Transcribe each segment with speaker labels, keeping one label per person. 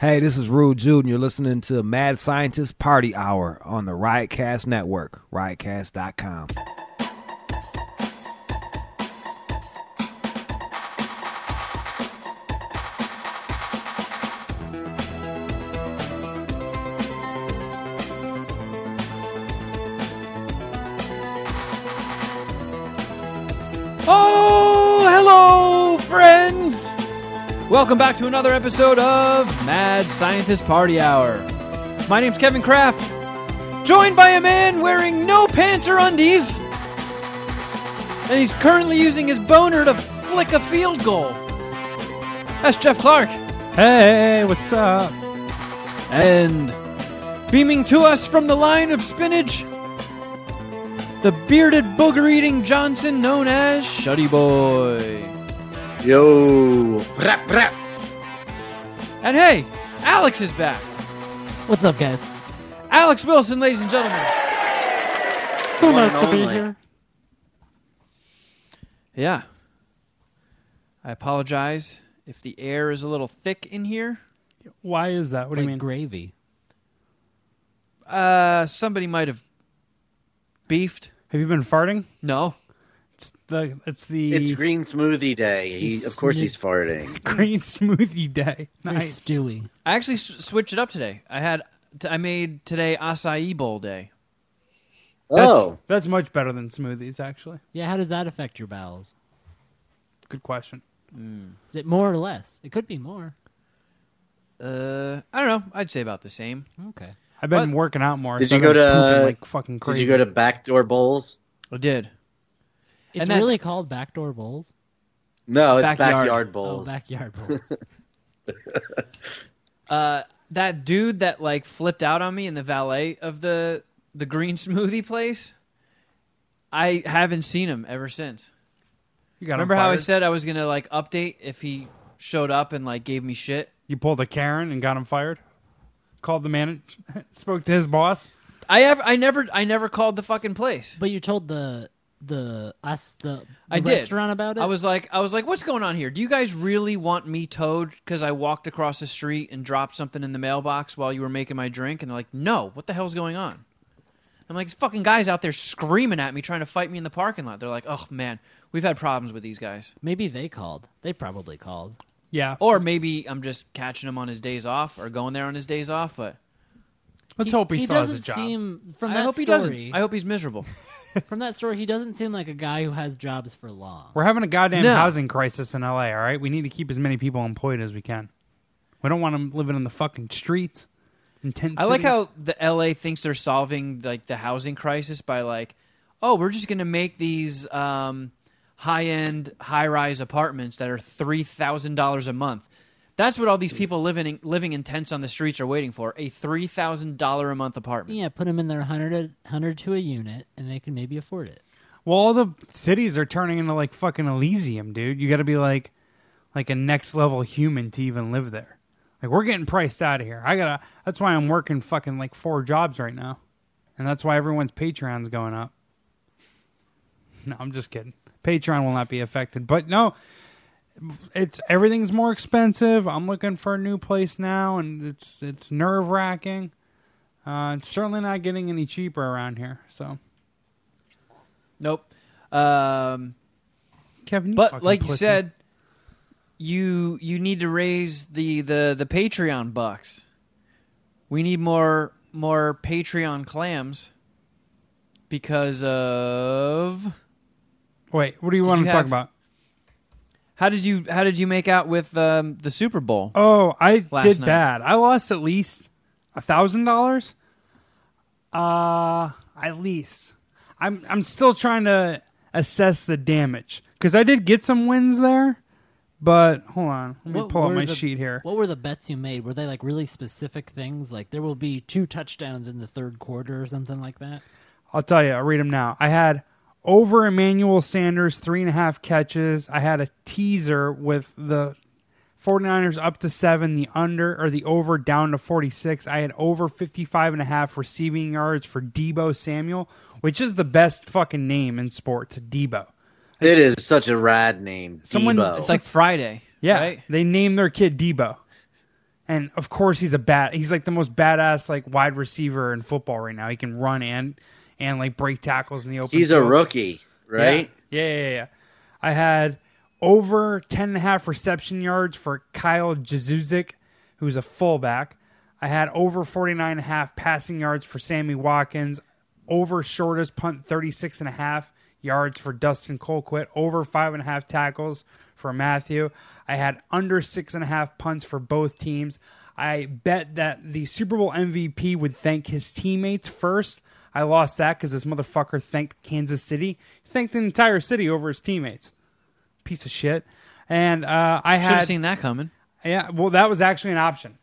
Speaker 1: Hey, this is Rude Jude, and you're listening to Mad Scientist Party Hour on the Riotcast Network, riotcast.com.
Speaker 2: Oh, hello, friends! Welcome back to another episode of Mad Scientist Party Hour. My name's Kevin Kraft, joined by a man wearing no pants or undies, and he's currently using his boner to flick a field goal. That's Jeff Clark.
Speaker 3: Hey, what's up?
Speaker 2: And beaming to us from the line of spinach, the bearded booger eating Johnson known as Shuddy Boy.
Speaker 4: Yo, brap, brap.
Speaker 2: And hey, Alex is back.
Speaker 5: What's up, guys?
Speaker 2: Alex Wilson, ladies and gentlemen.
Speaker 3: So
Speaker 4: One
Speaker 3: nice
Speaker 4: and
Speaker 3: to be
Speaker 4: only.
Speaker 3: here.
Speaker 2: Yeah. I apologize if the air is a little thick in here.
Speaker 3: Why is that? What do you mean?
Speaker 5: gravy?
Speaker 2: Uh, somebody might have beefed.
Speaker 3: Have you been farting?
Speaker 2: No.
Speaker 3: It's the it's the
Speaker 4: It's green smoothie day. He, of course, he's farting.
Speaker 3: green smoothie day. Nice.
Speaker 5: Stewy.
Speaker 2: I actually s- switched it up today. I had t- I made today acai bowl day.
Speaker 3: That's,
Speaker 4: Oh,
Speaker 3: that's much better than smoothies. Actually,
Speaker 5: Yeah, how does that affect your bowels?
Speaker 3: good question.
Speaker 5: Is it more or less? It could be more.
Speaker 2: Uh, I don't know. I'd say about the same.
Speaker 5: Okay.
Speaker 3: I've been
Speaker 2: What?
Speaker 3: working out more.
Speaker 4: Did
Speaker 3: so
Speaker 4: you
Speaker 3: I've
Speaker 4: go
Speaker 3: been
Speaker 4: to- uh,
Speaker 3: pooping like fucking
Speaker 4: did
Speaker 3: crazy?
Speaker 4: you go to backdoor bowls?
Speaker 2: I did.
Speaker 5: It's
Speaker 2: And that-
Speaker 5: really called backdoor bowls.
Speaker 4: No, it's
Speaker 2: Backyard.
Speaker 4: backyard,
Speaker 5: Oh,
Speaker 4: bowls.
Speaker 5: backyard bowls.
Speaker 2: Uh, that dude that like flipped out on me in the valet of the the green smoothie place. I haven't seen him ever since.
Speaker 3: You got
Speaker 2: Remember how I
Speaker 3: fired?
Speaker 2: said I was gonna like update if he showed up and like gave me shit?
Speaker 3: you pulled a Karen and got him fired? Called the man, spoke to his boss.
Speaker 2: I have I never I never called the fucking place.
Speaker 5: but you told the the us the, the
Speaker 2: I did.
Speaker 5: restaurant about it.
Speaker 2: I was like I was like, what's going on here? Do you guys really want me towed because I walked across the street and dropped something in the mailbox while you were making my drink? And they're like, no, what the hell's going on? I'm like, these fucking guys out there screaming at me, trying to fight me in the parking lot. They're like, oh man, we've had problems with these guys.
Speaker 5: Maybe they called. They probably called.
Speaker 3: Yeah.
Speaker 2: Or maybe I'm just catching him on his days off or going there on his days off. But
Speaker 3: Let's hope he, still has a
Speaker 5: doesn't
Speaker 3: job.
Speaker 5: seem from
Speaker 2: I
Speaker 5: that
Speaker 2: hope he
Speaker 5: story.
Speaker 2: doesn't. I hope he's miserable.
Speaker 5: from that story, he doesn't seem like a guy who has jobs for long.
Speaker 3: We're having a goddamn
Speaker 2: No.
Speaker 3: housing crisis in LA. All right, we need to keep as many people employed as we can. We don't want them living in the fucking streets. In tent
Speaker 2: I like
Speaker 3: cities.
Speaker 2: how the LA thinks they're solving like the housing crisis by like, oh, we're just going to make these um, high-end, high-rise apartments that are three thousand dollars a month. That's what all these people living in, living in tents on the streets are waiting for a three thousand dollar a month apartment.
Speaker 5: Yeah, put him in their 100, a- 100 to a unit, and they can maybe afford it.
Speaker 3: Well, all the cities are turning into like fucking Elysium, dude. You got to be like, like a next level human to even live there. Like we're getting priced out of here. I gotta. That's why I'm working fucking like four jobs right now, and that's why everyone's Patreon's going up. No, I'm just kidding. Patreon will not be affected, but no, it's everything's more expensive. I'm looking for a new place now, and it's it's nerve wracking. Uh, it's certainly not getting any cheaper around here. So,
Speaker 2: Nope. Um,
Speaker 3: Kevin, you
Speaker 2: but
Speaker 3: fucking
Speaker 2: like you
Speaker 3: pussy.
Speaker 2: said, you you need to raise the the the Patreon bucks. We need more more Patreon clams because of
Speaker 3: Wait, what do you
Speaker 2: Did
Speaker 3: want
Speaker 2: you
Speaker 3: to talk
Speaker 2: have-
Speaker 3: about?
Speaker 2: how did you how did you make out with um, the Super Bowl?
Speaker 3: Oh, I
Speaker 2: Last
Speaker 3: did
Speaker 2: night.
Speaker 3: bad. I lost at least a thousand dollars. Uh at least. I'm I'm still trying to assess the damage because I did get some wins there, but hold on, let me pull up
Speaker 5: were
Speaker 3: my
Speaker 5: the-
Speaker 3: sheet here.
Speaker 5: What were the bets you made? Were they like really specific things? Like there will be two touchdowns in the third quarter or something like that?
Speaker 3: I'll tell you. I'll read them now. I had over Emmanuel Sanders, three and a half catches. I had a teaser with the 49ers up to seven, the under or the over down to 46. I had over 55 and a half receiving yards for Debo Samuel, which is the best fucking name in sports, Debo.
Speaker 4: It is such a rad name.
Speaker 3: Someone-
Speaker 4: Debo.
Speaker 2: It's like Friday.
Speaker 3: Oh. Yeah.
Speaker 2: right?
Speaker 3: They named their kid Debo. And of course, he's a bat. He's like the most badass like wide receiver in football right now. He can run and and like break tackles in the open.
Speaker 4: He's a
Speaker 3: field.
Speaker 4: rookie, right?
Speaker 3: Yeah, yeah, yeah. yeah. I had over 10 and a half reception yards for Kyle Jazuzik, who's a fullback. I had over 49 and a half passing yards for Sammy Watkins, over shortest punt 36 and a half yards for Dustin Colquitt, over five and a half tackles for Matthew. I had under six and a half punts for both teams. I bet that the Super Bowl MVP would thank his teammates first. I lost that because this motherfucker thanked Kansas City. He thanked the entire city over his teammates. Piece of shit. And uh, I
Speaker 2: Should have
Speaker 3: had
Speaker 2: seen that coming.
Speaker 3: yeah. Well, that was actually an option.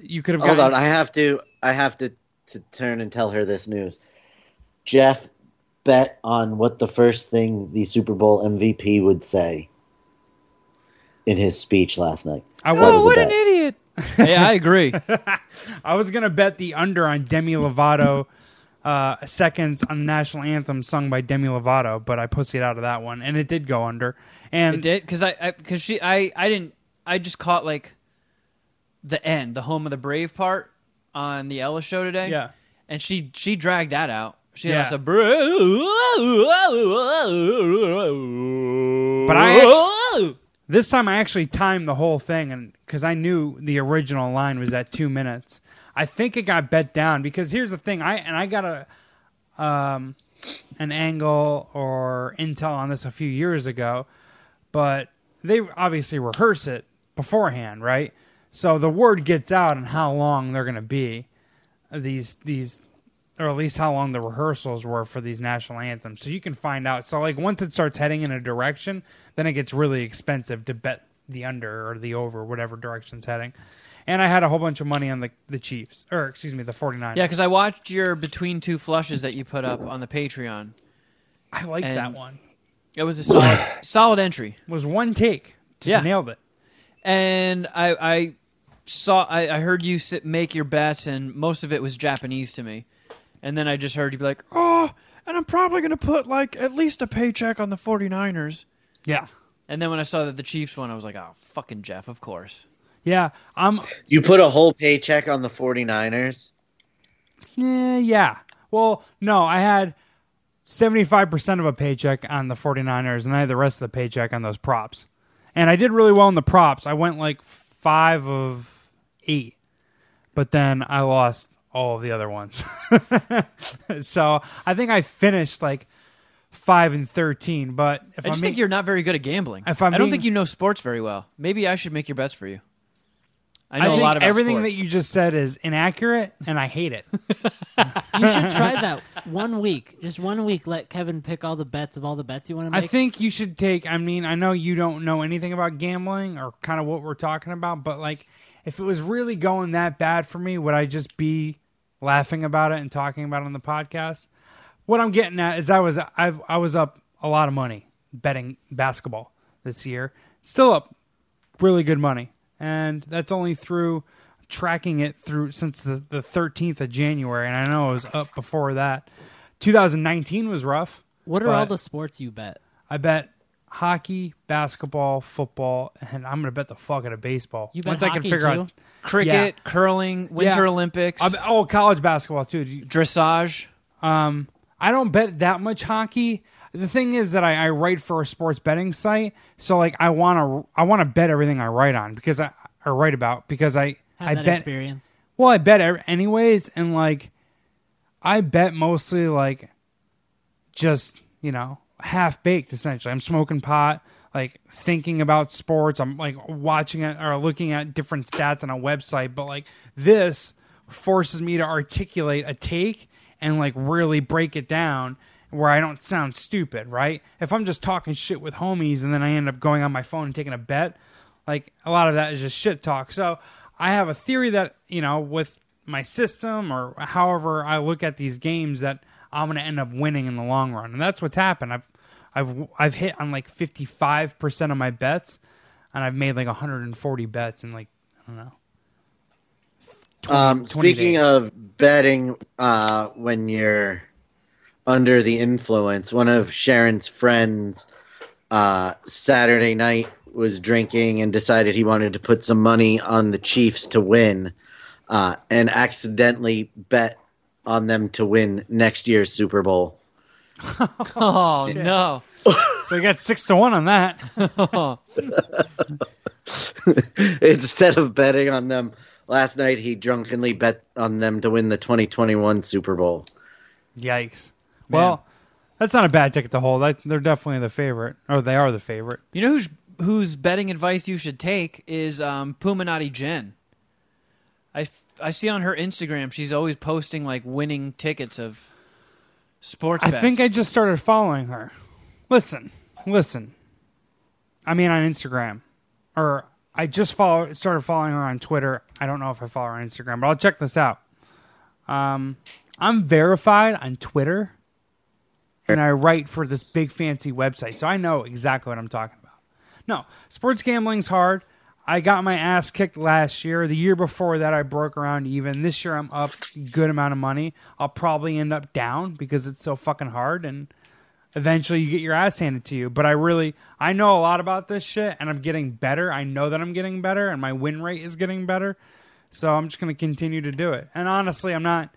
Speaker 3: You could have
Speaker 4: Hold on,
Speaker 3: gotten.
Speaker 4: I have to I have to to turn and tell her this news. Jeff bet on what the first thing the Super Bowl MVP would say in his speech last night.
Speaker 3: I
Speaker 4: That was
Speaker 3: was.
Speaker 4: a bet.
Speaker 2: idiot. hey, I agree.
Speaker 3: I was gonna bet the under on Demi Lovato uh, seconds on the national anthem sung by Demi Lovato, but I pussied out of that one, and it did go under. And
Speaker 2: It did because I because she I I didn't I just caught like the end, the home of the brave part on the Ella show today.
Speaker 3: Yeah.
Speaker 2: and she she dragged that out. She
Speaker 3: Yeah.
Speaker 2: has a brave.
Speaker 3: But I This time I actually timed the whole thing and cuz I knew the original line was at 2 minutes. I think it got bet down because here's the thing I and I got a um an angle or intel on this a few years ago, but they obviously rehearse it beforehand, right? So the word gets out on how long they're going to be these these or at least how long the rehearsals were for these national anthems. So you can find out. So like once it starts heading in a direction, then it gets really expensive to bet the under or the over, whatever direction's heading. And I had a whole bunch of money on the the Chiefs, or excuse me, the 49ers.
Speaker 2: yeah, because I watched your between two flushes that you put up on the Patreon.
Speaker 3: I like
Speaker 2: and-
Speaker 3: that one.
Speaker 2: It was a solid solid entry.
Speaker 3: It was one take. Just
Speaker 2: Yeah.
Speaker 3: nailed it.
Speaker 2: and I, I saw I, I heard you sit, make your bets, and most of it was Japanese to me. And then I just heard you be like, "Oh, and I'm probably gonna put like at least a paycheck on the 49ers."
Speaker 3: Yeah.
Speaker 2: And then when I saw that the Chiefs won, I was like, "Oh, fucking Jeff, of course."
Speaker 3: Yeah. I'm
Speaker 4: You put a whole paycheck on the 49ers?
Speaker 3: Eh, yeah. Well, no, I had 75% of a paycheck on the 49ers and I had the rest of the paycheck on those props. And I did really well in the props. I went like 5 of 8. But then I lost all of the other ones. so, I think I finished like 5 and 13, but if
Speaker 2: I
Speaker 3: I
Speaker 2: just
Speaker 3: make
Speaker 2: think you're not very good at gambling.
Speaker 3: If I'm
Speaker 2: I do not
Speaker 3: being-
Speaker 2: think you know sports very well. Maybe I should make your bets for you. I know
Speaker 3: I think
Speaker 2: a lot about
Speaker 3: everything
Speaker 2: sports.
Speaker 3: that you just said is inaccurate and I hate it.
Speaker 5: You should try that one week. Just one week. Let Kevin pick all the bets of all the bets you want to make.
Speaker 3: I think you should take. I mean, I know you don't know anything about gambling or kind of what we're talking about, but like, if it was really going that bad for me, would I just be laughing about it and talking about it on the podcast? What I'm getting at is I was I've, I was up a lot of money betting basketball this year. Still up really good money, and that's only through tracking it through since the the 13th of January. And I know it was up before that. 2019 was rough.
Speaker 5: What are all
Speaker 3: but-
Speaker 5: the sports you bet?
Speaker 3: I bet hockey, basketball, football, and I'm gonna bet the fuck out of baseball.
Speaker 5: You bet
Speaker 3: Once I can
Speaker 5: hockey,
Speaker 3: figure out
Speaker 5: too?
Speaker 2: cricket,
Speaker 3: Yeah.
Speaker 2: curling, Winter
Speaker 3: Yeah.
Speaker 2: Olympics,
Speaker 3: I bet- oh, college basketball too. Do you-
Speaker 2: dressage.
Speaker 3: Um, I don't bet that much hockey. The thing is that I, I write for a sports betting site, so like I wanna I wanna bet everything I write on because I I write about because I
Speaker 5: Have
Speaker 3: I
Speaker 5: that
Speaker 3: bet
Speaker 5: experience.
Speaker 3: Well, I bet ev- anyways, and like, I bet mostly like, just you know, half baked. Essentially, I'm smoking pot, like thinking about sports. I'm like watching it or looking at different stats on a website, but like this forces me to articulate a take and like really break it down where I don't sound stupid, right? If I'm just talking shit with homies and then I end up going on my phone and taking a bet, like a lot of that is just shit talk. So I have a theory that, you know, with my system or however I look at these games that I'm going to end up winning in the long run. And that's what's happened. I've I've I've hit on like 55% of my bets and I've made like 140 bets in like I don't know. 20
Speaker 4: Um,
Speaker 3: 20
Speaker 4: speaking
Speaker 3: days.
Speaker 4: of betting, uh, when you're under the influence, one of Sharon's friends uh, Saturday night was drinking and decided he wanted to put some money on the Chiefs to win, uh, and accidentally bet on them to win next year's Super Bowl.
Speaker 2: Oh,
Speaker 3: shit.
Speaker 2: no.
Speaker 3: So you got six to one on that.
Speaker 4: Instead of betting on them last night, he drunkenly bet on them to win the 2021 Super Bowl.
Speaker 3: Yikes.
Speaker 2: Man.
Speaker 3: Well, that's not a bad ticket to hold. I, they're definitely the favorite, or they are the favorite.
Speaker 2: You know who's whose betting advice you should take is um, Puminati Jen. I, f- I see on her Instagram she's always posting like winning tickets of sports.
Speaker 3: I
Speaker 2: bets.
Speaker 3: think I just started following her. Listen, listen. I mean, on Instagram, or I just follow started following her on Twitter. I don't know if I follow her on Instagram, but I'll check this out. Um, I'm verified on Twitter, and I write for this big fancy website, so I know exactly what I'm talking about. No, sports gambling's hard. I got my ass kicked last year. The year before that, I broke around even. This year, I'm up a good amount of money. I'll probably end up down because it's so fucking hard, and eventually, you get your ass handed to you. But I really, I know a lot about this shit, and I'm getting better. I know that I'm getting better, and my win rate is getting better. So I'm just gonna continue to do it. And honestly, I'm not.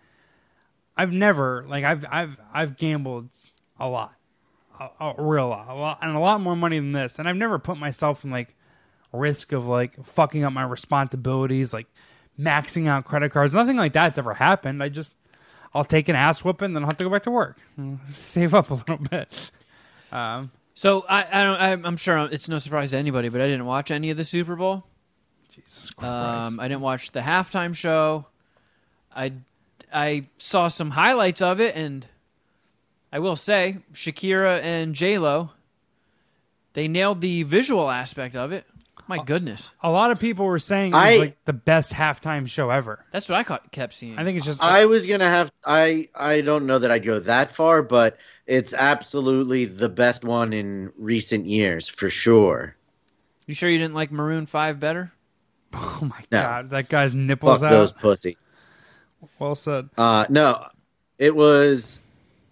Speaker 3: I've never like I've I've I've gambled a lot, a, a real lot, a lot, and a lot more money than this. And I've never put myself in like risk of like fucking up my responsibilities, like maxing out credit cards. Nothing like that's ever happened. I just I'll take an ass whooping, then I'll have to go back to work, save up a little bit. Um,
Speaker 2: so. I, I don't. I'm, I'm sure it's no surprise to anybody, but I didn't watch any of the Super Bowl.
Speaker 3: Jesus Christ!
Speaker 2: Um, I didn't watch the halftime show. I I saw some highlights of it, and I will say Shakira and J Lo, they nailed the visual aspect of it. My
Speaker 3: Uh,
Speaker 2: goodness,
Speaker 3: a lot of people were saying it was
Speaker 4: I-
Speaker 3: like the best halftime show ever.
Speaker 2: that's what I caught, kept seeing.
Speaker 3: I think it's just
Speaker 4: I was gonna have I I don't know that I'd go that far, but it's absolutely the best one in recent years for sure.
Speaker 2: you sure you didn't like Maroon Five better?
Speaker 3: oh my
Speaker 4: No.
Speaker 3: god, that guy's
Speaker 4: Fuck
Speaker 3: nipples out.
Speaker 4: those pussies.
Speaker 3: Well said.
Speaker 4: Uh, no, it was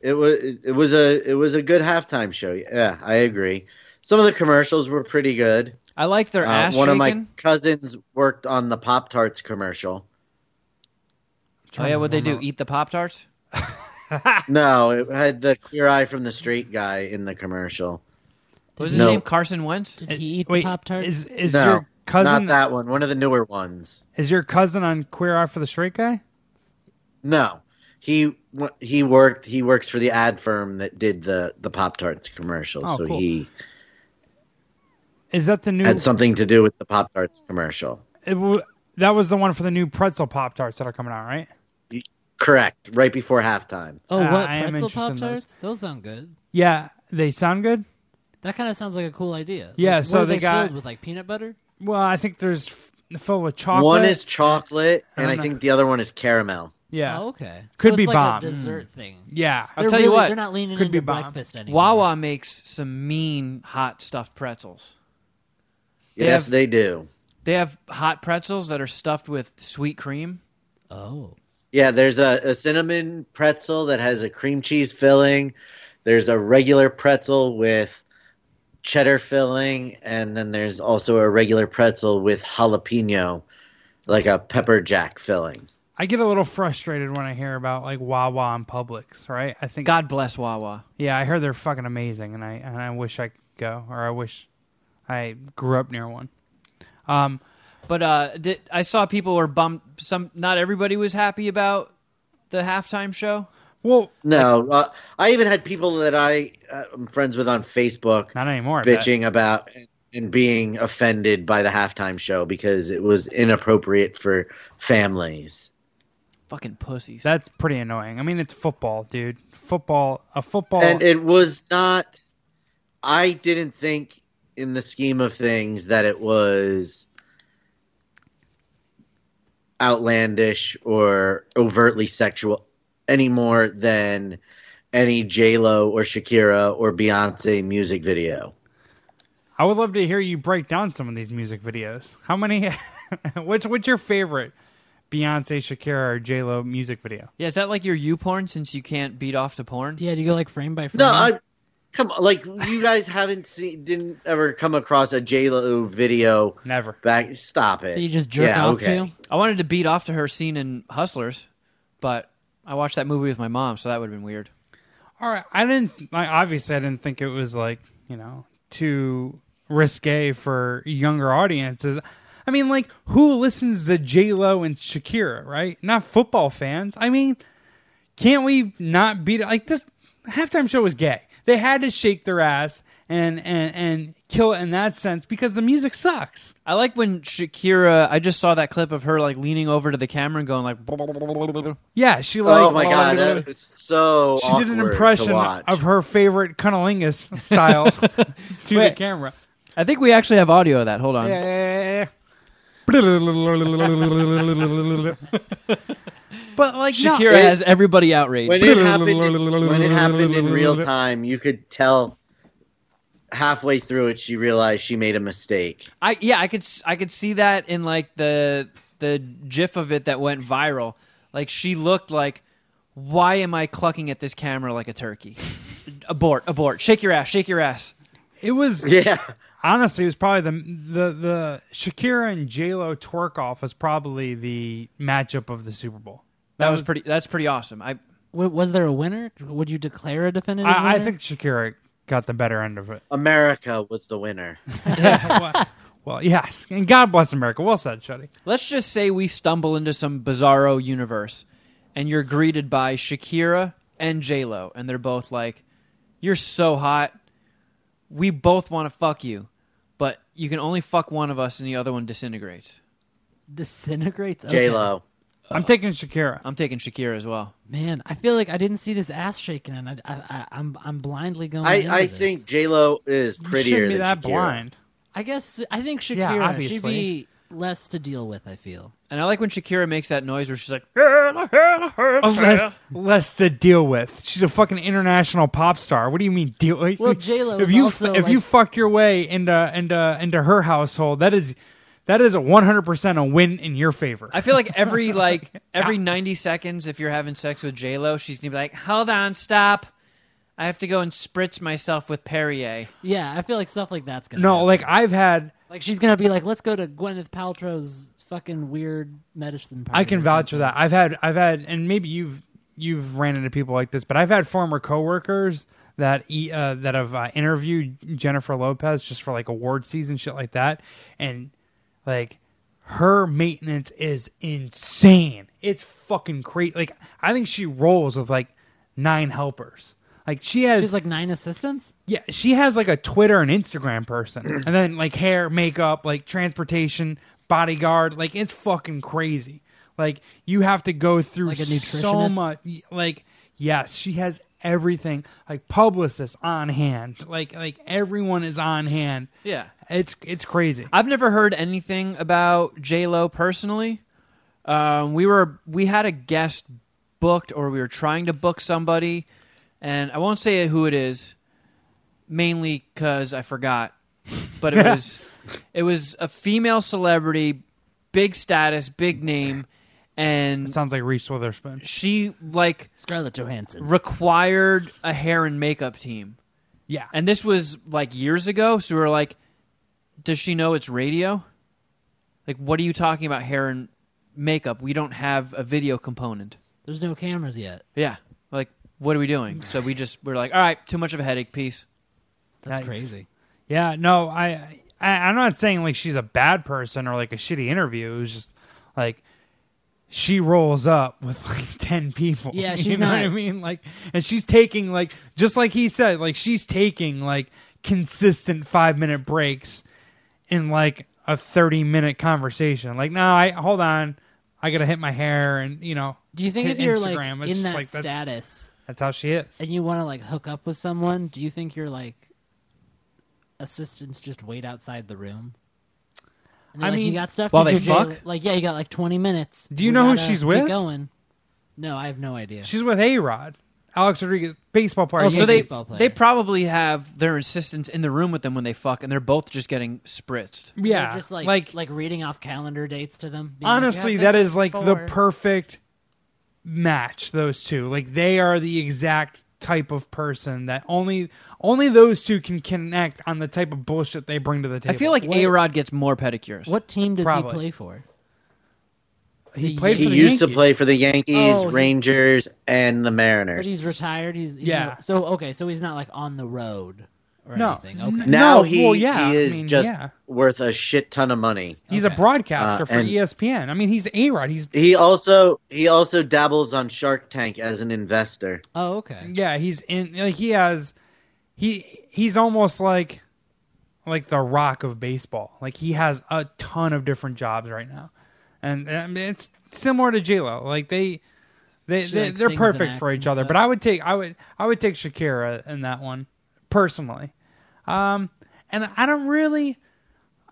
Speaker 4: it was it was a it was a good halftime show. Yeah, I agree. Some of the commercials were pretty good.
Speaker 2: I like their
Speaker 4: Uh,
Speaker 2: ass
Speaker 4: one of my
Speaker 2: shaking.
Speaker 4: cousins worked on the Pop Tarts commercial.
Speaker 2: Oh yeah, what they do? Eat the pop tarts?
Speaker 4: No, it had the clear eye from the straight guy in the commercial.
Speaker 2: What was his
Speaker 4: No.
Speaker 2: name? Carson Wentz.
Speaker 5: Did he eat
Speaker 3: Wait,
Speaker 5: Pop Tart?
Speaker 3: is is
Speaker 4: no,
Speaker 3: your
Speaker 4: not
Speaker 3: cousin
Speaker 4: that one. One of the newer ones.
Speaker 3: Is your cousin on Queer Eye for the Straight Guy?
Speaker 4: No, he w- he worked. He works for the ad firm that did the the Pop Tarts commercial.
Speaker 3: Oh,
Speaker 4: so
Speaker 3: cool.
Speaker 4: he
Speaker 3: Is that the new?
Speaker 4: had something to do with the Pop Tarts commercial.
Speaker 3: it w- that was the one for the new pretzel pop tarts that are coming out, right?
Speaker 4: Correct. Right before halftime.
Speaker 5: oh,
Speaker 3: Ah,
Speaker 5: what
Speaker 3: I am
Speaker 5: pretzel
Speaker 3: interested in
Speaker 5: Pop
Speaker 3: those.
Speaker 5: Tarts? Those sound good.
Speaker 3: Yeah, they sound good.
Speaker 5: That kind of sounds like a cool idea.
Speaker 3: Yeah,
Speaker 5: Like,
Speaker 3: so
Speaker 5: what are
Speaker 3: they
Speaker 5: they,
Speaker 3: got-
Speaker 5: filled with like peanut butter.
Speaker 3: Well, I think there's f- filled with chocolate.
Speaker 4: One is chocolate, and
Speaker 3: I
Speaker 4: I
Speaker 3: don't know.
Speaker 4: think the other one is caramel.
Speaker 3: yeah,
Speaker 5: Oh, okay. So
Speaker 3: Could
Speaker 5: it's
Speaker 3: be
Speaker 5: like
Speaker 3: bomb. Hmm.
Speaker 5: A dessert thing.
Speaker 3: yeah.
Speaker 2: I'll
Speaker 5: They're
Speaker 2: tell you
Speaker 5: really-
Speaker 2: what,
Speaker 5: They're not leaning
Speaker 3: could
Speaker 5: into
Speaker 3: be bomb.
Speaker 5: breakfast anymore.
Speaker 2: Wawa makes some mean hot stuffed pretzels. They
Speaker 4: yes,
Speaker 2: have-
Speaker 4: they do.
Speaker 2: They have hot pretzels that are stuffed with sweet cream.
Speaker 5: Oh,
Speaker 4: Yeah, there's a, a cinnamon pretzel that has a cream cheese filling. There's a regular pretzel with cheddar filling, and then there's also a regular pretzel with jalapeno, like a pepper jack filling.
Speaker 3: I get a little frustrated when I hear about like Wawa and Publix, right? I think
Speaker 2: God bless Wawa.
Speaker 3: Yeah, I heard they're fucking amazing, and I and I wish I could go, or I wish I grew up near one. Um,
Speaker 2: But uh, did, I saw people were bummed. Some not everybody was happy about the halftime show.
Speaker 3: well,
Speaker 4: No, uh, I even had people that I uh, am friends with on Facebook
Speaker 3: not anymore. I bet.
Speaker 4: bitching about and being offended by the halftime show because it was inappropriate for families.
Speaker 2: Fucking pussies.
Speaker 3: That's pretty annoying. I mean, it's football, dude. Football, a football.
Speaker 4: And it was not. I didn't think, in the scheme of things, that it was outlandish or overtly sexual any more than any J Lo or Shakira or Beyonce music video.
Speaker 3: I would love to hear you break down some of these music videos. How many? which what's your favorite Beyonce, Shakira, or J Lo music video?
Speaker 2: yeah, is that like your U porn since you can't beat off to porn?
Speaker 3: Uh-huh.
Speaker 5: yeah. Do you go like frame by frame?
Speaker 4: No, I Come on, like you guys haven't seen, didn't ever come across a J Lo video
Speaker 3: Never.
Speaker 4: back. Stop it.
Speaker 5: That you just jerk
Speaker 4: Yeah,
Speaker 5: off
Speaker 4: okay.
Speaker 5: to.
Speaker 2: I wanted to beat off to her scene in Hustlers, but I watched that movie with my mom, so that would have been weird.
Speaker 3: All right. I didn't. Like, obviously, I didn't think it was like you know too risque for younger audiences. I mean, like who listens to J Lo and Shakira, right? Not football fans. I mean, can't we not beat it? Like this halftime show was gay. They had to shake their ass and and and kill it in that sense because the music sucks.
Speaker 2: I like when Shakira. I just saw that clip of her like leaning over to the camera and going like,
Speaker 3: Yeah, she like.
Speaker 4: Oh my god, that was so.
Speaker 3: She did an
Speaker 4: awkward to
Speaker 3: impression
Speaker 4: watch.
Speaker 3: of her favorite cunnilingus style to the
Speaker 2: Wait.
Speaker 3: camera.
Speaker 2: I think we actually have audio of that. Hold
Speaker 4: Um,
Speaker 2: on.
Speaker 3: Yeah. but like no,
Speaker 2: Shakira
Speaker 4: it-
Speaker 2: has everybody outraged.
Speaker 4: when it happened. when it happened in real time, you could tell halfway through it she realized she made a mistake.
Speaker 2: I yeah, I could s- I could see that in like the the gif of it that went viral. Like she looked like, why am I clucking at this camera like a turkey? abort, abort, shake your ass, shake your ass.
Speaker 3: it was
Speaker 4: Yeah.
Speaker 3: honestly it was probably the the the Shakira and J Lo twerk off was probably the matchup of the Super Bowl.
Speaker 2: That was pretty. That's pretty awesome. I
Speaker 5: W- was there a winner? Would you declare a definitive?
Speaker 3: I, I
Speaker 2: Mm-hmm.
Speaker 5: winner?
Speaker 3: think Shakira got the better end of it.
Speaker 4: America was the winner.
Speaker 3: Well, yes, and God bless America. Well said, Shuddy.
Speaker 2: let's just say we stumble into some bizarro universe, and you're greeted by Shakira and J Lo, and they're both like, "You're so hot. We both want to fuck you, but you can only fuck one of us, and the other one disintegrates."
Speaker 5: disintegrates. Okay.
Speaker 4: J Lo. Uh,
Speaker 3: I'm taking Shakira.
Speaker 2: I'm taking Shakira as well.
Speaker 5: Man, I feel like I didn't see this ass shaking, and I, I, I, I'm I'm blindly going.
Speaker 4: I,
Speaker 5: into
Speaker 4: I
Speaker 5: this.
Speaker 4: think J Lo is
Speaker 3: You
Speaker 4: prettier
Speaker 3: shouldn't be
Speaker 4: than
Speaker 3: that
Speaker 4: Shakira.
Speaker 3: blind.
Speaker 5: I guess I think Shakira
Speaker 3: Yeah,
Speaker 5: should
Speaker 3: obviously.
Speaker 5: be less to deal with. I feel.
Speaker 2: And I like when Shakira makes that noise where she's like,
Speaker 3: less, less to deal with. She's a fucking international pop star. What do you mean deal?
Speaker 5: Well, J-Lo
Speaker 3: If
Speaker 5: is
Speaker 3: you
Speaker 5: also,
Speaker 3: if
Speaker 5: like-
Speaker 3: you fucked your way into into into her household, that is that is a one hundred percent a win in your favor.
Speaker 2: I feel like every like every ninety seconds, if you're having sex with J Lo, she's gonna be like, "Hold on, stop! I have to go and spritz myself with Perrier."
Speaker 5: Yeah, I feel like stuff like that's gonna.
Speaker 3: no,
Speaker 5: happen.
Speaker 3: like I've had.
Speaker 5: like she's gonna be like, let's go to Gwyneth Paltrow's fucking weird medicine party.
Speaker 3: I can
Speaker 5: or
Speaker 3: vouch for
Speaker 5: something."
Speaker 3: that. I've had I've had, and maybe you've you've ran into people like this, but I've had former coworkers that e, uh, that have uh, interviewed Jennifer Lopez just for like award season shit like that, and like her maintenance is insane. It's fucking crazy. Like I think she rolls with like nine helpers. Like she has
Speaker 5: She's like nine assistants.
Speaker 3: yeah, she has like a Twitter and Instagram person, and then like hair, makeup, like transportation, bodyguard. Like it's fucking crazy. Like you have to go through
Speaker 5: Like a
Speaker 3: so
Speaker 5: nutritionist?
Speaker 3: much. Like yes, she has everything. Like publicists on hand. Like like everyone is on hand.
Speaker 2: Yeah.
Speaker 3: it's it's crazy.
Speaker 2: I've never heard anything about J Lo personally. Um, we were we had a guest booked, or we were trying to book somebody, and I won't say who it is, mainly because I forgot. But it was it was a female celebrity, big status, big name, and
Speaker 3: Sounds like Reese Witherspoon.
Speaker 2: she like
Speaker 5: Scarlett Johansson.
Speaker 2: required a hair and makeup team.
Speaker 3: Yeah,
Speaker 2: And this was like years ago, so we were like, does she know it's radio? Like, what are you talking about hair and makeup? We don't have a video component.
Speaker 5: There's no cameras yet.
Speaker 2: Yeah. Like, what are we doing? So we just, we're like, all right, too much of a headache piece.
Speaker 5: That's
Speaker 3: Yikes.
Speaker 5: crazy.
Speaker 3: Yeah, no, I, I I'm not saying like she's a bad person or like a shitty interview. It was just like she rolls up with like ten people.
Speaker 5: Yeah,
Speaker 3: you
Speaker 5: she's
Speaker 3: know
Speaker 5: not-
Speaker 3: what I mean. Like, and she's taking like just like he said, like she's taking like consistent five minute breaks in like a thirty minute conversation. Like, no, I hold on, I gotta hit my hair, and you know,
Speaker 5: Do you think
Speaker 3: hit
Speaker 5: if you're
Speaker 3: Instagram,
Speaker 5: like
Speaker 3: it's
Speaker 5: in
Speaker 3: just,
Speaker 5: that
Speaker 3: like, that's,
Speaker 5: status
Speaker 3: that's how she is.
Speaker 5: and you want to like hook up with someone, do you think your like assistants just wait outside the room? And they're
Speaker 3: I
Speaker 5: like,
Speaker 3: mean-
Speaker 5: you got stuff
Speaker 2: While
Speaker 5: to
Speaker 2: they
Speaker 5: do, Jay?"
Speaker 2: fuck?
Speaker 5: Like, yeah, you got like twenty minutes.
Speaker 3: Do you
Speaker 5: We
Speaker 3: know who
Speaker 5: gotta
Speaker 3: she's
Speaker 5: get
Speaker 3: with?
Speaker 5: Going. No, I have no idea.
Speaker 3: She's with A Rod, Alex Rodriguez, baseball player.
Speaker 5: Oh,
Speaker 2: So they,
Speaker 5: baseball player.
Speaker 2: they probably have their assistants in the room with them when they fuck, and they're both just getting spritzed.
Speaker 5: They're
Speaker 3: yeah,
Speaker 5: just like,
Speaker 3: like
Speaker 5: like reading off calendar dates to them. being like,
Speaker 3: honestly
Speaker 5: "Yeah,
Speaker 3: that
Speaker 5: that's
Speaker 3: is like the
Speaker 5: four."
Speaker 3: perfect match those two like they are the exact type of person that only only those two can connect on the type of bullshit they bring to the table.
Speaker 2: I feel like
Speaker 5: What-
Speaker 2: A Rod gets more pedicures.
Speaker 5: What team does
Speaker 3: Probably.
Speaker 5: he play for?
Speaker 3: he
Speaker 5: he-
Speaker 3: played
Speaker 5: He
Speaker 3: for the
Speaker 4: He used to
Speaker 3: Yankees.
Speaker 4: play for the Yankees,
Speaker 5: Oh, he-
Speaker 4: Rangers, and the
Speaker 5: But
Speaker 4: Mariners.
Speaker 5: he's retired. He's, he's
Speaker 3: Yeah.
Speaker 5: not- so okay, so he's not like on the road or
Speaker 3: No.
Speaker 5: anything. Okay.
Speaker 3: No.
Speaker 4: now he,
Speaker 3: well, yeah,
Speaker 4: he
Speaker 3: I
Speaker 4: is
Speaker 3: mean,
Speaker 4: just
Speaker 3: yeah.
Speaker 4: worth a shit ton of money.
Speaker 3: He's a
Speaker 5: Okay.
Speaker 3: broadcaster
Speaker 4: Uh,
Speaker 3: for E
Speaker 4: and-
Speaker 3: ESPN. I mean, he's A Rod. He's
Speaker 4: He also he also dabbles on Shark Tank as an investor.
Speaker 5: Oh, okay.
Speaker 3: yeah, he's in. Like, he has he he's almost like like the rock of baseball. Like he has a ton of different jobs right now, and, and it's similar to J Lo. Like they. They,
Speaker 5: She
Speaker 3: they
Speaker 5: likes
Speaker 3: they're
Speaker 5: things and
Speaker 3: perfect for
Speaker 5: acts
Speaker 3: each
Speaker 5: and
Speaker 3: other,
Speaker 5: stuff.
Speaker 3: but I would take I would I would take Shakira in that one personally, um, and I don't really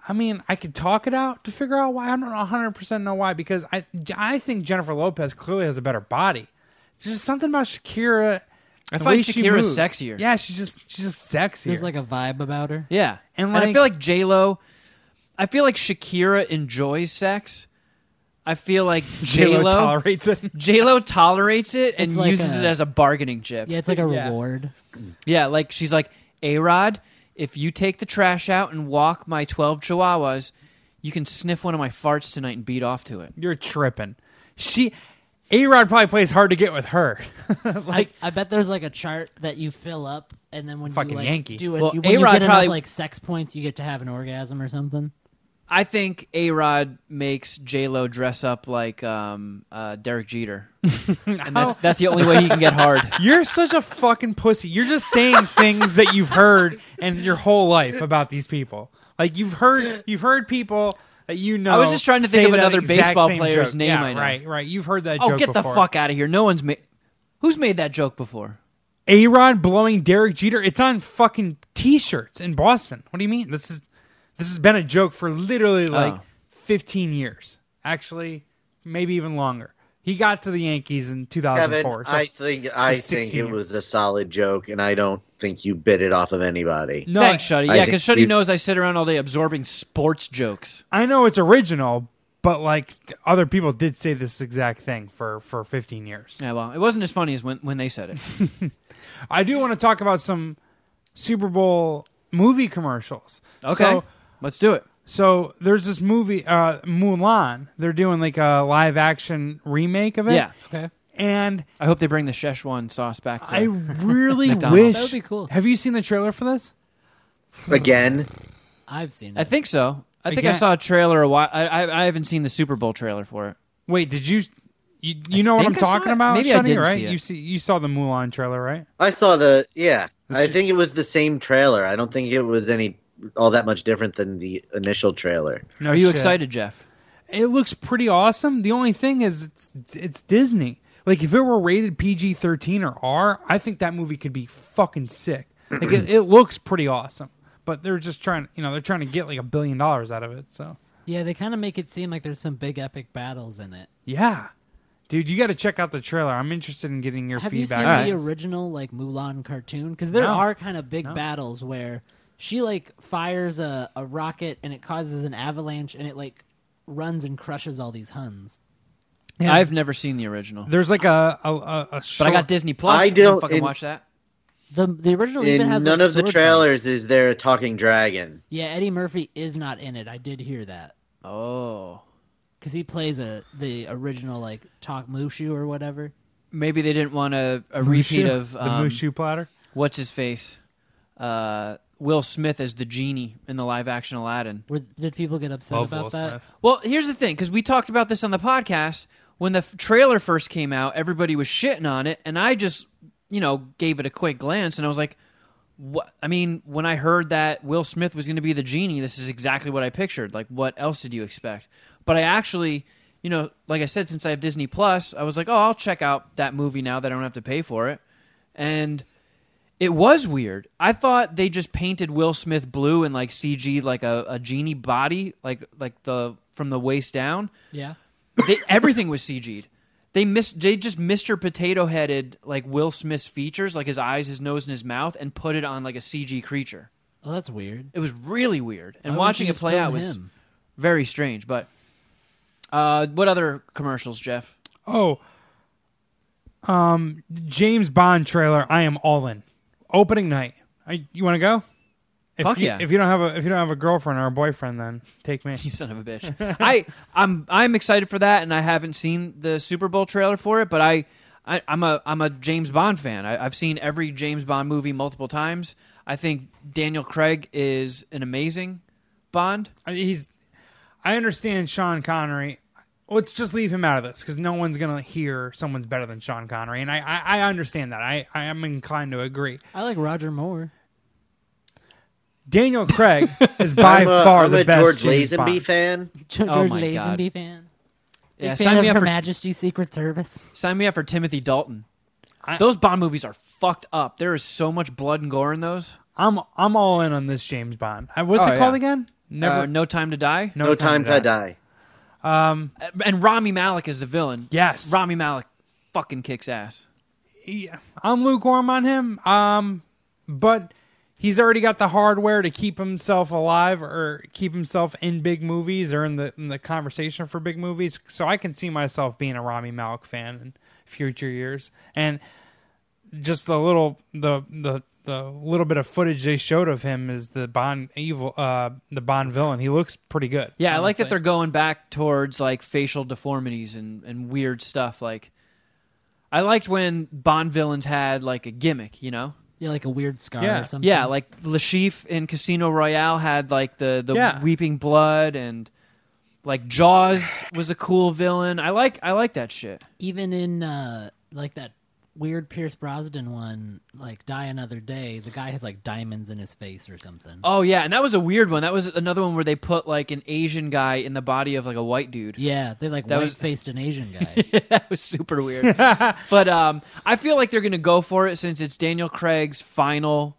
Speaker 3: I mean, I could talk it out to figure out why. I don't 100% know why because I, I think Jennifer Lopez clearly has a better body. There's just something about Shakira.
Speaker 2: I
Speaker 3: the
Speaker 2: find
Speaker 3: way she
Speaker 2: Shakira
Speaker 3: moves.
Speaker 2: sexier.
Speaker 3: Yeah, she's just she's just sexier.
Speaker 5: There's like a vibe about her.
Speaker 2: Yeah,
Speaker 3: And,
Speaker 2: and, I
Speaker 3: like-
Speaker 2: feel like J Lo. I feel like Shakira enjoys sex. I feel like J
Speaker 3: J-Lo
Speaker 2: Lo
Speaker 3: tolerates it.
Speaker 2: J Lo tolerates it and
Speaker 5: It's like
Speaker 2: uses
Speaker 5: a-
Speaker 2: it as a bargaining chip.
Speaker 5: Yeah, it's like a
Speaker 3: Yeah.
Speaker 5: reward.
Speaker 2: Yeah, like she's like, A Rod, if you take the trash out and walk my 12 chihuahuas, you can sniff one of my farts tonight and beat off to it.
Speaker 3: You're tripping. She, A Rod probably plays hard to get with her. like
Speaker 5: I, I bet there's like a chart that you fill up, and then when
Speaker 3: Fucking
Speaker 5: you like,
Speaker 3: Yankee.
Speaker 5: do it,
Speaker 2: Well,
Speaker 5: you, when you
Speaker 2: A-Rod
Speaker 5: get
Speaker 2: probably-
Speaker 5: enough like sex points, you get to have an orgasm or something.
Speaker 2: I think A Rod makes J Lo dress up like um, uh, Derek Jeter. and that's, that's the only way he can get hard.
Speaker 3: you're such a fucking pussy. You're just saying things that you've heard in your whole life about these people. Like you've heard you've heard people. That you know,
Speaker 2: I was just trying to think
Speaker 3: say
Speaker 2: of
Speaker 3: that
Speaker 2: another
Speaker 3: exact
Speaker 2: baseball
Speaker 3: same
Speaker 2: player's
Speaker 3: joke.
Speaker 2: name
Speaker 3: Yeah,
Speaker 2: I know.
Speaker 3: right, right. You've heard that.
Speaker 2: Oh,
Speaker 3: joke
Speaker 2: get the
Speaker 3: before.
Speaker 2: fuck out of here. No one's made. Who's made that joke before?
Speaker 3: Aaron blowing Derek Jeter. It's on fucking t-shirts in Boston. What do you mean? This is this has been a joke for literally like
Speaker 2: Oh.
Speaker 3: 15 years. Actually, maybe even longer. He got to the Yankees in
Speaker 4: Kevin,
Speaker 3: 2004. so-
Speaker 4: I think I think
Speaker 3: 16
Speaker 4: it
Speaker 3: years.
Speaker 4: was a solid joke, and I don't think you bit it off of anybody.
Speaker 3: no,
Speaker 2: Thanks, Shuddy. Yeah,
Speaker 4: I think
Speaker 2: because Shuddy
Speaker 4: you-
Speaker 2: knows I sit around all day absorbing sports jokes.
Speaker 3: I know it's original, but like other people did say this exact thing for for 15 years.
Speaker 2: Yeah, well, it wasn't as funny as when, when they said it.
Speaker 3: I do want to talk about some Super Bowl movie commercials.
Speaker 2: Okay.
Speaker 3: So,
Speaker 2: Let's do it.
Speaker 3: So there's this movie, uh, Mulan. They're doing like a live action remake of it.
Speaker 2: Yeah.
Speaker 5: Okay.
Speaker 3: And
Speaker 2: I hope they bring the Szechuan sauce back. To
Speaker 3: I really
Speaker 2: McDonald's.
Speaker 3: wish.
Speaker 5: That would be cool.
Speaker 3: Have you seen the trailer for this?
Speaker 4: Again,
Speaker 5: I've seen
Speaker 2: I
Speaker 5: it.
Speaker 2: think so. I think I
Speaker 3: Again-
Speaker 2: saw a trailer a while. I, I I haven't seen the Super Bowl trailer for it.
Speaker 3: Wait, did you? You, you know what I'm
Speaker 2: think I saw
Speaker 3: talking
Speaker 2: it.
Speaker 3: about?
Speaker 2: Maybe I
Speaker 3: Sonny,
Speaker 2: didn't
Speaker 3: right?
Speaker 2: see it.
Speaker 3: You see, you saw the Mulan trailer, right?
Speaker 4: I saw the yeah. I think it was the same trailer. I don't think it was any all that much different than the initial trailer.
Speaker 3: No,
Speaker 2: Are you
Speaker 3: Oh, shit.
Speaker 2: excited, Jeff?
Speaker 3: It looks pretty awesome. The only thing is, it's it's Disney. Like if it were rated PG-13 or R, I think that movie could be fucking sick. Like it, it looks pretty awesome, but they're just trying. You know, they're trying to get like a billion dollars out of it. So
Speaker 5: Yeah, they kind of make it seem like there's some big epic battles in it.
Speaker 3: yeah, dude, you got to check out the trailer. I'm interested in getting your
Speaker 5: Have you seen
Speaker 3: feedback.
Speaker 5: the original like Mulan cartoon? Because there
Speaker 3: No.
Speaker 5: are kind of big battles where she like fires a, a rocket and it causes an avalanche and it like runs and crushes all these Huns.
Speaker 3: Yeah.
Speaker 2: I've never seen the original, but
Speaker 3: There's like a a, a, a
Speaker 2: I
Speaker 3: short-
Speaker 2: got Disney Plus.
Speaker 4: I
Speaker 2: I'm gonna
Speaker 4: don't-
Speaker 2: fucking
Speaker 4: in-
Speaker 2: watch that.
Speaker 5: The the original even
Speaker 4: In
Speaker 5: has
Speaker 4: none
Speaker 5: like,
Speaker 4: of the
Speaker 5: sword
Speaker 4: trailers
Speaker 5: fights.
Speaker 4: is there a talking dragon.
Speaker 5: Yeah, Eddie Murphy is not in it. I did hear that
Speaker 2: Oh,
Speaker 5: because he plays a the original like talk Mushu or whatever.
Speaker 2: maybe they didn't want a, a
Speaker 3: Mushu?
Speaker 2: repeat of
Speaker 3: the
Speaker 2: um,
Speaker 3: Mushu platter.
Speaker 2: what's his face, uh, Will Smith as the genie in the live action Aladdin.
Speaker 5: Were, did people get upset about that?
Speaker 2: Well, here's the thing, because we talked about this on the podcast when the f- trailer first came out. Everybody was shitting on it, and I just, you know, gave it a quick glance, and I was like, "What?" I mean, when I heard that Will Smith was going to be the genie, this is exactly what I pictured. Like, what else did you expect? But I actually, you know, like I said, since I have Disney Plus, I was like, "Oh, I'll check out that movie now that I don't have to pay for it," and. It was weird. I thought they just painted Will Smith blue and like CG like a, a genie body, like like the from the waist down.
Speaker 5: Yeah.
Speaker 2: They, everything was CG'd. They mis they just Mr. Potato headed like Will Smith's features, like his eyes, his nose, and his mouth, and put it on like a CG creature.
Speaker 5: Oh, that's weird.
Speaker 2: It was really weird. And
Speaker 5: Why wouldn't
Speaker 2: watching
Speaker 5: you
Speaker 2: it
Speaker 5: just
Speaker 2: play
Speaker 5: film
Speaker 2: out was
Speaker 5: him?
Speaker 2: very strange. But uh, what other commercials, Jeff?
Speaker 3: Oh, James Bond trailer. I am all in. Opening night. I, you want to go? If
Speaker 2: Fuck
Speaker 3: you,
Speaker 2: yeah.
Speaker 3: If you don't have a if you don't have a girlfriend or a boyfriend, then take me.
Speaker 2: You son of a bitch. I I'm I'm excited for that, and I haven't seen the Super Bowl trailer for it, but I, I I'm a I'm a James Bond fan. I, I've seen every James Bond movie multiple times. I think Daniel Craig is an amazing Bond.
Speaker 3: I- Uh, He's. I understand Sean Connery. Let's just leave him out of this because no one's gonna hear someone's better than Sean Connery, and I I, I understand that. I I am inclined to agree.
Speaker 5: I like Roger Moore.
Speaker 3: Daniel Craig is by
Speaker 4: I'm a,
Speaker 3: far
Speaker 4: I'm
Speaker 3: the
Speaker 4: a
Speaker 3: best
Speaker 4: George
Speaker 3: James
Speaker 4: Lazenby
Speaker 3: Bond.
Speaker 4: fan.
Speaker 5: George
Speaker 2: Oh my God.
Speaker 5: Lazenby fan. Big
Speaker 2: Yeah,
Speaker 5: fan
Speaker 2: sign
Speaker 5: of
Speaker 2: me up
Speaker 5: Her
Speaker 2: for
Speaker 5: Majesty's Secret Service.
Speaker 2: sign me up for Timothy Dalton.
Speaker 3: I-
Speaker 2: those Bond movies are fucked up. There is so much blood and gore in those.
Speaker 3: I'm I'm all in on this James Bond. Uh, What's
Speaker 2: Oh,
Speaker 3: it called
Speaker 2: yeah.
Speaker 3: again?
Speaker 2: Uh, no time to die.
Speaker 4: No, time, to die.
Speaker 2: And Rami Malik is the villain.
Speaker 3: Yes.
Speaker 2: Rami Malik fucking kicks ass.
Speaker 3: Yeah, I'm lukewarm on him. Um, but he's already got the hardware to keep himself alive or keep himself in big movies or in the in the conversation for big movies. So I can see myself being a Rami Malek fan in future years. And just the little the the the little bit of footage they showed of him is the Bond evil uh the Bond villain. He looks pretty good.
Speaker 2: Yeah, I like that
Speaker 3: honestly.
Speaker 2: they're going back towards like facial deformities and, and weird stuff. Like, I liked when Bond villains had like a gimmick, you know?
Speaker 5: Yeah, like a weird scar
Speaker 3: Yeah.
Speaker 5: or something.
Speaker 2: Yeah, like Lashif in Casino Royale had like the the
Speaker 3: Yeah.
Speaker 2: weeping blood and like Jaws was a cool villain. I like I like that shit.
Speaker 5: even in uh like that weird Pierce Brosnan one, like Die Another Day, the guy has like diamonds in his face or something.
Speaker 2: Oh yeah, and that was a weird one. That was another one where they put like an Asian guy in the body of like a white dude.
Speaker 5: Yeah, they like
Speaker 2: That
Speaker 5: white
Speaker 2: was-
Speaker 5: faced an Asian guy.
Speaker 2: that was super weird. but um, I feel like they're going to go for it since it's Daniel Craig's final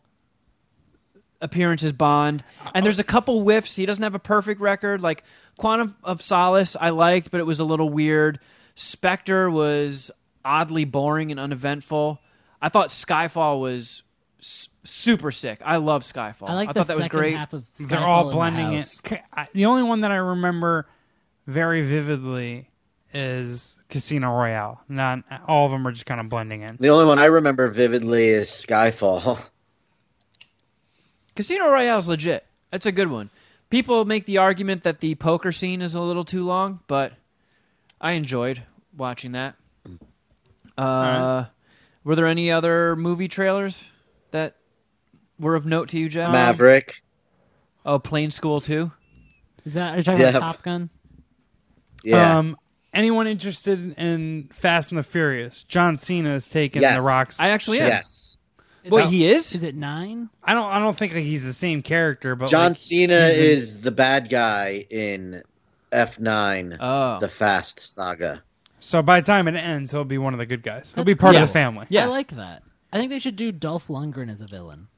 Speaker 2: appearance as Bond. And there's a couple whiffs. He doesn't have a perfect record. Like Quantum of Solace, I liked, but it was a little weird. Spectre was oddly boring and uneventful. I thought Skyfall was s- super sick. I love Skyfall.
Speaker 5: I like the
Speaker 2: thought that was
Speaker 5: second
Speaker 2: great.
Speaker 5: half of Skyfall
Speaker 3: they're all
Speaker 5: in
Speaker 3: blending
Speaker 5: the
Speaker 3: it. Ca- I- The only one that I remember very vividly is Casino Royale. Not all of them are just kind of blending in.
Speaker 4: The only one I remember vividly is Skyfall.
Speaker 2: Casino Royale's legit. That's a good one. People make the argument that the poker scene is a little too long, but I enjoyed watching that. Uh, Were there any other movie trailers that were of note to you, Jeff?
Speaker 4: Maverick.
Speaker 2: oh, Plane School too.
Speaker 5: Is that are you talking
Speaker 4: Yeah.
Speaker 5: about Top Gun?
Speaker 4: Yeah.
Speaker 3: Um, anyone interested in Fast and the Furious? John Cena is taking
Speaker 4: Yes.
Speaker 3: the rocks.
Speaker 2: I
Speaker 3: I,
Speaker 2: actually am.
Speaker 4: yes.
Speaker 2: Wait, he is?
Speaker 5: Is it nine?
Speaker 3: don't. I don't think he's the same character, but
Speaker 4: John
Speaker 3: like,
Speaker 4: Cena
Speaker 3: he's in-
Speaker 4: is the bad guy in F9,
Speaker 2: Oh.
Speaker 4: the Fast Saga.
Speaker 3: so by the time it ends, he'll be one of the good guys. He'll
Speaker 5: That's
Speaker 3: be part
Speaker 2: cool.
Speaker 3: of the family.
Speaker 2: Yeah.
Speaker 5: I like that. I think they should do Dolph Lundgren as a villain.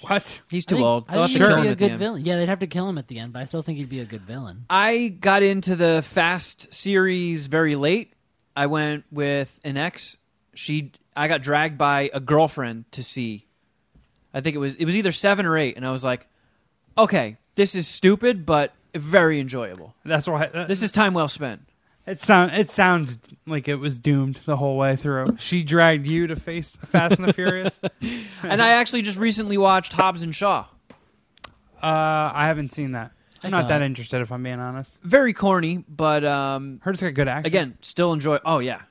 Speaker 3: What?
Speaker 2: He's
Speaker 5: I
Speaker 2: too
Speaker 5: think-
Speaker 2: old.
Speaker 5: I
Speaker 2: They'll have
Speaker 5: think
Speaker 2: to kill
Speaker 5: he'd
Speaker 3: Sure.
Speaker 2: him
Speaker 5: be a
Speaker 2: at the
Speaker 5: good
Speaker 2: end.
Speaker 5: villain. Yeah, they'd have to kill him at the end, but I still think he'd be a good villain.
Speaker 2: I got into the Fast series very late. I went with an ex. She, I got dragged by a girlfriend to see. I think it was it was either seven or eight, and I was like, okay, this is stupid, but very enjoyable.
Speaker 3: That's why. uh,
Speaker 2: This is time well spent.
Speaker 3: it sound. It sounds like it was doomed the whole way through. She dragged you to face Fast and the Furious.
Speaker 2: And I actually just recently watched Hobbs and Shaw.
Speaker 3: Uh, I haven't seen that. I'm
Speaker 5: saw
Speaker 3: not that
Speaker 5: it.
Speaker 3: interested, if I'm being honest.
Speaker 2: Very corny, but um,
Speaker 3: Heard it's got good action.
Speaker 2: again, still enjoy. Oh yeah,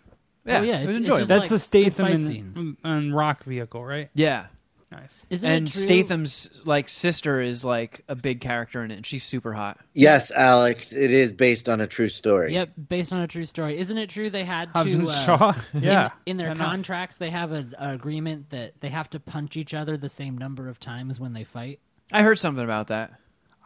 Speaker 2: yeah, it
Speaker 5: Oh, yeah,
Speaker 2: was
Speaker 5: it's- it's
Speaker 2: enjoyable.
Speaker 5: just
Speaker 3: that's
Speaker 5: like
Speaker 3: the
Speaker 5: good
Speaker 3: Statham
Speaker 5: fight
Speaker 3: and,
Speaker 5: scenes.
Speaker 3: and Rock vehicle, right?
Speaker 2: yeah,
Speaker 3: Nice.
Speaker 5: Isn't
Speaker 2: and
Speaker 5: it true?
Speaker 2: Statham's like sister is like a big character in it, and she's super hot.
Speaker 4: Yes, Alex, it is based on a true story.
Speaker 5: Yep, based on a true story. Isn't it true they had
Speaker 3: Hobbs
Speaker 5: to
Speaker 3: and
Speaker 5: uh,
Speaker 3: Shaw. Yeah.
Speaker 5: in, in their
Speaker 3: I know.
Speaker 5: contracts they have an agreement that they have to punch each other the same number of times when they fight
Speaker 2: I heard something about that.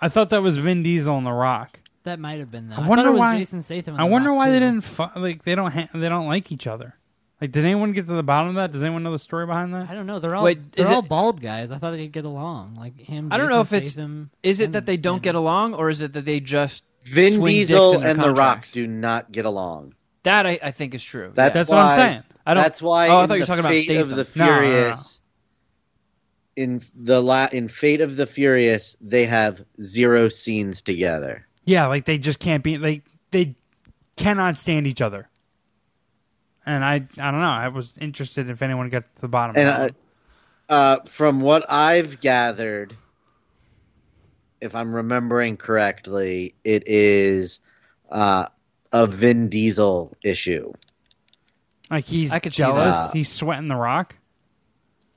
Speaker 3: I thought that was Vin Diesel and The Rock.
Speaker 5: that might have been that
Speaker 3: I
Speaker 5: I,
Speaker 3: wonder
Speaker 5: thought it was
Speaker 3: why-
Speaker 5: jason statham and
Speaker 3: I
Speaker 5: Oh, The
Speaker 3: wonder
Speaker 5: Rock,
Speaker 3: why
Speaker 5: too.
Speaker 3: they didn't fu- like they don't ha- they don't like each other. Like, did anyone get to the bottom of that? Does anyone know the story behind
Speaker 5: i
Speaker 3: that?
Speaker 5: don't know they're all
Speaker 2: Wait,
Speaker 5: they're
Speaker 2: is
Speaker 5: all
Speaker 2: it-
Speaker 5: bald guys i thought they'd get along like him
Speaker 2: I don't know if
Speaker 5: Jason
Speaker 2: it's
Speaker 5: Statham,
Speaker 2: is it
Speaker 5: and-
Speaker 2: that they don't get along or is it that they just
Speaker 4: Vin
Speaker 2: swing dicks
Speaker 4: Diesel
Speaker 2: in their
Speaker 4: and The Rock
Speaker 2: contracts?
Speaker 4: do not get along.
Speaker 2: That I, I think is true.
Speaker 4: That's,
Speaker 3: That's
Speaker 4: why,
Speaker 3: what I'm saying.
Speaker 2: I don't-
Speaker 4: That's why.
Speaker 2: Oh, I
Speaker 4: in
Speaker 2: thought you were
Speaker 4: the
Speaker 2: talking about
Speaker 4: Fate of
Speaker 2: Statham.
Speaker 4: the
Speaker 3: No, no, no, no.
Speaker 4: Furious. In the la- in Fate of the Furious, they have zero scenes together.
Speaker 3: Yeah, like they just can't be. Like they cannot stand each other. and I I don't know. I was interested if anyone got to the bottom.
Speaker 4: And
Speaker 3: of
Speaker 4: uh,
Speaker 3: it.
Speaker 4: uh, from what I've gathered, if I'm remembering correctly, it is uh, a Vin Diesel issue.
Speaker 3: like he's
Speaker 2: I could see
Speaker 3: jealous.
Speaker 4: that.
Speaker 3: He's sweating the rock.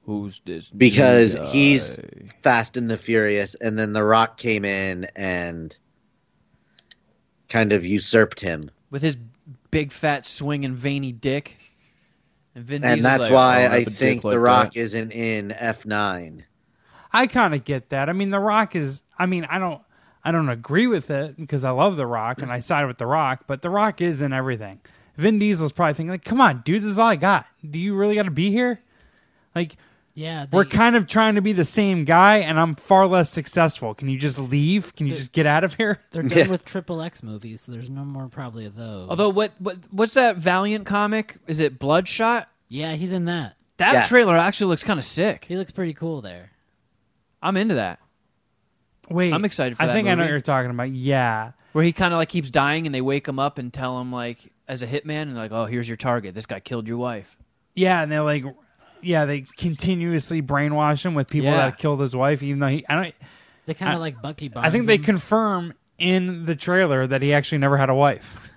Speaker 2: Who's Uh, this?
Speaker 4: Because
Speaker 2: Jedi?
Speaker 4: he's- Fast and the Furious, and then The Rock came in and kind of usurped him.
Speaker 2: with his big fat swing and veiny dick. And, Vin Diesel's
Speaker 4: and that's
Speaker 2: like, don't
Speaker 4: why
Speaker 2: "Oh, have
Speaker 4: I
Speaker 2: a dick
Speaker 4: think
Speaker 2: like
Speaker 4: The Rock
Speaker 2: that.
Speaker 4: is isn't in F9.
Speaker 3: I kind of get that. I mean, the rock is. I mean, I don't. I don't agree with it because I love the rock and I side with the rock, but the rock is in everything. Vin Diesel's probably thinking like, "Come on, dude, this is all I got. Do you really got to be here?" Like
Speaker 5: Yeah, they,
Speaker 3: we're kind of trying to be the same guy, and I'm far less successful. Can you just leave? Can you just get out of here?
Speaker 5: they're done
Speaker 4: Yeah.
Speaker 5: with triple X movies, so there's no more probably of those.
Speaker 2: Although what, what what's that Valiant comic? Is it Bloodshot?
Speaker 5: yeah, he's in that.
Speaker 2: That
Speaker 4: Yes.
Speaker 2: trailer actually looks kind of sick.
Speaker 5: He looks pretty cool there.
Speaker 2: I'm into that.
Speaker 3: Wait,
Speaker 2: I'm excited for
Speaker 3: I
Speaker 2: that
Speaker 3: think I know
Speaker 2: movie.
Speaker 3: what you're talking about. Yeah,
Speaker 2: Where he kind of like keeps dying, and they wake him up and tell him like as a hitman, and like, oh, here's your target. This guy killed your wife.
Speaker 3: yeah, and they're like, yeah, they continuously brainwash him with people
Speaker 2: Yeah.
Speaker 3: that killed his wife, even though he. I don't.
Speaker 5: They kind
Speaker 3: I-
Speaker 5: of like Bucky Barnes.
Speaker 3: I think they
Speaker 5: him.
Speaker 3: confirm in the trailer that he actually never had a wife.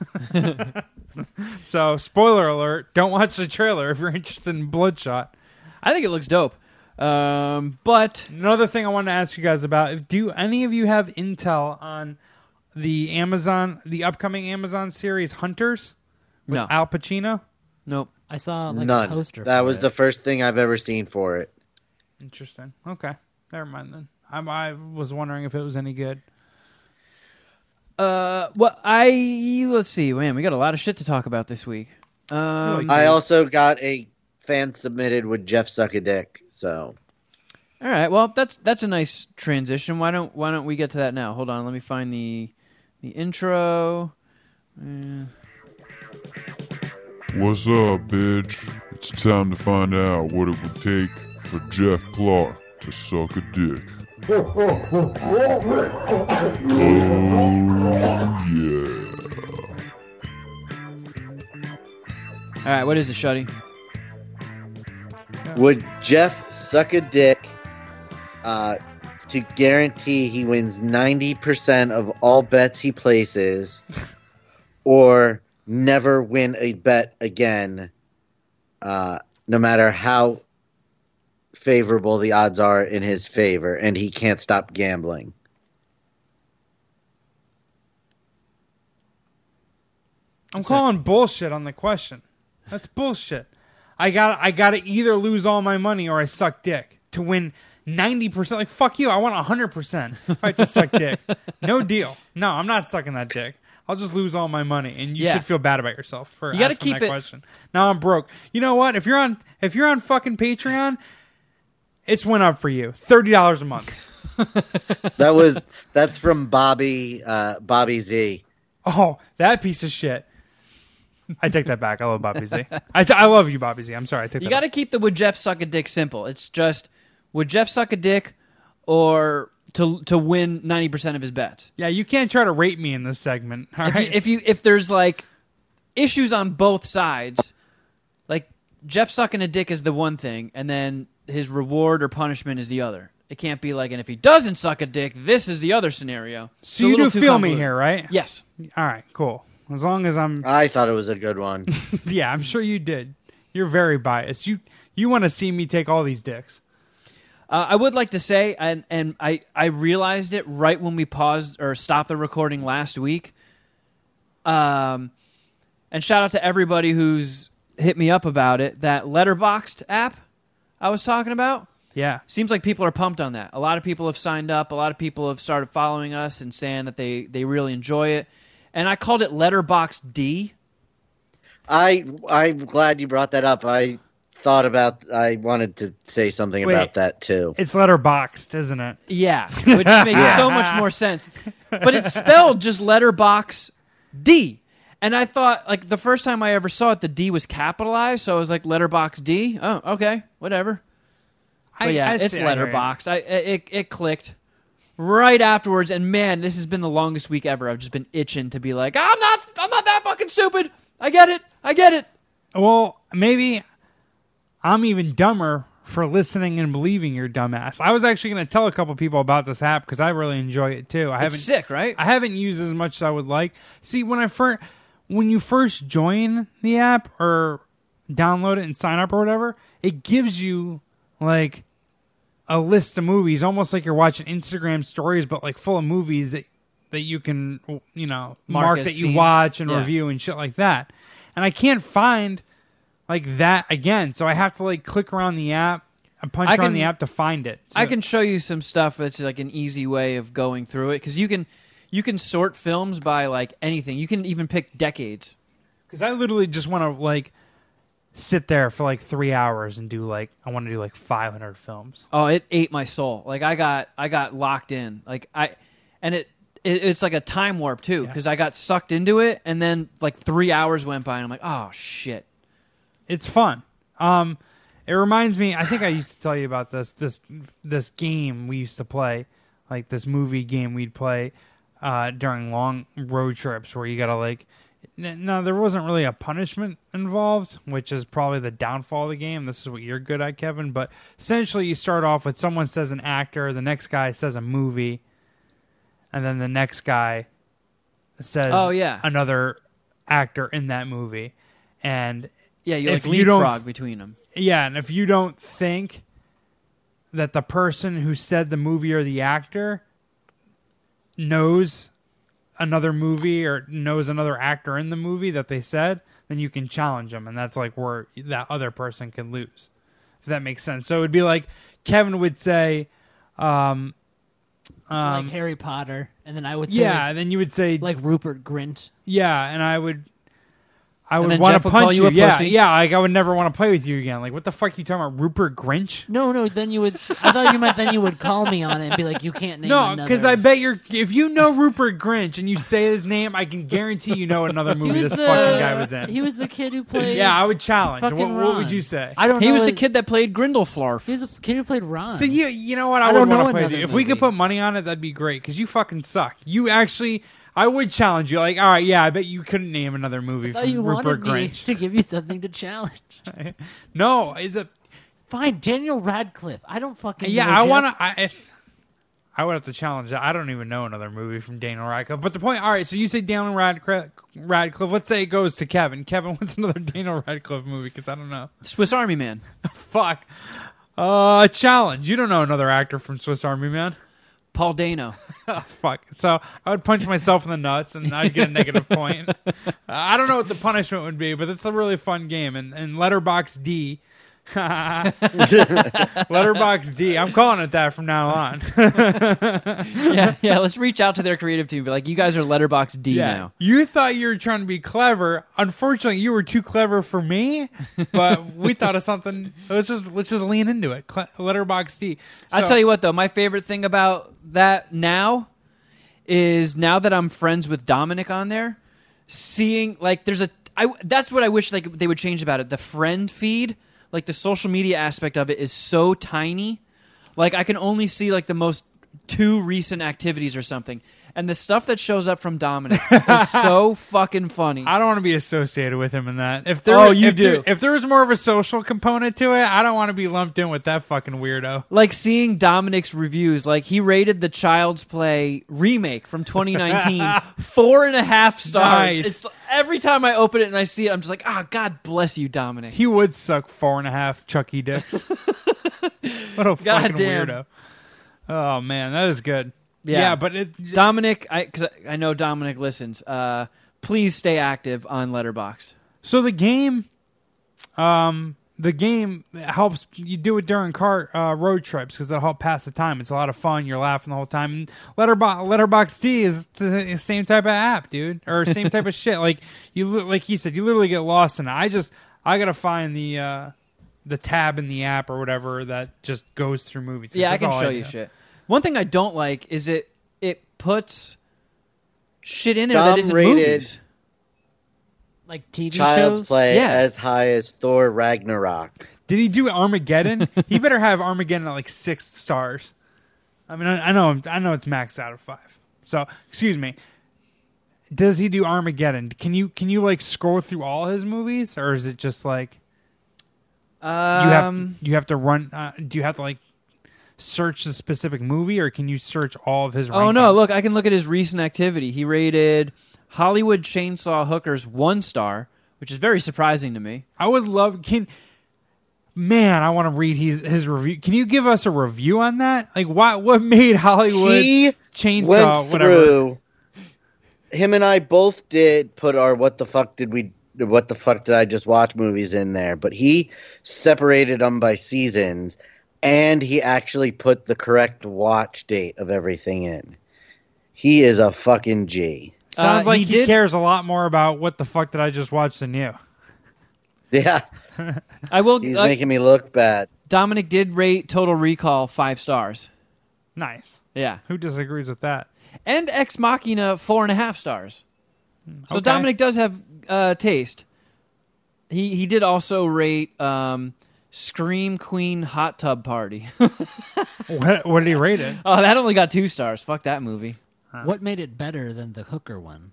Speaker 3: so, spoiler alert, don't watch the trailer if you're interested in Bloodshot.
Speaker 2: I think it looks dope. Um, but
Speaker 3: Another thing I wanted to ask you guys about, do any of you have intel on the Amazon the upcoming Amazon series Hunters with
Speaker 2: no,
Speaker 3: Al Pacino?
Speaker 2: nope.
Speaker 5: I saw like a
Speaker 4: None.
Speaker 5: poster.
Speaker 4: That
Speaker 5: for
Speaker 4: was
Speaker 5: it.
Speaker 4: the first thing I've ever seen for it.
Speaker 3: Interesting. Okay. Never mind then. I'm, I was wondering if it was any good.
Speaker 2: Uh, well, I let's see, man, we got a lot of shit to talk about this week. Um,
Speaker 3: you-
Speaker 4: I
Speaker 3: Mhm.
Speaker 4: also got a fan submitted with Jeff Suck a Dick. So
Speaker 2: all right, well, that's that's a nice transition. Why don't why don't we get to that now? Hold on, let me find the the intro. Mm,
Speaker 6: What's up, bitch? It's time to find out what it would take for Jeff Clark to suck a dick. Oh, yeah.
Speaker 2: All right, what is it, Shuddy?
Speaker 4: would Jeff suck a dick uh, to guarantee he wins ninety percent of all bets he places, or never win a bet again, uh, no matter how favorable the odds are in his favor, and he can't stop gambling?
Speaker 3: I'm calling bullshit on the question. That's bullshit. I got I got to either lose all my money or I suck dick to win 90%. Like fuck you, I want 100% if I have to suck dick. No deal. No, I'm not sucking that dick. I'll just lose all my money and you
Speaker 2: Yeah.
Speaker 3: should feel bad about yourself for
Speaker 2: You
Speaker 3: got
Speaker 2: gotta
Speaker 3: to
Speaker 2: keep
Speaker 3: that
Speaker 2: it-
Speaker 3: question. Now I'm broke. You know what? If you're on if you're on fucking Patreon, it's went up for you. $30 a month.
Speaker 4: That was that's from Bobby uh, Bobby Z.
Speaker 3: Oh, that piece of shit. I take that back. I love Bobby Z. I, th- I love you, Bobby Z. I'm sorry. I take
Speaker 2: You
Speaker 3: that
Speaker 2: got to keep the would Jeff suck a dick simple. It's just would Jeff suck a dick or to to win ninety percent of his bets.
Speaker 3: Yeah, you can't try to rape me in this segment. All
Speaker 2: If,
Speaker 3: right.
Speaker 2: you, if you if there's like issues on both sides, like Jeff sucking a dick is the one thing, and then his reward or punishment is the other. It can't be like, and if he doesn't suck a dick, this is the other scenario. It's a
Speaker 3: so you
Speaker 2: little
Speaker 3: do
Speaker 2: too
Speaker 3: feel me
Speaker 2: convoluted. Uh.
Speaker 3: here, right?
Speaker 2: Yes.
Speaker 3: All right, cool. As long as I'm,
Speaker 4: I thought it was a good one.
Speaker 3: yeah, I'm sure you did. You're very biased. You you want to see me take all these dicks?
Speaker 2: Uh, I would like to say, and and I I realized it right when we paused or stopped the recording last week. Um, and shout out to everybody who's hit me up about it. That Letterboxed app I was talking about
Speaker 3: Yeah.
Speaker 2: seems like people are pumped on that. A lot of people have signed up. A lot of people have started following us and saying that they they really enjoy it. And I called it Letterboxd D.
Speaker 4: I I'm glad you brought that up. I thought about I wanted to say something
Speaker 3: Wait.
Speaker 4: about that too.
Speaker 3: It's letterboxed, isn't it?
Speaker 2: Yeah, which makes so much more sense. But it's spelled just letterbox D. And I thought, like, the first time I ever saw it, the D was capitalized. So I was like, letterbox D? Oh, okay, whatever. But yeah, it's
Speaker 3: see- I hear you.
Speaker 2: letterboxed. I, it, it clicked right afterwards. And man, this has been the longest week ever. I've just been itching to be like, I'm not, I'm not that fucking stupid. I get it. I get it.
Speaker 3: Well, maybe I'm even dumber for listening and believing you're dumbass. I was actually going to tell a couple people about this app because I really enjoy it too. I haven't
Speaker 2: It's sick, right?
Speaker 3: I haven't used as much as I would like. See, when I first when you first join the app or download it and sign up or whatever, it gives you like a list of movies, almost like you're watching Instagram stories, but like full of movies that that you can you know
Speaker 2: Mark
Speaker 3: mark,
Speaker 2: as
Speaker 3: that you
Speaker 2: seen.
Speaker 3: watch and
Speaker 2: Yeah.
Speaker 3: review and shit like that. And I can't find like that again, so I have to like click around the app, I punch
Speaker 2: I
Speaker 3: around
Speaker 2: can-
Speaker 3: the app to find it. So-
Speaker 2: I can show you some stuff that's like an easy way of going through it because you can you can sort films by like anything. You can even pick decades.
Speaker 3: Because I literally just want to like sit there for like three hours and do like I want to do like 500 films.
Speaker 2: Oh, it ate my soul. Like I got I got locked in. Like I and it, it it's like a time warp too because I got sucked into it and then like three hours went by and I'm like oh shit.
Speaker 3: It's fun. Um, it reminds me. I think I used to tell you about this this this game we used to play, like this movie game we'd play uh, during long road trips where you gotta like. n- No, there wasn't really a punishment involved, which is probably the downfall of the game. This is what you're good at, Kevin. But essentially, you start off with someone says an actor, the next guy says a movie, and then the next guy says
Speaker 2: Oh, yeah.
Speaker 3: another actor in that movie. And
Speaker 2: Yeah, you like
Speaker 3: If you don't-
Speaker 2: leapfrog between them.
Speaker 3: yeah, and if you don't think that the person who said the movie or the actor knows another movie or knows another actor in the movie that they said, then you can challenge them, and that's like where that other person can lose. If that makes sense. So it would be like Kevin would say, um,
Speaker 5: like
Speaker 3: um,
Speaker 5: Harry Potter, and then I would say
Speaker 3: yeah,
Speaker 5: like,
Speaker 3: and then you would say,
Speaker 5: like Rupert Grint.
Speaker 3: yeah, and I would, I
Speaker 2: And
Speaker 3: would
Speaker 2: then
Speaker 3: want
Speaker 2: Jeff
Speaker 3: to
Speaker 2: will call
Speaker 3: punch
Speaker 2: you a
Speaker 3: Yeah,
Speaker 2: pussy.
Speaker 3: yeah, like I would never want to play with you again. Like, what the fuck you talking about, Rupert Grinch?
Speaker 5: No, no. Then you would. I thought you meant then you would call me on it and be like, you can't name
Speaker 3: No,
Speaker 5: another.
Speaker 3: because I bet you're. If you know Rupert Grinch and you say his name, I can guarantee you know another
Speaker 5: He
Speaker 3: movie
Speaker 5: was
Speaker 3: this
Speaker 5: the
Speaker 3: fucking guy was in.
Speaker 5: He was the kid who played.
Speaker 3: yeah, I would challenge. What,
Speaker 5: fucking
Speaker 3: what would
Speaker 5: Ron.
Speaker 3: you say?
Speaker 5: I don't.
Speaker 2: He
Speaker 5: know
Speaker 2: was the
Speaker 5: his-
Speaker 2: kid that played Grindelflarf.
Speaker 5: He was the kid who played Ron.
Speaker 3: so you, you know what? I,
Speaker 5: I
Speaker 3: would
Speaker 5: don't
Speaker 3: want
Speaker 5: know
Speaker 3: to play. with
Speaker 5: another
Speaker 3: you. If we could
Speaker 5: movie.
Speaker 3: put money on it, that'd be great. Because you fucking suck. You actually, I would challenge you. Like, all right, yeah, I bet you couldn't name another movie
Speaker 5: I thought
Speaker 3: from
Speaker 5: you
Speaker 3: Rupert
Speaker 5: wanted me
Speaker 3: Grinch.
Speaker 5: to give you something to challenge.
Speaker 3: No, it's a,
Speaker 5: Fine, Daniel Radcliffe. I don't fucking.
Speaker 3: yeah,
Speaker 5: know,
Speaker 3: I
Speaker 5: Jeff.
Speaker 3: want to. I, if- I would have to challenge that. I don't even know another movie from Daniel Radcliffe. But the point, all right, so you say Daniel Radcliffe. Radcliffe. Let's say it goes to Kevin. Kevin, what's another Daniel Radcliffe movie? Because I don't know.
Speaker 2: Swiss Army Man.
Speaker 3: Fuck. Uh, challenge. You don't know another actor from Swiss Army Man.
Speaker 2: Paul Dano.
Speaker 3: Fuck. So I would punch myself in the nuts and I'd get a negative point. Uh, I don't know what the punishment would be, but it's a really fun game. And, and Letterbox D. Letterbox D. I'm calling it that from now on.
Speaker 2: yeah, yeah. Let's reach out to their creative team. Be like, you guys are letterbox D now.
Speaker 3: You thought you were trying to be clever. Unfortunately, you were too clever for me. But we thought of something. Let's just let's just lean into it. Cle- Letterbox D.
Speaker 2: I tell you what, though, my favorite thing about that now is now that I'm friends with Dominic on there, seeing like there's a I that's what I wish like they would change about it. The friend feed, like the social media aspect of it, is so tiny. Like I can only see like the most two recent activities or something, and the stuff that shows up from Dominic is so fucking funny.
Speaker 3: I don't want to be associated with him in that. If there,
Speaker 2: Oh, you
Speaker 3: if there-
Speaker 2: do.
Speaker 3: if there was more of a social component to it, I don't want to be lumped in with that fucking weirdo.
Speaker 2: like seeing Dominic's reviews, like he rated the Child's Play remake from 2019 four and a half stars.
Speaker 3: Nice.
Speaker 2: It's every time I open it and I see it, I'm just like, ah, God bless you, Dominic.
Speaker 3: He would suck four and a half Chucky dicks. what a fucking
Speaker 2: Goddamn.
Speaker 3: weirdo. Oh man, that is good.
Speaker 2: Yeah.
Speaker 3: but it,
Speaker 2: Dominic, I because I know Dominic listens. Uh, please stay active on Letterbox.
Speaker 3: So the game, um, the game helps you do it during car uh, road trips because it'll help pass the time. It's a lot of fun. You're laughing the whole time. And Letterbox Letterbox D is the same type of app, dude, or same type of shit. Like you, li- like he said, you literally get lost in it. I just I gotta find the uh, the tab in the app or whatever that just goes through movies. 'cause
Speaker 2: Yeah, I
Speaker 3: that's
Speaker 2: can
Speaker 3: all
Speaker 2: show you
Speaker 3: do.
Speaker 2: shit. One thing I don't like is it it puts shit in there that
Speaker 4: Dom
Speaker 2: isn't
Speaker 4: rated
Speaker 2: movies.
Speaker 5: like TV
Speaker 4: Child's
Speaker 5: shows.
Speaker 4: Play
Speaker 2: Yeah.
Speaker 4: as high as Thor Ragnarok.
Speaker 3: Did he do Armageddon? he better have Armageddon at like six stars. I mean, I, I know, I know it's maxed out of five. So, excuse me. does he do Armageddon? Can you can you like scroll through all his movies, or is it just like you have
Speaker 2: Um,
Speaker 3: you have to run? Uh, do you have to like search the specific movie, or can you search all of his?
Speaker 2: oh no!
Speaker 3: rankings?
Speaker 2: Look, I can look at his recent activity. He rated Hollywood Chainsaw Hookers one star, which is very surprising to me.
Speaker 3: I would love can. Man, I want to read his his review. Can you give us a review on that? Like, what what made Hollywood
Speaker 4: He
Speaker 3: Chainsaw
Speaker 4: went
Speaker 3: whatever?
Speaker 4: through. Him and I both did put our "What the fuck did we? What the fuck did I just watch?" movies in there, but he separated them by seasons, and he actually put the correct watch date of everything in. He is a fucking G.
Speaker 3: Sounds
Speaker 2: Uh,
Speaker 3: like
Speaker 2: he
Speaker 3: he,
Speaker 2: did-
Speaker 3: cares a lot more about what the fuck did I just watch than you.
Speaker 4: Yeah,
Speaker 2: I will.
Speaker 4: he's
Speaker 2: uh,
Speaker 4: making me look bad.
Speaker 2: Dominic did rate Total Recall five stars.
Speaker 3: Nice.
Speaker 2: Yeah,
Speaker 3: Who disagrees with that?
Speaker 2: and Ex Machina four and a half stars. So
Speaker 3: Okay.
Speaker 2: Dominic does have uh, taste. He he did also rate um, Scream Queen Hot Tub Party.
Speaker 3: What, what did he rate it?
Speaker 2: oh, that only got two stars. Fuck that movie.
Speaker 3: Uh.
Speaker 5: What made it better than the hooker one?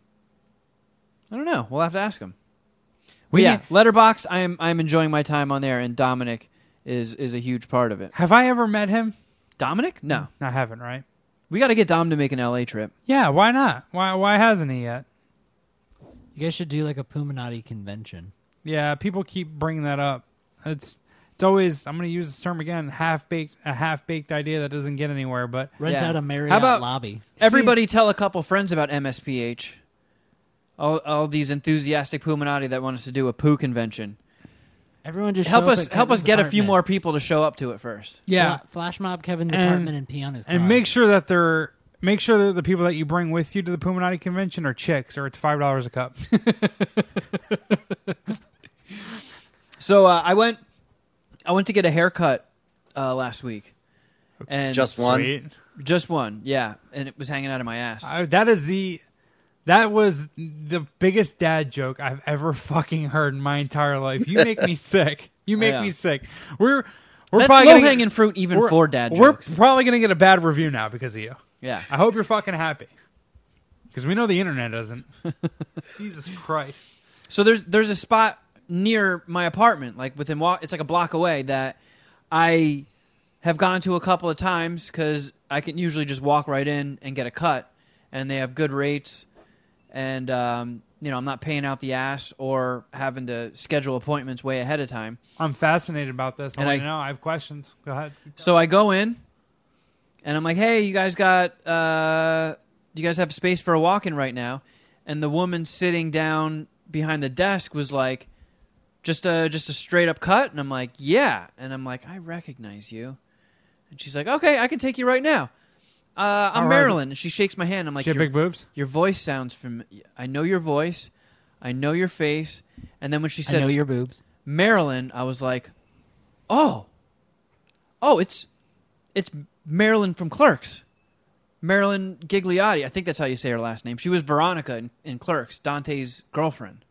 Speaker 2: I don't know. We'll have to ask him. But
Speaker 3: We-
Speaker 2: yeah, Letterbox. I am I am enjoying my time on there, and Dominic is is a huge part of it.
Speaker 3: Have I ever met him?
Speaker 2: Dominic? No,
Speaker 3: I haven't, right?
Speaker 2: we got to get Dom to make an LA trip.
Speaker 3: Yeah, why not? Why why hasn't he yet?
Speaker 5: You guys should do like a Puminati convention.
Speaker 3: Yeah, people keep bringing that up. It's it's always I'm going to use this term again, half baked a half baked idea that doesn't get anywhere, but
Speaker 5: Rent
Speaker 2: Yeah.
Speaker 5: out a
Speaker 2: How
Speaker 5: Marriott
Speaker 2: about-
Speaker 5: lobby.
Speaker 2: Everybody, tell a couple friends about MSPH. All all these enthusiastic Puminati that want us to do a poo convention.
Speaker 5: Everyone just
Speaker 2: Help
Speaker 5: show up
Speaker 2: us
Speaker 5: at
Speaker 2: help us
Speaker 5: Kevin's
Speaker 2: get a few
Speaker 5: apartment.
Speaker 2: more people to show up to it first.
Speaker 3: yeah,
Speaker 5: Fla- flash mob Kevin's
Speaker 3: And-
Speaker 5: apartment and pee on his car.
Speaker 3: and make sure that they're make sure that the people that you bring with you to the Puminati convention are chicks or it's $5 a cup.
Speaker 2: So uh, I went I went to get a haircut uh, last week, and
Speaker 4: Just one.
Speaker 3: Sweet.
Speaker 2: just one, yeah, and it was hanging out of my ass.
Speaker 3: I, that is the that was the biggest dad joke I've ever fucking heard in my entire life. You make me sick. You make
Speaker 2: Yeah.
Speaker 3: me sick. We're we're
Speaker 2: That's
Speaker 3: probably
Speaker 2: low
Speaker 3: gonna
Speaker 2: hanging
Speaker 3: get,
Speaker 2: fruit even
Speaker 3: we're-
Speaker 2: for dad
Speaker 3: We're
Speaker 2: jokes.
Speaker 3: probably gonna get a bad review now because of you.
Speaker 2: yeah,
Speaker 3: I hope you're fucking happy because we know the internet doesn't. Jesus Christ.
Speaker 2: So there's there's a spot near my apartment, like within walk. It's like a block away that I have gone to a couple of times because I can usually just walk right in and get a cut, and they have good rates, and um, you know I'm not paying out the ass or having to schedule appointments way ahead of time.
Speaker 3: I'm fascinated about this. I
Speaker 2: And
Speaker 3: want
Speaker 2: I-
Speaker 3: to know. I have questions. Go ahead.
Speaker 2: So I go in, and I'm like, "Hey, you guys got? Uh, do you guys have space for a walk-in right now?" And the woman sitting down behind the desk was like, "Just a just a straight up cut." And I'm like, "Yeah." And I'm like, "I recognize you." And she's like, "Okay, I can take you right now." Uh, I'm
Speaker 3: All right.
Speaker 2: Marilyn, and she shakes my hand. I'm like,
Speaker 3: she had
Speaker 2: "Your-
Speaker 3: big boobs.
Speaker 2: your voice sounds from. I know your voice. I know your face." And then when she
Speaker 5: I
Speaker 2: said,
Speaker 5: know your boobs.
Speaker 2: Marilyn, I was like, oh, oh, it's it's Marilyn from Clerks, Marilyn Gigliotti. I think that's how you say her last name. She was Veronica in, in Clerks, Dante's girlfriend,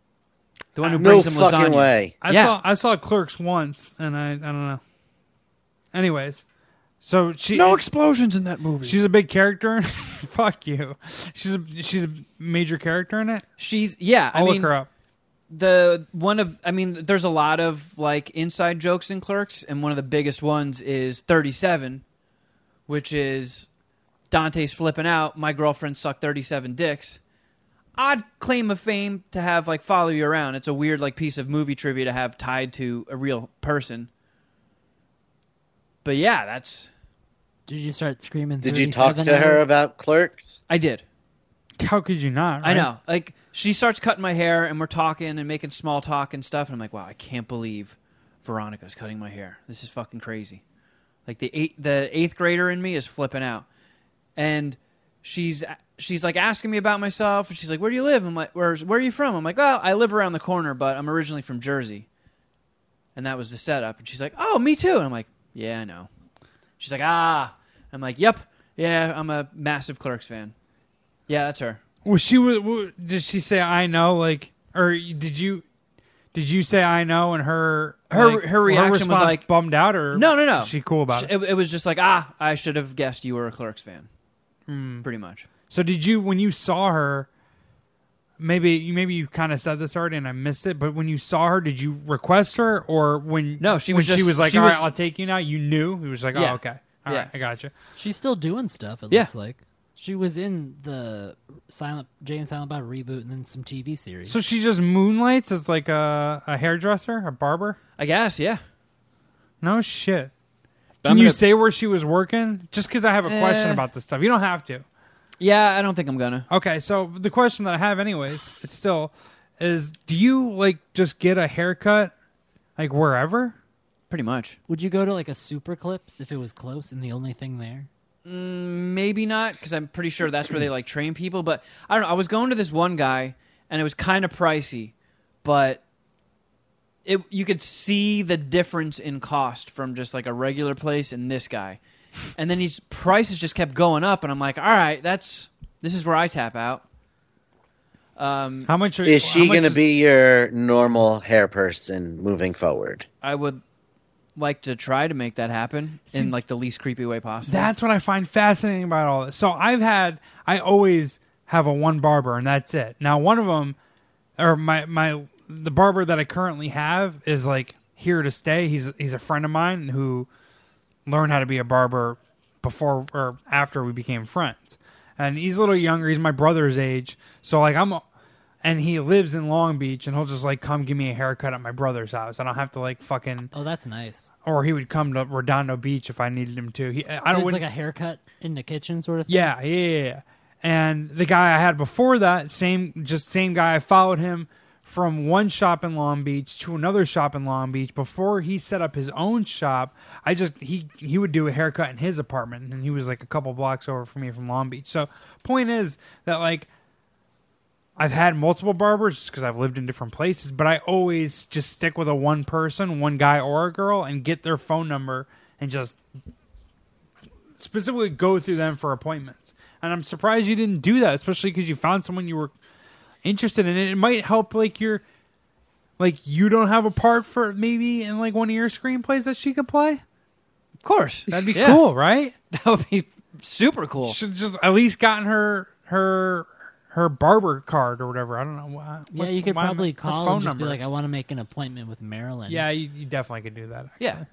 Speaker 2: the one who
Speaker 4: No
Speaker 2: brings him
Speaker 4: fucking
Speaker 2: lasagna.
Speaker 4: way.
Speaker 3: I
Speaker 2: Yeah.
Speaker 3: saw I saw Clerks once, and I I don't know. Anyways, so she
Speaker 2: No explosions in that movie.
Speaker 3: She's a big character. in- Fuck you. She's a she's a major character in it.
Speaker 2: She's yeah. I
Speaker 3: I'll
Speaker 2: mean,
Speaker 3: look her up.
Speaker 2: the one of I mean, there's a lot of like inside jokes in Clerks, and one of the biggest ones is 37, which is Dante's flipping out. My girlfriend sucked 37 dicks. Odd claim of fame to have like follow you around. It's a weird like piece of movie trivia to have tied to a real person. But yeah, that's
Speaker 5: Did you start screaming?
Speaker 4: Did you talk
Speaker 5: 37
Speaker 4: to
Speaker 5: at
Speaker 4: her about clerks?
Speaker 2: I did.
Speaker 3: How could you not?
Speaker 2: I
Speaker 3: right?
Speaker 2: know. Like she starts cutting my hair and we're talking and making small talk and stuff and I'm like, "Wow, I can't believe Veronica's cutting my hair. This is fucking crazy." Like the eight, the 8th grader in me is flipping out. And she's she's like asking me about myself and she's like, "Where do you live?" I'm like, "Where's where are you from?" I'm like, "Well, I live around the corner, but I'm originally from Jersey." And that was the setup. And she's like, "Oh, me too." And I'm like, "Yeah, I know." She's like, "Ah." I'm like, "Yep. Yeah, I'm a massive Clerks fan." Yeah, that's her.
Speaker 3: Was she wa- wa- did she say I know like or did you did you say I know and her
Speaker 2: Her-
Speaker 3: like,
Speaker 2: her reaction was
Speaker 3: response
Speaker 2: like-
Speaker 3: bummed out or
Speaker 2: No, no, no.
Speaker 3: was she cool about
Speaker 2: Sh-
Speaker 3: it.
Speaker 2: It, was just like, ah, I should have
Speaker 3: Hmm.
Speaker 2: guessed you were a Clerks fan. Pretty much.
Speaker 3: So did you when you saw her maybe you maybe you kind of said this already and I missed it, but when you saw her, did you request her or when?
Speaker 2: No, she
Speaker 3: when
Speaker 2: was
Speaker 3: she
Speaker 2: just-
Speaker 3: was like,
Speaker 2: she
Speaker 3: all
Speaker 2: was-
Speaker 3: right, I'll take you now. You knew it was like,
Speaker 2: Yeah.
Speaker 3: oh, okay, all right,
Speaker 2: Yeah.
Speaker 3: I got you.
Speaker 5: She's still doing stuff. It
Speaker 2: Yeah.
Speaker 5: looks like she was in the Silent Jay and Silent Bob reboot, and then some TV series.
Speaker 3: So she just moonlights as like a, a hairdresser, a barber.
Speaker 2: I guess, yeah.
Speaker 3: No shit.
Speaker 2: But
Speaker 3: Can
Speaker 2: I'm
Speaker 3: you
Speaker 2: gonna-
Speaker 3: say where she was working? Just because I have a question
Speaker 2: Eh.
Speaker 3: about this stuff, you don't have to.
Speaker 2: Yeah, I don't think I'm gonna.
Speaker 3: Okay, so the question that I have, anyways, it's still is: Do you like just get a haircut like wherever?
Speaker 2: Pretty much.
Speaker 5: Would you go to like a super clips if it was close and the only thing there?
Speaker 2: Maybe not, because I'm pretty sure that's where they like train people. But I don't know. I was going to this one guy, and it was kind of pricey, but it you could see the difference in cost from just like a regular place and this guy, and then his prices just kept going up, and I'm like, all right, that's this is where I tap out. Um,
Speaker 3: How much are,
Speaker 4: Is
Speaker 3: how
Speaker 4: she
Speaker 3: much
Speaker 4: going to
Speaker 3: is-
Speaker 4: be your normal hair person moving forward?
Speaker 2: I would like to try to make that happen in like the least creepy way possible.
Speaker 3: That's what I find fascinating about all this. So I've had, I always have a one barber, and that's it. Now one of them, or my my the barber that I currently have is like here to stay. He's he's a friend of mine who learned how to be a barber before or after we became friends, and he's a little younger. He's my brother's age, so like I'm. And he lives in Long Beach, and he'll just like come give me a haircut at my brother's house. I don't have to like fucking,
Speaker 5: Oh, that's nice.
Speaker 3: or he would come to Redondo Beach if I needed him to. He, I
Speaker 5: So
Speaker 3: don't.
Speaker 5: it's
Speaker 3: wouldn't-
Speaker 5: like a haircut in the kitchen sort of thing.
Speaker 3: yeah, yeah, yeah, yeah. And the guy I had before that, same just same guy. I followed him from one shop in Long Beach to another shop in Long Beach before he set up his own shop. I just he he would do a haircut in his apartment, and he was like a couple blocks over from me from Long Beach. So point is that like I've had multiple barbers just because I've lived in different places, but I always just stick with a one person, one guy or a girl, and get their phone number and just specifically go through them for appointments. And I'm surprised you didn't do that, especially because you found someone you were interested in. And it might help, like your, like you don't have a part for maybe in like one of your screenplays that she could play.
Speaker 2: of course.
Speaker 3: That'd be
Speaker 2: Yeah.
Speaker 3: cool, right?
Speaker 2: That would be super cool.
Speaker 3: Should just at least gotten her her her barber card or whatever. I don't know. why-
Speaker 5: Yeah,
Speaker 3: what's-
Speaker 5: you could
Speaker 3: why am I-
Speaker 5: probably
Speaker 3: her
Speaker 5: call
Speaker 3: phone
Speaker 5: and just
Speaker 3: number.
Speaker 5: be like, "I want to make an appointment with Marilyn."
Speaker 3: yeah, you, you definitely could do that.
Speaker 2: Yeah.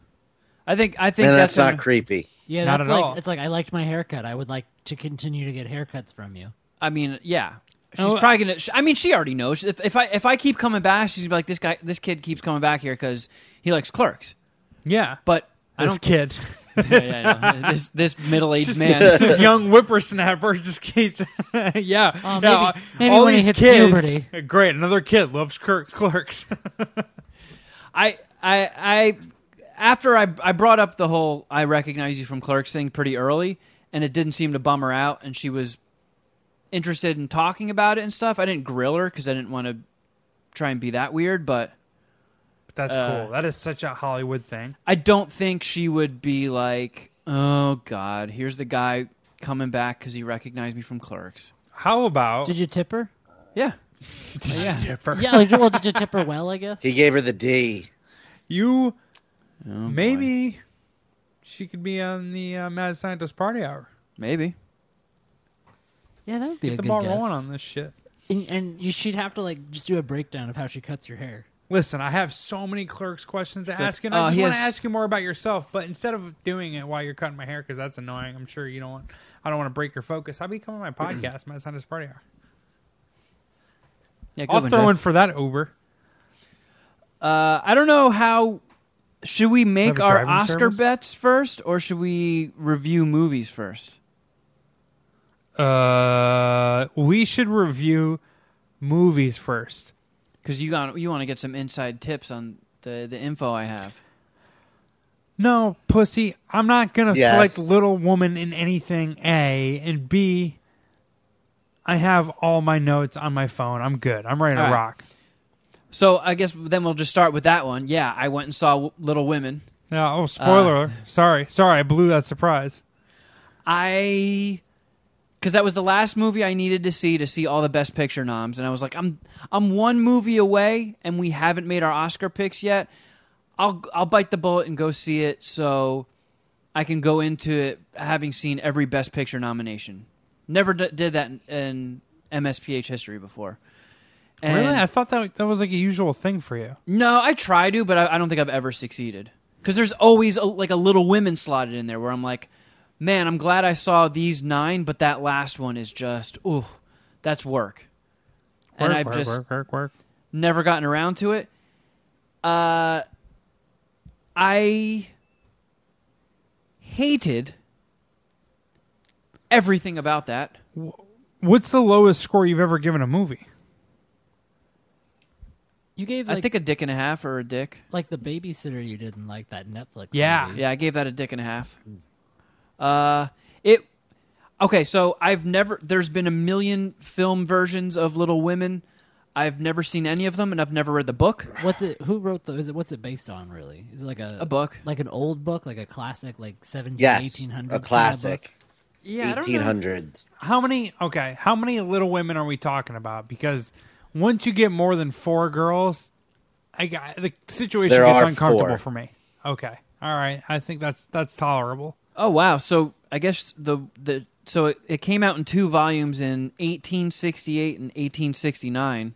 Speaker 2: I think I think
Speaker 4: And
Speaker 2: that's,
Speaker 4: that's
Speaker 2: a-
Speaker 4: not creepy.
Speaker 5: yeah.
Speaker 3: Not
Speaker 5: that's
Speaker 3: at
Speaker 5: like
Speaker 3: all.
Speaker 5: it's like I liked my haircut. I would like to continue to get haircuts from you.
Speaker 2: I mean, yeah. She's
Speaker 3: Oh,
Speaker 2: probably gonna. sh I mean, she already knows. If, if I if I keep coming back, she's gonna be like, "This guy, this kid keeps coming back here because he likes clerks."
Speaker 3: Yeah,
Speaker 2: But I
Speaker 3: this
Speaker 2: don't.
Speaker 3: kid,
Speaker 2: Yeah, yeah, I know. this this middle aged
Speaker 3: just,
Speaker 2: man.
Speaker 3: just young whippersnapper, just keeps. yeah, yeah.
Speaker 5: maybe-
Speaker 3: all-
Speaker 5: Oh, maybe
Speaker 3: all
Speaker 5: when he
Speaker 3: these
Speaker 5: hits
Speaker 3: kids.
Speaker 5: puberty.
Speaker 3: Great, another kid loves cur- clerks.
Speaker 2: I I I after I I brought up the whole I recognize you from Clerks thing pretty early, and it didn't seem to bum her out, and she was interested in talking about it and stuff. I didn't grill her because I didn't want to try and be that weird, but
Speaker 3: That's
Speaker 2: Uh,
Speaker 3: cool. That is such a Hollywood thing.
Speaker 2: I don't think she would be like, "Oh God, here's the guy coming back because he recognized me from Clerks."
Speaker 3: How about
Speaker 5: Did you tip her?
Speaker 2: Yeah,
Speaker 3: yeah. Dipper?
Speaker 5: Yeah, like well, did you tip her well? I guess.
Speaker 4: He gave her the D.
Speaker 3: You
Speaker 2: Oh,
Speaker 3: maybe she could be on the uh, Mad Scientist Party Hour.
Speaker 2: maybe.
Speaker 5: Yeah, that would be a
Speaker 3: Get the
Speaker 5: good
Speaker 3: ball
Speaker 5: guess.
Speaker 3: rolling on this shit.
Speaker 5: And, and you, she'd have to like just do a breakdown of how she cuts your hair.
Speaker 3: Listen, I have so many clerks questions to ask you, and
Speaker 2: uh,
Speaker 3: I just
Speaker 2: he
Speaker 3: want to
Speaker 2: has-
Speaker 3: ask you more about yourself. But instead of doing it while you're cutting my hair, because that's annoying, I'm sure you don't want. I don't want to break your focus. I'll be coming on my podcast, Mad Scientist Party Hour.
Speaker 2: Yeah, good
Speaker 3: I'll
Speaker 2: one,
Speaker 3: throw
Speaker 2: Jeff.
Speaker 3: in for that Uber.
Speaker 2: Uh, I don't know how. Should we make
Speaker 3: Have a
Speaker 2: our
Speaker 3: driving
Speaker 2: Oscar
Speaker 3: service?
Speaker 2: bets first, or should we review movies first?
Speaker 3: Uh, we should review movies first.
Speaker 2: Because you got you want to get some inside tips on the the info I have.
Speaker 3: No, pussy. I'm not gonna
Speaker 4: Yes.
Speaker 3: select Little Woman in anything. A and B. I have all my notes on my phone. I'm good. I'm ready to
Speaker 2: All right.
Speaker 3: rock.
Speaker 2: So I guess then we'll just start with that one. Yeah, I went and saw W- Little Women.
Speaker 3: No, oh, spoiler. sorry, sorry. I blew that surprise.
Speaker 2: I because that was the last movie I needed to see to see all the best picture noms, and I was like, I'm I'm one movie away, and we haven't made our Oscar picks yet. I'll I'll bite the bullet and go see it, so I can go into it having seen every best picture nomination. Never d- did that in, in MSPH history before, And
Speaker 3: really? I thought that that was like a usual thing for you.
Speaker 2: No, I try to, but I, I don't think I've ever succeeded. Because there's always a, like a Little Women slotted in there where I'm like, man, I'm glad I saw these nine, but that last one is just, ooh, that's work. and
Speaker 3: Work,
Speaker 2: I've
Speaker 3: work,
Speaker 2: just
Speaker 3: work, work, work.
Speaker 2: never gotten around to it. Uh, I hated everything about that.
Speaker 3: What's the lowest score you've ever given a movie?
Speaker 5: You gave like,
Speaker 2: I think a dick and a half or a dick.
Speaker 5: like the babysitter you didn't like that Netflix.
Speaker 3: Yeah.
Speaker 5: movie.
Speaker 2: Yeah, I gave that a dick and a half. Uh, it okay. So I've never. There's been a million film versions of Little Women. I've never seen any of them, and I've never read the book.
Speaker 5: What's it? Who wrote the? Is it? What's it based on? Really? Is it like a
Speaker 2: A book.
Speaker 5: like an old book, like a classic, like 17,
Speaker 4: Yes,
Speaker 5: 1800s
Speaker 4: a classic.
Speaker 2: Yeah,
Speaker 4: Eighteen hundreds.
Speaker 3: How many? Okay, how many Little Women are we talking about? Because once you get more than four girls, I got the situation
Speaker 4: There
Speaker 3: gets
Speaker 4: are
Speaker 3: uncomfortable
Speaker 4: four.
Speaker 3: for me. Okay, all right, I think that's that's tolerable.
Speaker 2: Oh wow. So I guess the the so it, it came out in two volumes in 1868 and 1869.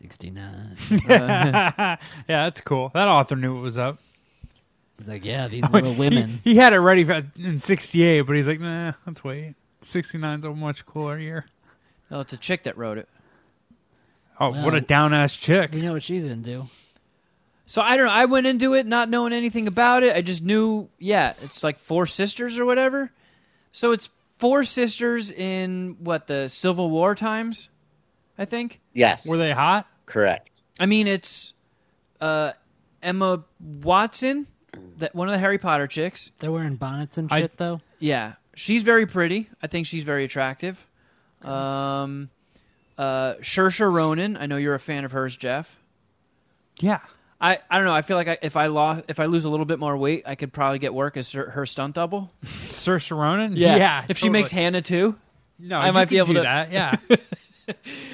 Speaker 5: Sixty nine.
Speaker 3: Yeah, that's cool. That author knew it was up.
Speaker 5: It's like yeah, these little women.
Speaker 3: He, he had it ready for, in '68, but he's like, nah, let's wait. '69's a much cooler year.
Speaker 2: Oh, it's a chick that wrote it.
Speaker 3: Oh, what a
Speaker 5: Well-
Speaker 3: down ass chick.
Speaker 5: You know what she's gonna do?
Speaker 2: So I don't know. I went into it not knowing anything about it. I just knew, yeah, it's like four sisters or whatever. So it's four sisters in what the Civil War times, I think.
Speaker 4: Yes,
Speaker 3: Were they hot?
Speaker 4: correct?
Speaker 2: I mean, it's uh, Emma Watson, that one of the Harry Potter chicks.
Speaker 5: They're wearing bonnets and
Speaker 3: I-
Speaker 5: shit though.
Speaker 2: Yeah, she's very pretty. I think she's very attractive. Um, uh, Saoirse Ronan. I know you're a fan of hers, Jeff.
Speaker 3: Yeah.
Speaker 2: I, I don't know. I feel like I, if I lost, if I lose a little bit more weight, I could probably get work as her, her stunt double.
Speaker 3: Saoirse Ronan.
Speaker 2: If she makes
Speaker 3: totally.
Speaker 2: Hannah too.
Speaker 3: no,
Speaker 2: I
Speaker 3: you
Speaker 2: might
Speaker 3: can
Speaker 2: be able
Speaker 3: do
Speaker 2: to-
Speaker 3: that. Yeah.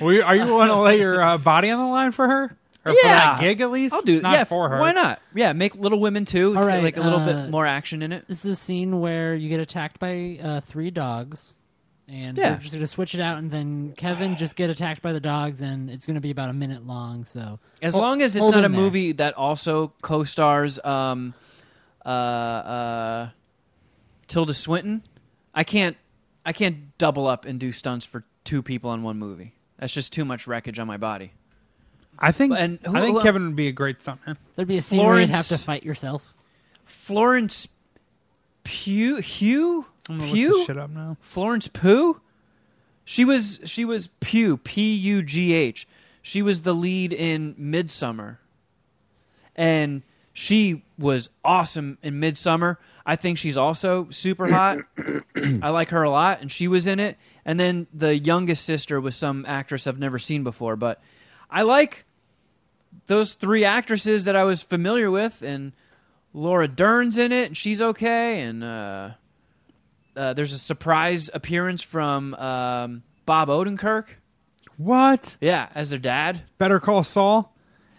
Speaker 3: Well, you- are you going to lay your uh, body on the line for her? Or for that gig at least?
Speaker 2: I'll do.
Speaker 3: Not
Speaker 2: yeah,
Speaker 3: for her.
Speaker 2: Why not? Yeah, make Little Women too. It's
Speaker 5: All
Speaker 2: got,
Speaker 5: right,
Speaker 2: like a little
Speaker 5: uh,
Speaker 2: bit more action in it.
Speaker 5: This is a scene where you get attacked by uh, three dogs, and
Speaker 2: Yeah.
Speaker 5: we're just gonna switch it out, and then Kevin just get attacked by the dogs, and it's gonna be about a minute long. So
Speaker 2: As
Speaker 5: Hol-
Speaker 2: long as it's
Speaker 5: hold
Speaker 2: not a
Speaker 5: in there.
Speaker 2: movie that also co-stars um, uh, uh, Tilda Swinton, I can't. I can't double up and do stunts for two people in one movie. That's just too much wreckage on my body.
Speaker 3: I think,
Speaker 2: And who-
Speaker 3: I think
Speaker 2: who-
Speaker 3: Kevin would be a great stuntman.
Speaker 5: there'd be a scene where you'd have
Speaker 2: Florence-
Speaker 5: to fight yourself.
Speaker 2: Florence Pugh, Hugh,
Speaker 3: I'm going to look this
Speaker 2: Pugh,
Speaker 3: shit up now.
Speaker 2: Florence Pugh. She was she was Pugh P U G H. She was the lead in Midsummer, and she was awesome in Midsummer. I think she's also super hot. I like her a lot, and she was in it. And then the youngest sister was some actress I've never seen before, but I like those three actresses that I was familiar with, and Laura Dern's in it, and she's okay, and. uh uh, there's a surprise appearance from um, Bob Odenkirk.
Speaker 3: What?
Speaker 2: Yeah, as their dad.
Speaker 3: Better Call Saul?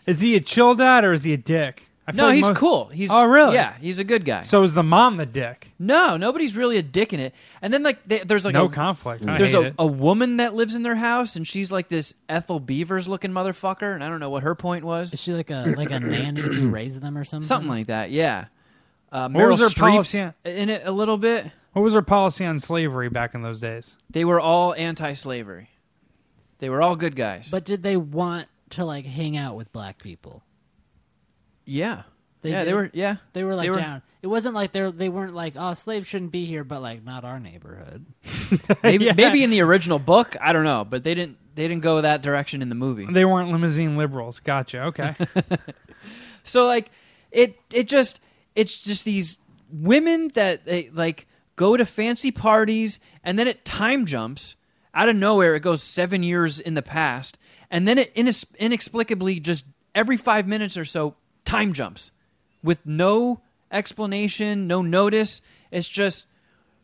Speaker 3: Is he a chill dad or is he a dick? I feel
Speaker 2: No,
Speaker 3: like
Speaker 2: he's
Speaker 3: most-
Speaker 2: cool. He's
Speaker 3: Oh, really?
Speaker 2: Yeah, he's a good guy. So
Speaker 3: So is the mom the dick?
Speaker 2: no, nobody's really a dick in it. And then like they, there's like
Speaker 3: no
Speaker 2: a,
Speaker 3: conflict. I
Speaker 2: there's
Speaker 3: hate
Speaker 2: a,
Speaker 3: it.
Speaker 2: a woman that lives in their house, and she's like this Ethel Beavers looking motherfucker, and I don't know what her point
Speaker 5: Is
Speaker 2: was.
Speaker 5: she like a like a nanny who raised them or something?
Speaker 2: Something like that. Yeah. Uh,
Speaker 3: What
Speaker 2: Meryl
Speaker 3: was her
Speaker 2: Streep's
Speaker 3: policy on-
Speaker 2: in it a little bit.
Speaker 3: What was her policy on slavery back in those days?
Speaker 2: They were all anti-slavery. They were all good guys.
Speaker 5: But did they want to like hang out with black people?
Speaker 2: yeah,
Speaker 5: They
Speaker 2: yeah, they
Speaker 5: did?
Speaker 2: were. Yeah,
Speaker 5: They were like down. It wasn't like they they weren't like oh slaves shouldn't be here, but like not our neighborhood.
Speaker 2: Maybe, maybe in the original book, I don't know, but they didn't they didn't go that direction in the movie.
Speaker 3: They weren't limousine liberals. Gotcha. Okay.
Speaker 2: So like it it just it's just these women that they like go to fancy parties and then it time jumps out of nowhere. It goes seven years in the past, and then it inis- inexplicably just every five minutes or so time jumps with no explanation, no notice. It's just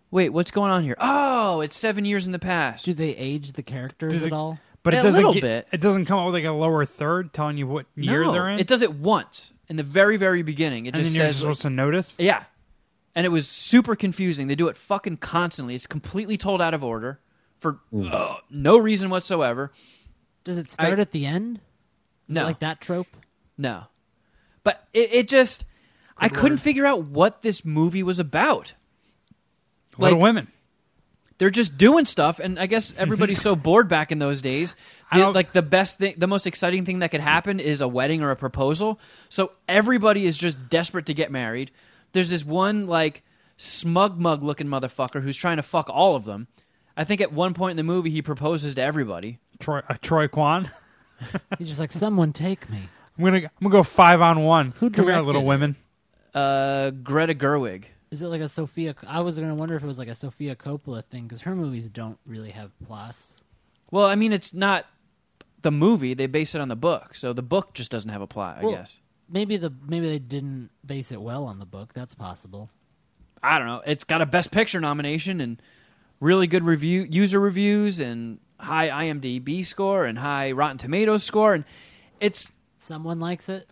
Speaker 2: wait, what's going on here? Oh, it's seven years in the past.
Speaker 5: Do they age the characters
Speaker 3: Does
Speaker 5: at
Speaker 3: it-
Speaker 5: all?
Speaker 3: But it
Speaker 2: A
Speaker 3: doesn't
Speaker 2: little
Speaker 3: get-
Speaker 2: bit.
Speaker 3: It doesn't come out with like a lower third telling you what year
Speaker 2: No,
Speaker 3: they're in.
Speaker 2: It does it once in the very, very beginning. It
Speaker 3: and then
Speaker 2: just
Speaker 3: you're
Speaker 2: says,
Speaker 3: supposed to notice.
Speaker 2: yeah. And it was super confusing. They do it fucking constantly. It's completely told out of order for uh, no reason whatsoever.
Speaker 5: Does it start at the end? Is it
Speaker 2: No.
Speaker 5: like that trope.
Speaker 2: No. But it, it just, I couldn't figure out what this movie was about.
Speaker 3: Little
Speaker 2: Like-
Speaker 3: Women.
Speaker 2: They're just doing stuff, and I guess everybody's so bored back in those days.
Speaker 3: Mm-hmm. I
Speaker 2: The-
Speaker 3: don't-
Speaker 2: like the best thing, the most exciting thing that could happen is a wedding or a proposal. So everybody is just desperate to get married. There's this one like smug mug looking motherfucker who's trying to fuck all of them. I think at one point in the movie he proposes to everybody.
Speaker 3: Troy, uh, Troy Kwan.
Speaker 5: He's just like, someone take me.
Speaker 3: I'm gonna I'm gonna go five on one.
Speaker 5: Who
Speaker 3: Come here,
Speaker 5: directed
Speaker 3: Little
Speaker 5: it?
Speaker 3: Women.
Speaker 2: Uh, Greta Gerwig.
Speaker 5: Is it like a Sophia? I was gonna wonder if it was like a Sophia Coppola thing because her movies don't really have plots.
Speaker 2: Well, I mean, it's not the movie; they base it on the book, so the book just doesn't have a plot. I
Speaker 5: Well-
Speaker 2: guess
Speaker 5: Maybe the maybe they didn't base it well on the book. That's possible.
Speaker 2: I don't know. It's got a Best Picture nomination and really good review user reviews and high IMDb score and high Rotten Tomatoes score, and it's.
Speaker 5: Someone likes it.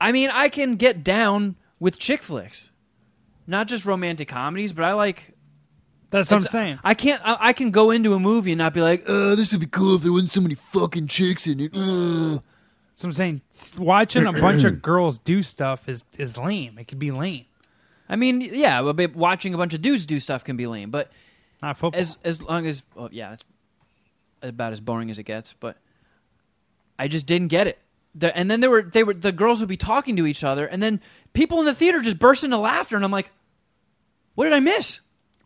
Speaker 2: I mean, I can get down with chick flicks, not just romantic comedies, but I like.
Speaker 3: That's what I'm
Speaker 2: it's-
Speaker 3: saying.
Speaker 2: I can't. I, I can go into a movie and not be like, uh, this would be cool if there wasn't so many fucking chicks in it. Uh.
Speaker 3: That's what I'm saying. S- Watching a bunch of girls do stuff is is lame. It could be lame.
Speaker 2: I mean, yeah, but- but watching a bunch of dudes do stuff can be lame, but
Speaker 3: Not football.
Speaker 2: as as long as well, yeah, it's about as boring as it gets. But I just didn't get it. The, and then there were they were the girls would be talking to each other, and then people in the theater just burst into laughter, and I'm like, what did I miss?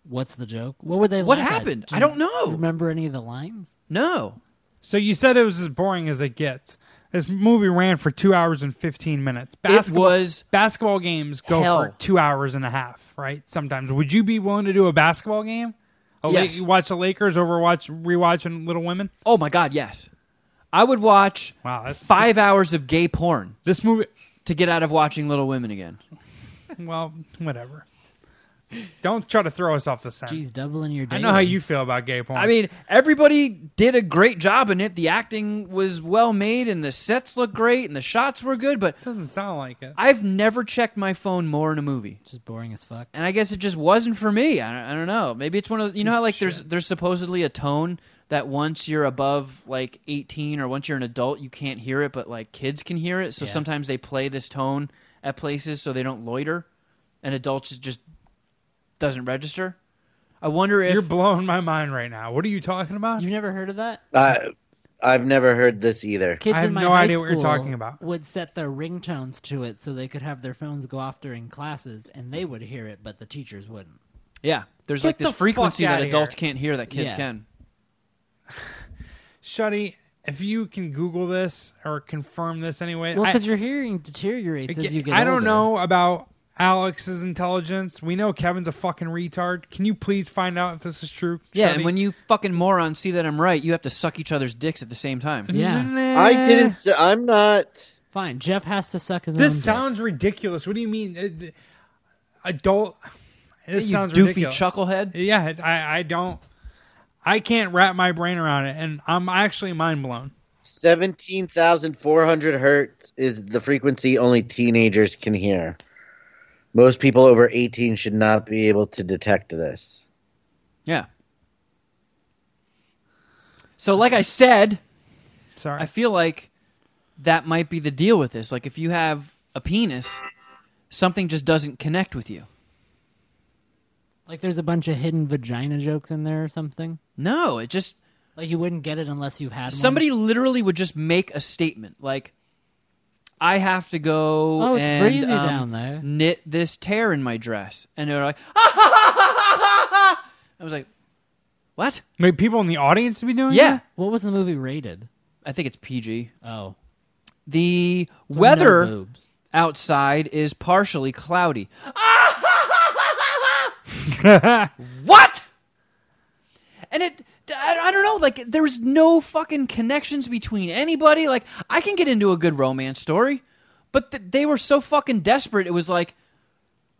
Speaker 5: What's the joke? What were they?
Speaker 2: What
Speaker 5: laugh at?
Speaker 2: happened?
Speaker 5: Do
Speaker 2: I
Speaker 5: you
Speaker 2: don't know.
Speaker 5: Remember any of the lines?
Speaker 2: No,
Speaker 3: so you said it was as boring as it gets. This movie ran for two hours and fifteen minutes.
Speaker 2: was
Speaker 3: basketball games go for
Speaker 2: hell.
Speaker 3: two hours and a half, right? Sometimes. Would you be willing to do a basketball game? A La-
Speaker 2: Yes.
Speaker 3: you watch the Lakers over watch rewatching Little Women.
Speaker 2: oh my god, yes, I would watch
Speaker 3: Wow, that's,
Speaker 2: five hours of gay porn
Speaker 3: This movie.
Speaker 2: to get out of watching Little Women again.
Speaker 3: Well, whatever. Don't try to throw us off the scent.
Speaker 5: Geez, doubling your.
Speaker 3: I
Speaker 5: Dating.
Speaker 3: know how you feel about gay porn.
Speaker 2: I mean, everybody did a great job in it. The acting was well made, and the sets looked great, and the shots were good. But
Speaker 3: doesn't sound like it.
Speaker 2: I've never checked my phone more in a movie,
Speaker 5: Just boring as fuck.
Speaker 2: and I guess it just wasn't for me. I don't, I don't know. Maybe it's one of those- you know how like there's there's supposedly a tone that once you're above like 18 or once you're an adult you can't hear it, but like kids can hear it. So
Speaker 5: Yeah.
Speaker 2: sometimes they play this tone at places so they don't loiter, and adults it just doesn't register. I wonder if
Speaker 3: You're blowing my mind right now. What are you talking about?
Speaker 5: You've never heard of that?
Speaker 4: I, I've never heard this either.
Speaker 5: Kids
Speaker 3: I have
Speaker 5: in my
Speaker 3: no
Speaker 5: high
Speaker 3: idea what you're
Speaker 5: school
Speaker 3: talking about.
Speaker 5: Would set their ringtones to it so they could have their phones go off during classes, and they would hear it, but the teachers wouldn't.
Speaker 2: yeah, there's
Speaker 3: Get
Speaker 2: like this
Speaker 3: the fuck
Speaker 2: frequency that
Speaker 3: outta
Speaker 2: adults
Speaker 3: here.
Speaker 2: can't hear that kids
Speaker 5: Yeah.
Speaker 2: can.
Speaker 3: Shuddy, if you can Google this or confirm this anyway,
Speaker 5: Well,
Speaker 3: I,
Speaker 5: because your hearing deteriorates as you get.
Speaker 3: I don't
Speaker 5: older.
Speaker 3: know about Alex's intelligence. We know Kevin's a fucking retard. Can you please find out if this is true?
Speaker 2: Yeah, and when you fucking morons see that I'm right, you have to suck each other's dicks at the same time.
Speaker 5: Yeah,
Speaker 2: Eh.
Speaker 4: I didn't. s I'm not.
Speaker 5: fine. Jeff has to suck his own.
Speaker 3: This
Speaker 5: dick.
Speaker 3: sounds ridiculous. What do you mean, Uh, th- adult? This
Speaker 2: You
Speaker 3: sounds
Speaker 2: doofy
Speaker 3: ridiculous.
Speaker 2: chucklehead.
Speaker 3: Yeah, I, I don't. I can't wrap my brain around it, and I'm actually mind blown.
Speaker 4: Seventeen thousand four hundred hertz is the frequency only teenagers can hear. Most people over eighteen should not be able to detect this.
Speaker 2: Yeah. So, like I said,
Speaker 3: Sorry.
Speaker 2: I feel like that might be the deal with this. Like, if you have a penis, something just doesn't connect with you.
Speaker 5: like there's a bunch of hidden vagina jokes in there or something.
Speaker 2: No, it just
Speaker 5: Like you wouldn't get it unless you've had
Speaker 2: somebody
Speaker 5: One.
Speaker 2: literally would just make a statement like, "I have to go
Speaker 5: Oh, it's
Speaker 2: and
Speaker 5: breezy
Speaker 2: um,
Speaker 5: down there.
Speaker 2: knit this tear in my dress," and they're like, "I was like, what?
Speaker 3: Wait, people in the audience to be
Speaker 5: Oh,
Speaker 3: doing
Speaker 2: Yeah,
Speaker 5: What was the movie rated?
Speaker 2: I think it's PG.
Speaker 5: Oh,
Speaker 2: The
Speaker 5: so
Speaker 2: weather."
Speaker 5: no boobs.
Speaker 2: outside is partially cloudy. what? And it, I, I don't know, like, there's no fucking connections between anybody. Like, I can get into a good romance story, but th- they were so fucking desperate, it was like,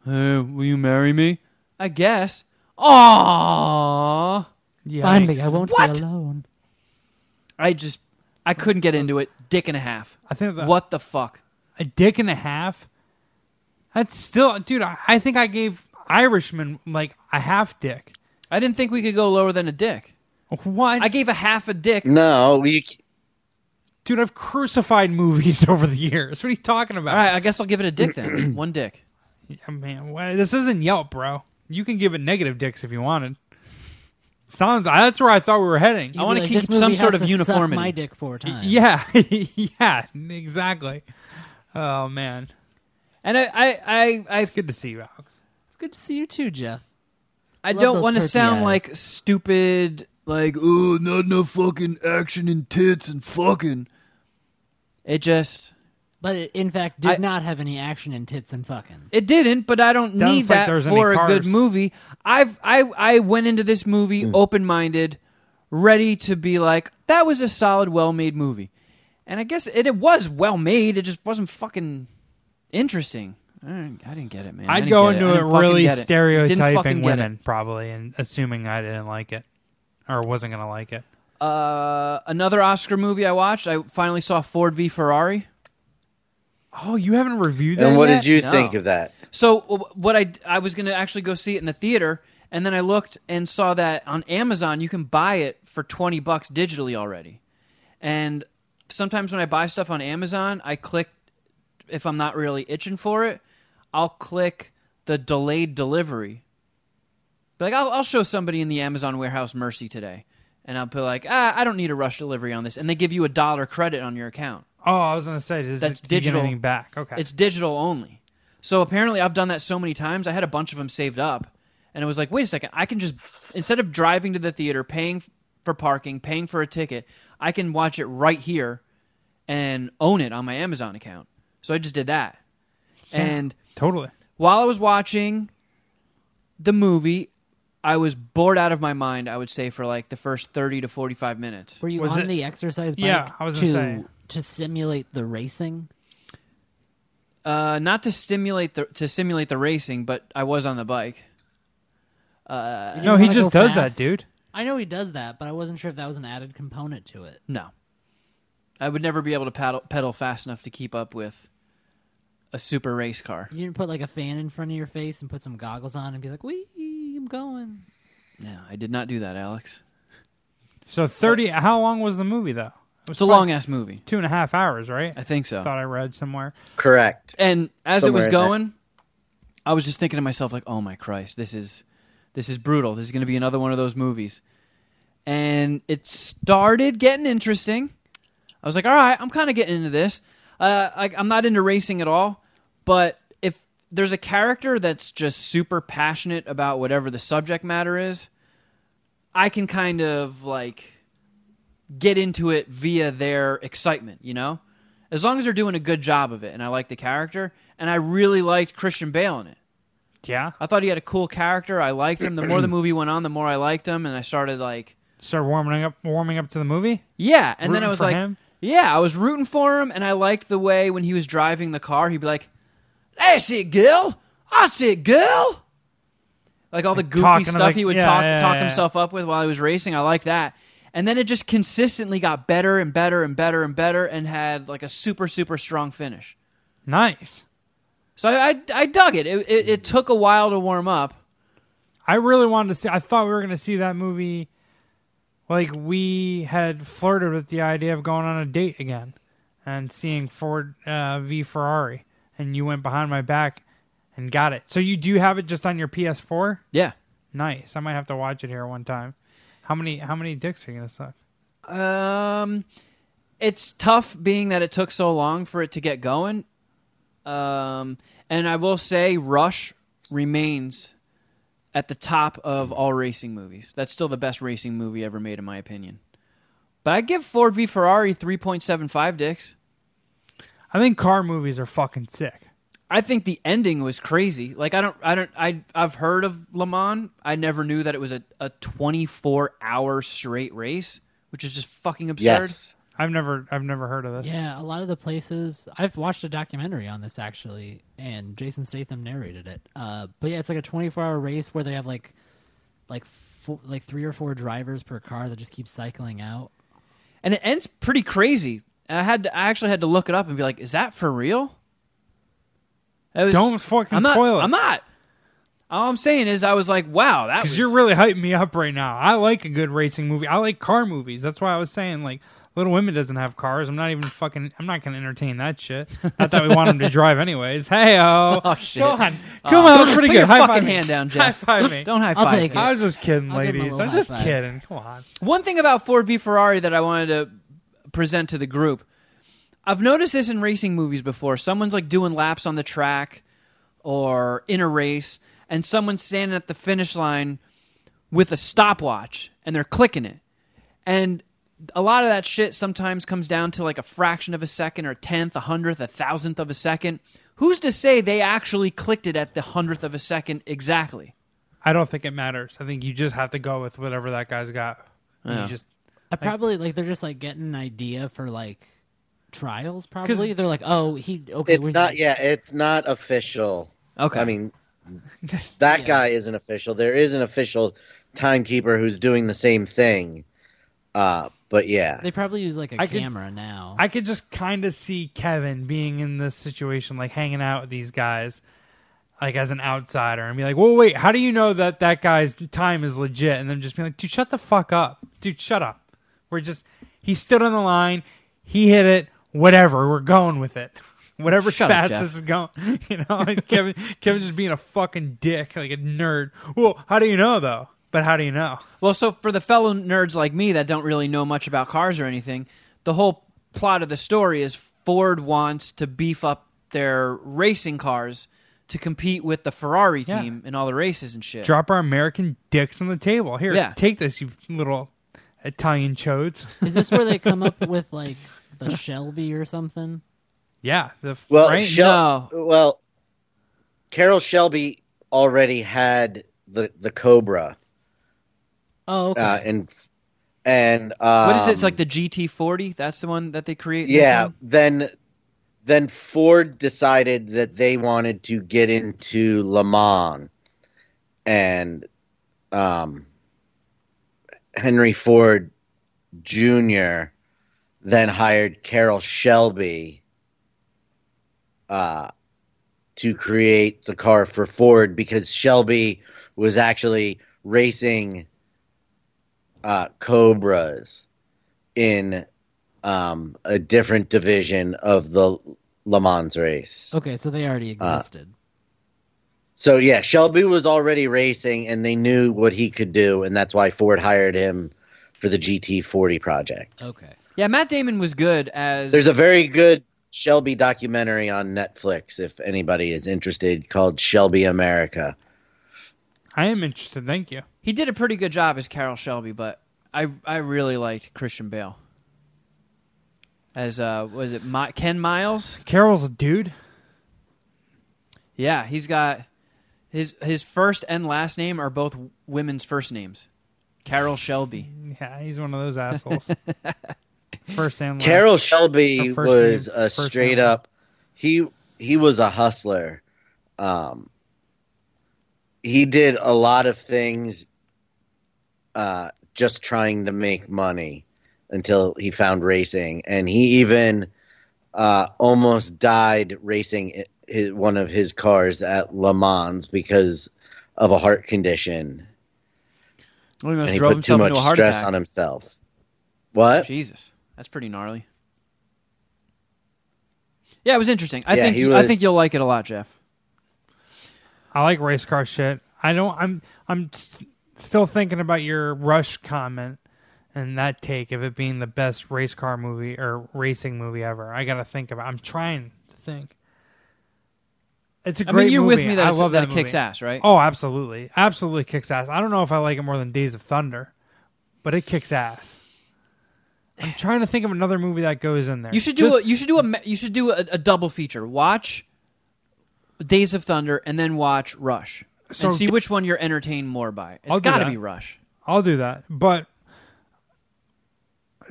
Speaker 2: "Uh, will you marry me? I guess. Aww.
Speaker 3: Yeah.
Speaker 5: Finally, I won't
Speaker 2: What?
Speaker 5: be alone.
Speaker 2: I just, I couldn't get into it. Dick and a half.
Speaker 3: I think that-
Speaker 2: What the fuck?
Speaker 3: a dick and a half. That's still, dude. I, I think I gave Irishman like a half dick.
Speaker 2: I didn't think we could go lower than a dick.
Speaker 3: What?
Speaker 2: I gave a half a dick
Speaker 4: No, you c-
Speaker 3: Dude, I've crucified movies over the years. What are you talking
Speaker 2: All
Speaker 3: about?
Speaker 2: right, I guess I'll give it a dick then. One dick.
Speaker 3: Yeah, man, wha- this isn't Yelp, bro. You can give it negative dicks if you wanted. Sounds that's where I thought we were heading.
Speaker 5: You'd
Speaker 2: I
Speaker 5: be
Speaker 2: wanna
Speaker 5: like,
Speaker 2: keep
Speaker 5: this movie
Speaker 2: some sort
Speaker 5: has
Speaker 2: of
Speaker 5: to suck
Speaker 2: uniformity.
Speaker 5: My dick four times.
Speaker 3: Yeah, yeah, exactly. Oh man,
Speaker 2: And I, I, I, I,
Speaker 3: it's good to see you, Alex.
Speaker 5: it's good to see you too, Jeff.
Speaker 2: I
Speaker 5: Love
Speaker 2: don't
Speaker 5: those
Speaker 2: want to
Speaker 5: perky
Speaker 2: sound
Speaker 5: eyes.
Speaker 2: like stupid. Like,
Speaker 7: Oh, not enough fucking action and tits and fucking.
Speaker 2: it just,
Speaker 5: But it, in fact, did
Speaker 2: I-
Speaker 5: not have any action and tits and fucking.
Speaker 2: it didn't. But I don't
Speaker 3: Doesn't
Speaker 2: need
Speaker 3: look like
Speaker 2: that
Speaker 3: there's any
Speaker 2: for a good
Speaker 3: cars. Hmm.
Speaker 2: movie. I've, I, I went into this movie open minded, ready to be like, that was a solid, well made movie. And I guess it, it was well made. It just wasn't fucking interesting. I didn't, I didn't get it, man. I
Speaker 3: I'd
Speaker 2: didn't
Speaker 3: go
Speaker 2: get
Speaker 3: into
Speaker 2: I
Speaker 3: it,
Speaker 2: didn't fucking
Speaker 3: really
Speaker 2: get it. I didn't fucking
Speaker 3: stereotyping
Speaker 2: get it.
Speaker 3: women, probably, and assuming I didn't like it or wasn't gonna like it.
Speaker 2: Uh, another Oscar movie I watched. I finally saw Ford v Ferrari.
Speaker 3: Oh, you haven't reviewed that.
Speaker 4: And what
Speaker 3: yet?
Speaker 4: did you
Speaker 2: No.
Speaker 4: think of that?
Speaker 2: So w- what I I was gonna actually go see it in the theater, and then I looked and saw that on Amazon you can buy it for twenty bucks digitally already. And sometimes when I buy stuff on Amazon, I click if I'm not really itching for it, I'll click the delayed delivery. Be like I'll, I'll show somebody in the Amazon warehouse mercy today, and I'll be like, ah, I don't need a rush delivery on this, and they give you a dollar credit on your account.
Speaker 3: Oh, I was gonna say, does
Speaker 2: That's
Speaker 3: it, do you get
Speaker 2: digital.
Speaker 3: anything back? Okay,
Speaker 2: It's digital only. So apparently, I've done that so many times. I had a bunch of them saved up, and it was like, wait a second, I can just instead of driving to the theater, paying f- for parking, paying for a ticket, I can watch it right here and own it on my Amazon account. So I just did that, and
Speaker 3: totally.
Speaker 2: while I was watching the movie, I was bored out of my mind. I would say for like the first thirty to forty-five minutes.
Speaker 5: Were you
Speaker 3: Was
Speaker 5: on
Speaker 3: it-
Speaker 5: the exercise bike?
Speaker 3: Yeah, I was
Speaker 5: to
Speaker 3: gonna say.
Speaker 5: to simulate the racing.
Speaker 2: Uh, not to stimulate the to simulate the racing, but I was on the bike.
Speaker 5: You didn't
Speaker 3: No, he
Speaker 5: wanna
Speaker 3: just
Speaker 5: go
Speaker 3: does that,
Speaker 5: fast.
Speaker 3: dude.
Speaker 5: I know he does that, but I wasn't sure if that was an added component to it.
Speaker 2: No. I would never be able to paddle, pedal fast enough to keep up with a super race car.
Speaker 5: You didn't put like a fan in front of your face and put some goggles on and be like, "Wee, I'm going."
Speaker 2: No, I did not do that, Alex.
Speaker 3: So thirty. How long was the movie though? It was
Speaker 2: It's a
Speaker 3: probably
Speaker 2: long ass movie.
Speaker 3: two and a half hours, right?
Speaker 2: I think so.
Speaker 3: thought I read somewhere.
Speaker 4: Correct.
Speaker 2: and as it
Speaker 4: Somewhere
Speaker 2: was
Speaker 4: in
Speaker 2: going, I was just thinking to myself like, "Oh my Christ, this is this is brutal. This is going to be another one of those movies." And it started getting interesting. I was like, "All right, I'm kind of getting into this. Uh, I, I'm not into racing at all, but if there's a character that's just super passionate about whatever the subject matter is, I can kind of like." get into it via their excitement, you know? As long as they're doing a good job of it and I like the character and I really liked Christian Bale in it.
Speaker 3: Yeah,
Speaker 2: I thought he had a cool character. I liked him. The more the movie went on, the more I liked him and I started like
Speaker 3: start warming up, warming up to the movie.
Speaker 2: yeah, and then
Speaker 3: Rooting
Speaker 2: I was
Speaker 3: for
Speaker 2: like
Speaker 3: him?
Speaker 2: yeah, I was rooting for him and I liked the way when he was driving the car, he'd be like, "That's it, girl. That's it, girl." Like all the goofy
Speaker 3: talking,
Speaker 2: stuff
Speaker 3: like-
Speaker 2: he would
Speaker 3: yeah,
Speaker 2: talk
Speaker 3: yeah,
Speaker 2: talk
Speaker 3: yeah.
Speaker 2: himself up with while he was racing. I like that. And then it just consistently got better and better and better and better and had like a super super strong finish.
Speaker 3: Nice.
Speaker 2: So I, I, I dug it. It, it. it took a while to warm up.
Speaker 3: I really wanted to see. I thought we were going to see that movie. Like we had flirted with the idea of going on a date again, and seeing Ford uh, v Ferrari, and you went behind my back and got it. So you do have it just on your PS4.
Speaker 2: Yeah.
Speaker 3: Nice. I might have to watch it here one time. How many how many dicks are you going to suck?
Speaker 2: Um, it's tough being that it took so long for it to get going. Um, and I will say, Rush remains at the top of all racing movies. That's still the best racing movie ever made, in my opinion. But I give Ford v Ferrari three point seven five dicks.
Speaker 3: I think car movies are fucking sick.
Speaker 2: I think the ending was crazy. Like I don't, I don't, I I've heard of Le Mans. I never knew that it was a a twenty four hour straight race, which is just fucking absurd.
Speaker 4: Yes.
Speaker 3: I've never I've never heard of this.
Speaker 5: Yeah, a lot of the places I've watched a documentary on this actually, and Jason Statham narrated it. Uh, but yeah, it's like a 24-hour race where they have like, like, four, like three or four drivers per car that just keep cycling out.
Speaker 2: and it ends pretty crazy. I had to, I actually had to look it up and be like, is that for real? That was-
Speaker 3: Don't fucking
Speaker 2: I'm not,
Speaker 3: spoil it.
Speaker 2: I'm not. All I'm saying is, I was like, wow, that
Speaker 3: Because
Speaker 2: was
Speaker 3: you're really hyping me up right now. I like a good racing movie. I like car movies. That's why I was saying like Little Women doesn't have cars. I'm not even fucking. I'm not gonna entertain that shit. Not that we want them to drive, anyways. Hey oh,
Speaker 2: Oh, shit.
Speaker 3: Come on, come on. That's pretty
Speaker 2: put
Speaker 3: good.
Speaker 2: Your
Speaker 3: High
Speaker 2: fucking
Speaker 3: five me.
Speaker 2: hand down,
Speaker 3: High
Speaker 2: Jeff.
Speaker 3: five me.
Speaker 2: Don't high
Speaker 5: I'll
Speaker 2: five.
Speaker 5: take
Speaker 2: me.
Speaker 5: it.
Speaker 3: I was just kidding,
Speaker 5: I'll give him a
Speaker 3: ladies.
Speaker 5: little
Speaker 3: I'm just
Speaker 5: high five.
Speaker 3: kidding. Come on.
Speaker 2: One thing about Ford v Ferrari that I wanted to present to the group, I've noticed this in racing movies before. Someone's like doing laps on the track or in a race, and someone's standing at the finish line with a stopwatch and they're clicking it. And a lot of that shit sometimes comes down to like a fraction of a second or a tenth, a hundredth, a thousandth of a second. Who's to say they actually clicked it at the hundredth of a second exactly?
Speaker 3: I don't think it matters. I think you just have to go with whatever that guy's got. You just
Speaker 5: I probably like they're just like getting an idea for like trials. Probably
Speaker 3: 'Cause-
Speaker 5: they're like, oh, he okay.
Speaker 4: It's
Speaker 5: we're-
Speaker 4: not. Yeah, it's not official.
Speaker 2: Okay.
Speaker 4: I mean, that
Speaker 5: Yeah.
Speaker 4: guy isn't official. There is an official timekeeper who's doing the same thing. Uh, but yeah,
Speaker 5: They probably use like a
Speaker 3: I could-
Speaker 5: camera now.
Speaker 3: I could just kind of see Kevin being in this situation, like hanging out with these guys, like as an outsider, and be like, "Well, wait, how do you know that that guy's time is legit?" And then just be like, "Dude, shut the fuck up, dude, shut up." We're just he stood on the line, he hit it, whatever. We're going with it, whatever
Speaker 2: Shut up, Jeff.
Speaker 3: fastest is going. You know, and Kevin, Kevin just being a fucking dick, like a nerd. Well, how do you know though? But how do you know?
Speaker 2: Well, so for the fellow nerds like me that don't really know much about cars or anything, the whole plot of the story is Ford wants to beef up their racing cars to compete with the Ferrari
Speaker 3: Yeah.
Speaker 2: team in all the races and shit.
Speaker 3: drop our American dicks on the table. Here,
Speaker 2: Yeah.
Speaker 3: take this, you little Italian chodes.
Speaker 5: Is this where they come up with like the Shelby or something?
Speaker 3: yeah. The, f-
Speaker 4: well,
Speaker 3: right?
Speaker 4: Shel- well, Carol Shelby already had the the Cobra,
Speaker 5: Oh, okay.
Speaker 4: uh, and and um,
Speaker 2: what is this like the GT40? That's the one that they create. this
Speaker 4: Yeah,
Speaker 2: one?
Speaker 4: then then Ford decided that they wanted to get into Le Mans, and um, Henry Ford Jr. then hired Carol Shelby uh, to create the car for Ford because Shelby was actually racing uh, Cobras in um, a different division of the Le Mans race.
Speaker 5: okay, so they already existed.
Speaker 4: So yeah, Shelby was already racing, and they knew what he could do, and that's why Ford hired him for the GT40 project.
Speaker 5: okay.
Speaker 2: yeah. Matt Damon was good as
Speaker 4: There's a very good Shelby documentary on Netflix if anybody is interested called Shelby America.
Speaker 3: I am interested. Thank you.
Speaker 2: he did a pretty good job as Carol Shelby, but I I really liked Christian Bale as uh was it My- Ken Miles?
Speaker 3: Carol's a dude.
Speaker 2: Yeah, he's got his his first and last name are both women's first names. Carol Shelby.
Speaker 3: Yeah, he's one of those assholes. First and last.
Speaker 4: Carol Shelby
Speaker 3: Her first
Speaker 4: was
Speaker 3: name-
Speaker 4: a
Speaker 3: first name
Speaker 4: straight
Speaker 3: was-
Speaker 4: up he he was a hustler. Um he did a lot of things uh just trying to make money until he found racing and he even uh almost died racing i- his, one of his cars at Le Mans because of a heart condition
Speaker 2: Well, he
Speaker 4: and
Speaker 2: almost
Speaker 4: he
Speaker 2: drove
Speaker 4: put too
Speaker 2: himself
Speaker 4: much
Speaker 2: into a heart
Speaker 4: stress
Speaker 2: attack.
Speaker 4: on himself. What?
Speaker 2: Jesus, that's pretty gnarly. Yeah, it was interesting. I
Speaker 4: Yeah,
Speaker 2: think
Speaker 4: he
Speaker 2: you- I
Speaker 4: was-
Speaker 2: think you'll like it a lot, Jeff.
Speaker 3: I like race car shit. I don't. I'm. I'm st- still thinking about your Rush comment and that take of it being the best race car movie or racing movie ever. I gotta think about. I'm trying to think. It's a
Speaker 2: I
Speaker 3: great
Speaker 2: mean, you're
Speaker 3: movie.
Speaker 2: with me
Speaker 3: I
Speaker 2: that, it's-
Speaker 3: love
Speaker 2: that,
Speaker 3: that
Speaker 2: it kicks
Speaker 3: movie.
Speaker 2: ass, right?
Speaker 3: Oh, absolutely. Absolutely kicks ass. I don't know if I like it more than Days of Thunder, but it kicks ass. I'm trying to think of another movie that goes in there.
Speaker 2: you should do
Speaker 3: Just-
Speaker 2: a you should do a ma- you should do a, a double feature. Watch Days of Thunder and then watch Rush,
Speaker 3: So-
Speaker 2: and see which one you're entertained more by. It's
Speaker 3: I'll do
Speaker 2: got to
Speaker 3: that.
Speaker 2: be Rush.
Speaker 3: I'll do that. But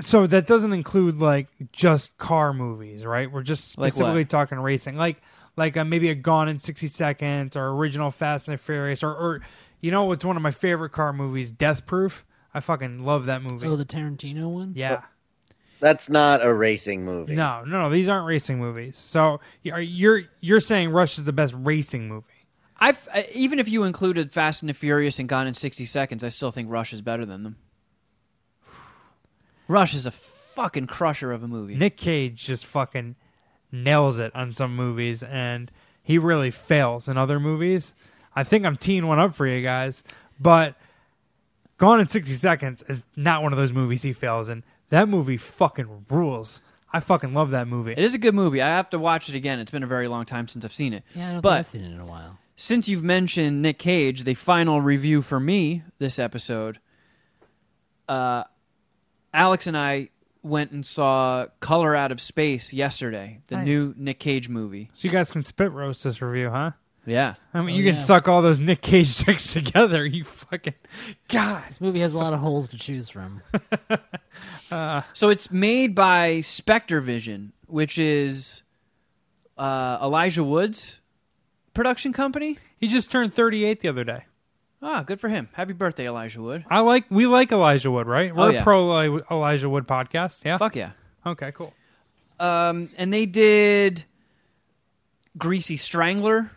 Speaker 3: so that doesn't include like just car movies, right? We're just
Speaker 2: Like what?
Speaker 3: specifically talking racing, like like uh, maybe a Gone in sixty seconds or original Fast and the Furious, or, or you know what's one of my favorite car movies, Death Proof. I fucking love that movie.
Speaker 5: Oh, the Tarantino one.
Speaker 3: yeah.
Speaker 4: That's not a racing movie.
Speaker 3: No, no, no. These aren't racing movies. So you're you're, you're saying Rush is the best racing movie.
Speaker 2: I've I- even if you included Fast and the Furious and Gone in sixty seconds, I still think Rush is better than them. Rush is a fucking crusher of a movie.
Speaker 3: Nick Cage just fucking nails it on some movies, and he really fails in other movies. I think I'm teeing one up for you guys, but Gone in 60 Seconds is not one of those movies he fails in. That movie fucking rules. I fucking love that movie.
Speaker 2: It is a good movie. I have to watch it again. It's been a very long time since I've seen it.
Speaker 5: Yeah, I don't
Speaker 2: but
Speaker 5: think I've seen it in a while.
Speaker 2: since you've mentioned Nick Cage, the final review for me this episode, uh, Alex and I went and saw Color Out of Space yesterday, the
Speaker 3: Nice.
Speaker 2: new Nick Cage movie.
Speaker 3: So you guys can spit roast this review, huh?
Speaker 2: Yeah.
Speaker 3: I mean,
Speaker 5: Oh,
Speaker 3: you can
Speaker 5: yeah.
Speaker 3: suck all those Nick Cage sticks together. You fucking God.
Speaker 5: This movie has a lot of holes to choose from.
Speaker 2: So it's made by Spectre Vision, which is uh, Elijah Wood's production company.
Speaker 3: He just turned 38 the other day.
Speaker 2: Ah, good for him. Happy birthday, Elijah Wood.
Speaker 3: I like we like Elijah Wood, right? We're
Speaker 2: Oh, yeah.
Speaker 3: a pro Eli- Elijah Wood podcast. Yeah.
Speaker 2: Fuck yeah.
Speaker 3: Okay, cool.
Speaker 2: Um, and they did Greasy Strangler,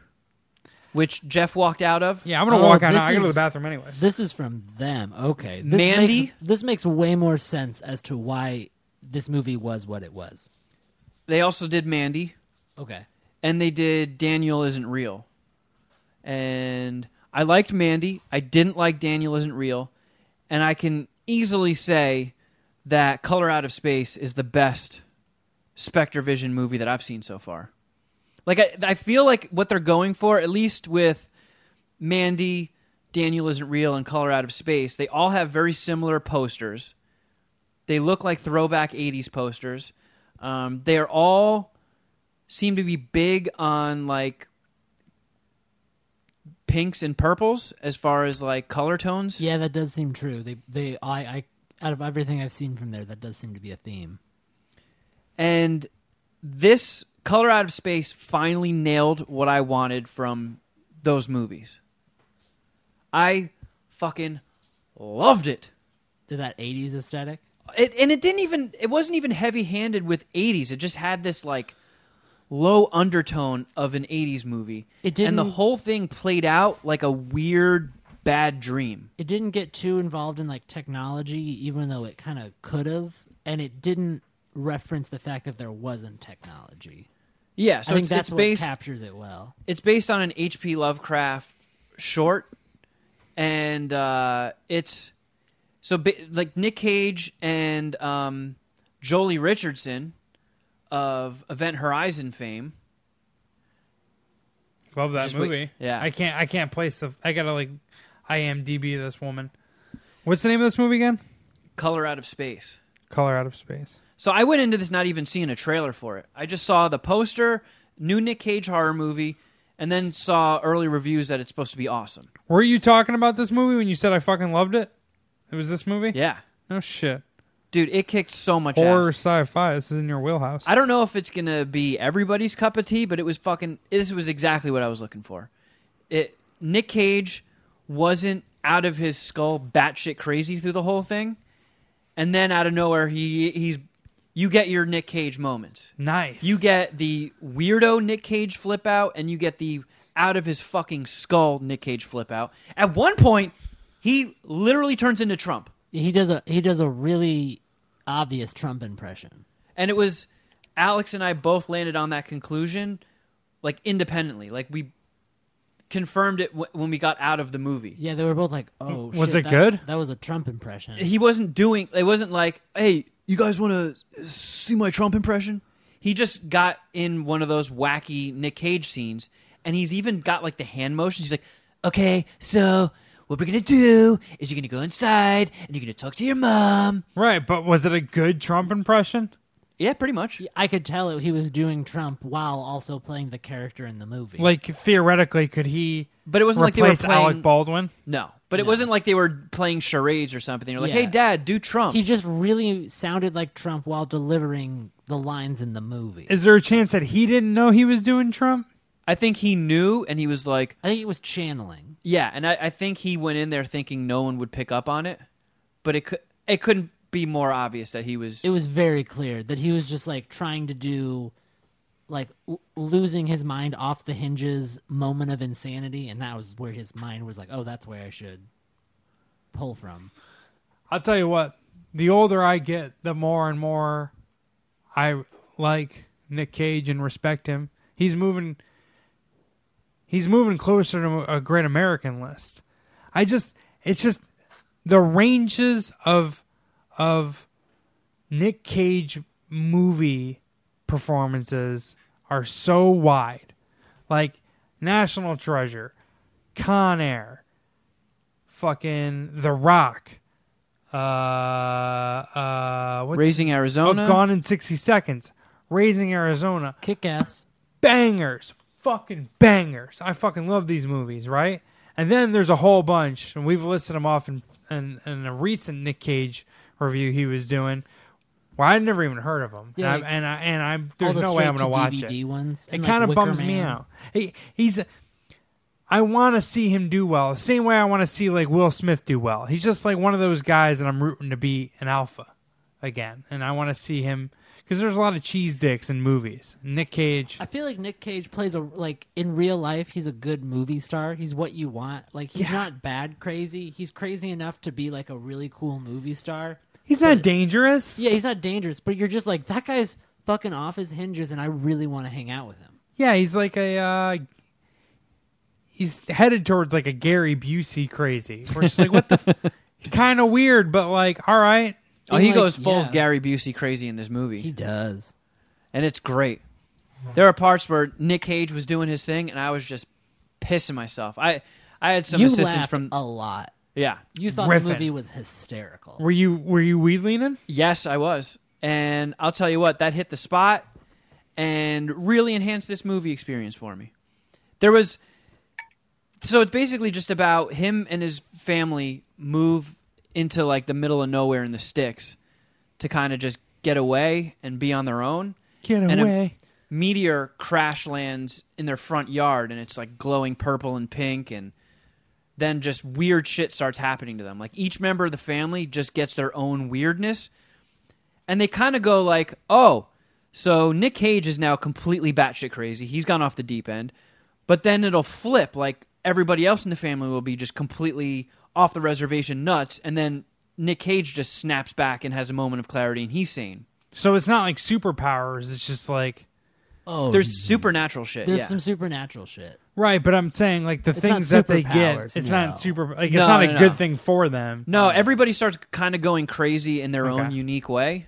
Speaker 2: which Jeff walked out of.
Speaker 3: Yeah, I'm gonna
Speaker 5: Oh,
Speaker 3: walk out.
Speaker 5: this
Speaker 3: now. I go to the
Speaker 5: is-
Speaker 3: bathroom anyways.
Speaker 5: This is from them. Okay. This
Speaker 2: Mandy?
Speaker 5: Makes, this makes way more sense as to why this movie was what it was.
Speaker 2: They also did Mandy,
Speaker 5: Okay.
Speaker 2: and they did Daniel Isn't Real. And I liked Mandy. I didn't like Daniel Isn't Real. And I can easily say that Color Out of Space is the best Spectre Vision movie that I've seen so far. Like, I, I feel like what they're going for, at least with Mandy, Daniel Isn't Real, and Color Out of Space, they all have very similar posters. They look like throwback 80s posters. Um, they are all seem to be big on like pinks and purples as far as like color tones.
Speaker 5: Yeah, that does seem true. They they I I out of everything I've seen from there, that does seem to be a theme.
Speaker 2: And this Color Out of Space finally nailed what I wanted from those movies. I fucking loved it.
Speaker 5: Did that 80s aesthetic?
Speaker 2: it and it didn't even it wasn't even heavy handed with 80s it just had this like low undertone of an 80s movie
Speaker 5: It
Speaker 2: and the
Speaker 5: didn't-
Speaker 2: whole thing played out like a weird bad dream
Speaker 5: It didn't get too involved in like technology even though it kind of could have and it didn't reference the fact that there wasn't technology.
Speaker 2: yeah so
Speaker 5: I think
Speaker 2: it's,
Speaker 5: that's
Speaker 2: it's
Speaker 5: what
Speaker 2: based
Speaker 5: captures it well.
Speaker 2: it's based on an hp lovecraft short and uh it's so ba- like nick cage and um jolie richardson of event horizon fame
Speaker 3: Love that
Speaker 2: Just wait-
Speaker 3: movie.
Speaker 2: yeah.
Speaker 3: I can't. I can't place the. I gotta like. IMDb this woman. What's the name of this movie again?
Speaker 2: color out of space
Speaker 3: Color out of space.
Speaker 2: So I went into this not even seeing a trailer for it. I just saw the poster, new Nick Cage horror movie, and then saw early reviews that it's supposed to be awesome.
Speaker 3: Were you talking about this movie when you said I fucking loved it? It was this movie.
Speaker 2: Yeah.
Speaker 3: No shit.
Speaker 2: Dude, it kicked so much
Speaker 3: Horror
Speaker 2: ass.
Speaker 3: sci-fi. This is in your wheelhouse.
Speaker 2: I don't know if it's going to be everybody's cup of tea, but it was fucking this was exactly what I was looking for. It Nick Cage wasn't out of his skull batshit crazy through the whole thing. And then out of nowhere he he's you get your Nick Cage moments.
Speaker 3: nice.
Speaker 2: You get the weirdo Nick Cage flip out, and you get the out of his fucking skull Nick Cage flip out. At one point, he literally turns into Trump,
Speaker 5: He does a he does a really obvious Trump impression.
Speaker 2: and it was Alex and I both landed on that conclusion, like independently. Like we confirmed it w- when we got out of the movie.
Speaker 5: Yeah, they were both like, "Oh,
Speaker 3: Was
Speaker 5: shit,
Speaker 3: it
Speaker 5: that-
Speaker 3: good?
Speaker 5: That was a Trump impression."
Speaker 2: He wasn't doing. It wasn't like, hey, you guys want to see my Trump impression? He just got in one of those wacky Nick Cage scenes, and he's even got like the hand motions. He's like, okay, so what we're gonna do is you're gonna go inside and you're gonna talk to your mom.
Speaker 3: right, but was it a good Trump impression?
Speaker 2: Yeah, pretty much.
Speaker 5: I could tell it, he was doing Trump while also playing the character in the movie.
Speaker 3: Like theoretically, could he
Speaker 2: But it wasn't like they were
Speaker 3: replace
Speaker 2: playing.
Speaker 3: Alec Baldwin?
Speaker 2: no, but it wasn't like they were playing charades or something. They were like,
Speaker 5: Yeah.
Speaker 2: hey, Dad, do Trump.
Speaker 5: he just really sounded like Trump while delivering the lines in the movie.
Speaker 3: Is there a chance that he didn't know he was doing Trump?
Speaker 2: I think he knew, and he was like,
Speaker 5: I think it was channeling.
Speaker 2: Yeah, and I, I think he went in there thinking no one would pick up on it, but it could it couldn't be more obvious that he was.
Speaker 5: It was very clear that he was just like trying to do, like l- losing his mind off the hinges, moment of insanity, and that was where his mind was like, "Oh, that's where I should pull from."
Speaker 3: I'll tell you what. the older I get, the more and more I like Nick Cage and respect him. He's moving. He's moving closer to a great American list. I just, it's just the ranges of of Nick Cage movie performances are so wide. Like National Treasure, Con Air, fucking The Rock, uh, uh, what's,
Speaker 2: Raising
Speaker 3: Oh,
Speaker 2: Arizona.
Speaker 3: Gone in 60 Seconds, Raising Arizona,
Speaker 5: Kick ass.
Speaker 3: bangers, fucking bangers. I fucking love these movies, right? And then there's a whole bunch, and we've listed them off in, in, in a recent Nick Cage review he was doing. Well, I'd never even heard of him,
Speaker 5: Yeah,
Speaker 3: and, I, and I and I'm
Speaker 5: All
Speaker 3: there's
Speaker 5: the
Speaker 3: no way I'm
Speaker 5: straight
Speaker 3: gonna
Speaker 5: to
Speaker 3: watch it.
Speaker 5: DVD ones.
Speaker 3: It
Speaker 5: and, like,
Speaker 3: kind of
Speaker 5: Wicker
Speaker 3: bums me
Speaker 5: Man.
Speaker 3: out. He, he's, I want to see him do well. The same way I want to see like Will Smith do well. He's just like one of those guys that I'm rooting to be an alpha again, and I want to see him because there's a lot of cheese dicks in movies. Nick Cage,
Speaker 5: I feel like Nick Cage plays a like in real life. He's a good movie star. He's what you want. Like he's not bad crazy. He's crazy enough to be like a really cool movie star.
Speaker 3: he's not dangerous.
Speaker 5: Yeah, he's not dangerous, but you're just like that guy's fucking off his hinges, and I really want to hang out with him.
Speaker 3: Yeah, he's like a. Uh, He's headed towards like a Gary Busey crazy. We're just like, what the, f- kind of weird, but like, all right,
Speaker 2: oh, he
Speaker 5: Like,
Speaker 2: goes full
Speaker 5: yeah.
Speaker 2: Gary Busey crazy in this movie.
Speaker 5: He does.
Speaker 2: and it's great. There are parts where Nick Cage was doing his thing, and I was just pissing myself. I I had some
Speaker 5: you
Speaker 2: assistance
Speaker 5: laughed
Speaker 2: from
Speaker 5: a lot.
Speaker 2: yeah,
Speaker 5: You thought
Speaker 3: Riffing.
Speaker 5: the movie was hysterical.
Speaker 3: were you were you weed leaning?
Speaker 2: yes, I was, and I'll tell you what, that hit the spot and really enhanced this movie experience for me. There was so it's basically just about him and his family move into like the middle of nowhere in the sticks to kind of just get away and be on their own.
Speaker 3: Get
Speaker 2: And a-
Speaker 3: away.
Speaker 2: meteor crash lands in their front yard and it's like glowing purple and pink and then just weird shit starts happening to them like each member of the family just gets their own weirdness and they kind of go like oh so nick cage is now completely batshit crazy he's gone off the deep end but then it'll flip like everybody else in the family will be just completely off the reservation nuts and then nick cage just snaps back and has a moment of clarity and he's sane
Speaker 3: So it's not like superpowers. It's just like
Speaker 5: oh,
Speaker 2: there's supernatural shit
Speaker 5: there's
Speaker 2: yeah.
Speaker 5: some supernatural shit.
Speaker 3: right, but I'm saying like the
Speaker 5: It's
Speaker 3: things
Speaker 5: not
Speaker 3: that they get.
Speaker 5: superpowers,
Speaker 3: It's
Speaker 5: no.
Speaker 3: not super. Like
Speaker 2: No,
Speaker 3: it's not
Speaker 2: no,
Speaker 3: a
Speaker 2: no.
Speaker 3: good thing for them.
Speaker 5: Uh,
Speaker 2: No, everybody starts kind of going crazy in their own
Speaker 3: Okay.
Speaker 2: unique way.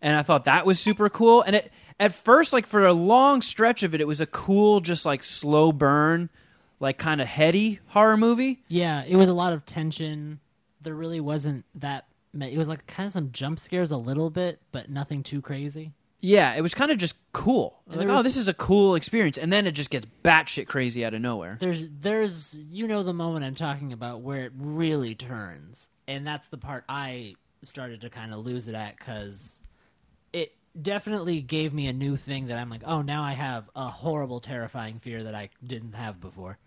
Speaker 2: And I thought that was super cool. And it at first, like for a long stretch of it, it was a cool, just like slow burn, like kind of heady horror movie.
Speaker 5: Yeah, it was a lot of tension. There really wasn't that. ma- It was like kind of some jump scares a little bit, but nothing too crazy.
Speaker 2: Yeah, it was kind of just cool.
Speaker 5: And
Speaker 2: Like,
Speaker 5: there was-
Speaker 2: oh, this is a cool experience. And then it just gets batshit crazy out of nowhere.
Speaker 5: There's, there's, you know, the moment I'm talking about where it really turns, and that's the part I started to kind of lose it at because it definitely gave me a new thing that I'm like, oh, now I have a horrible, terrifying fear that I didn't have before.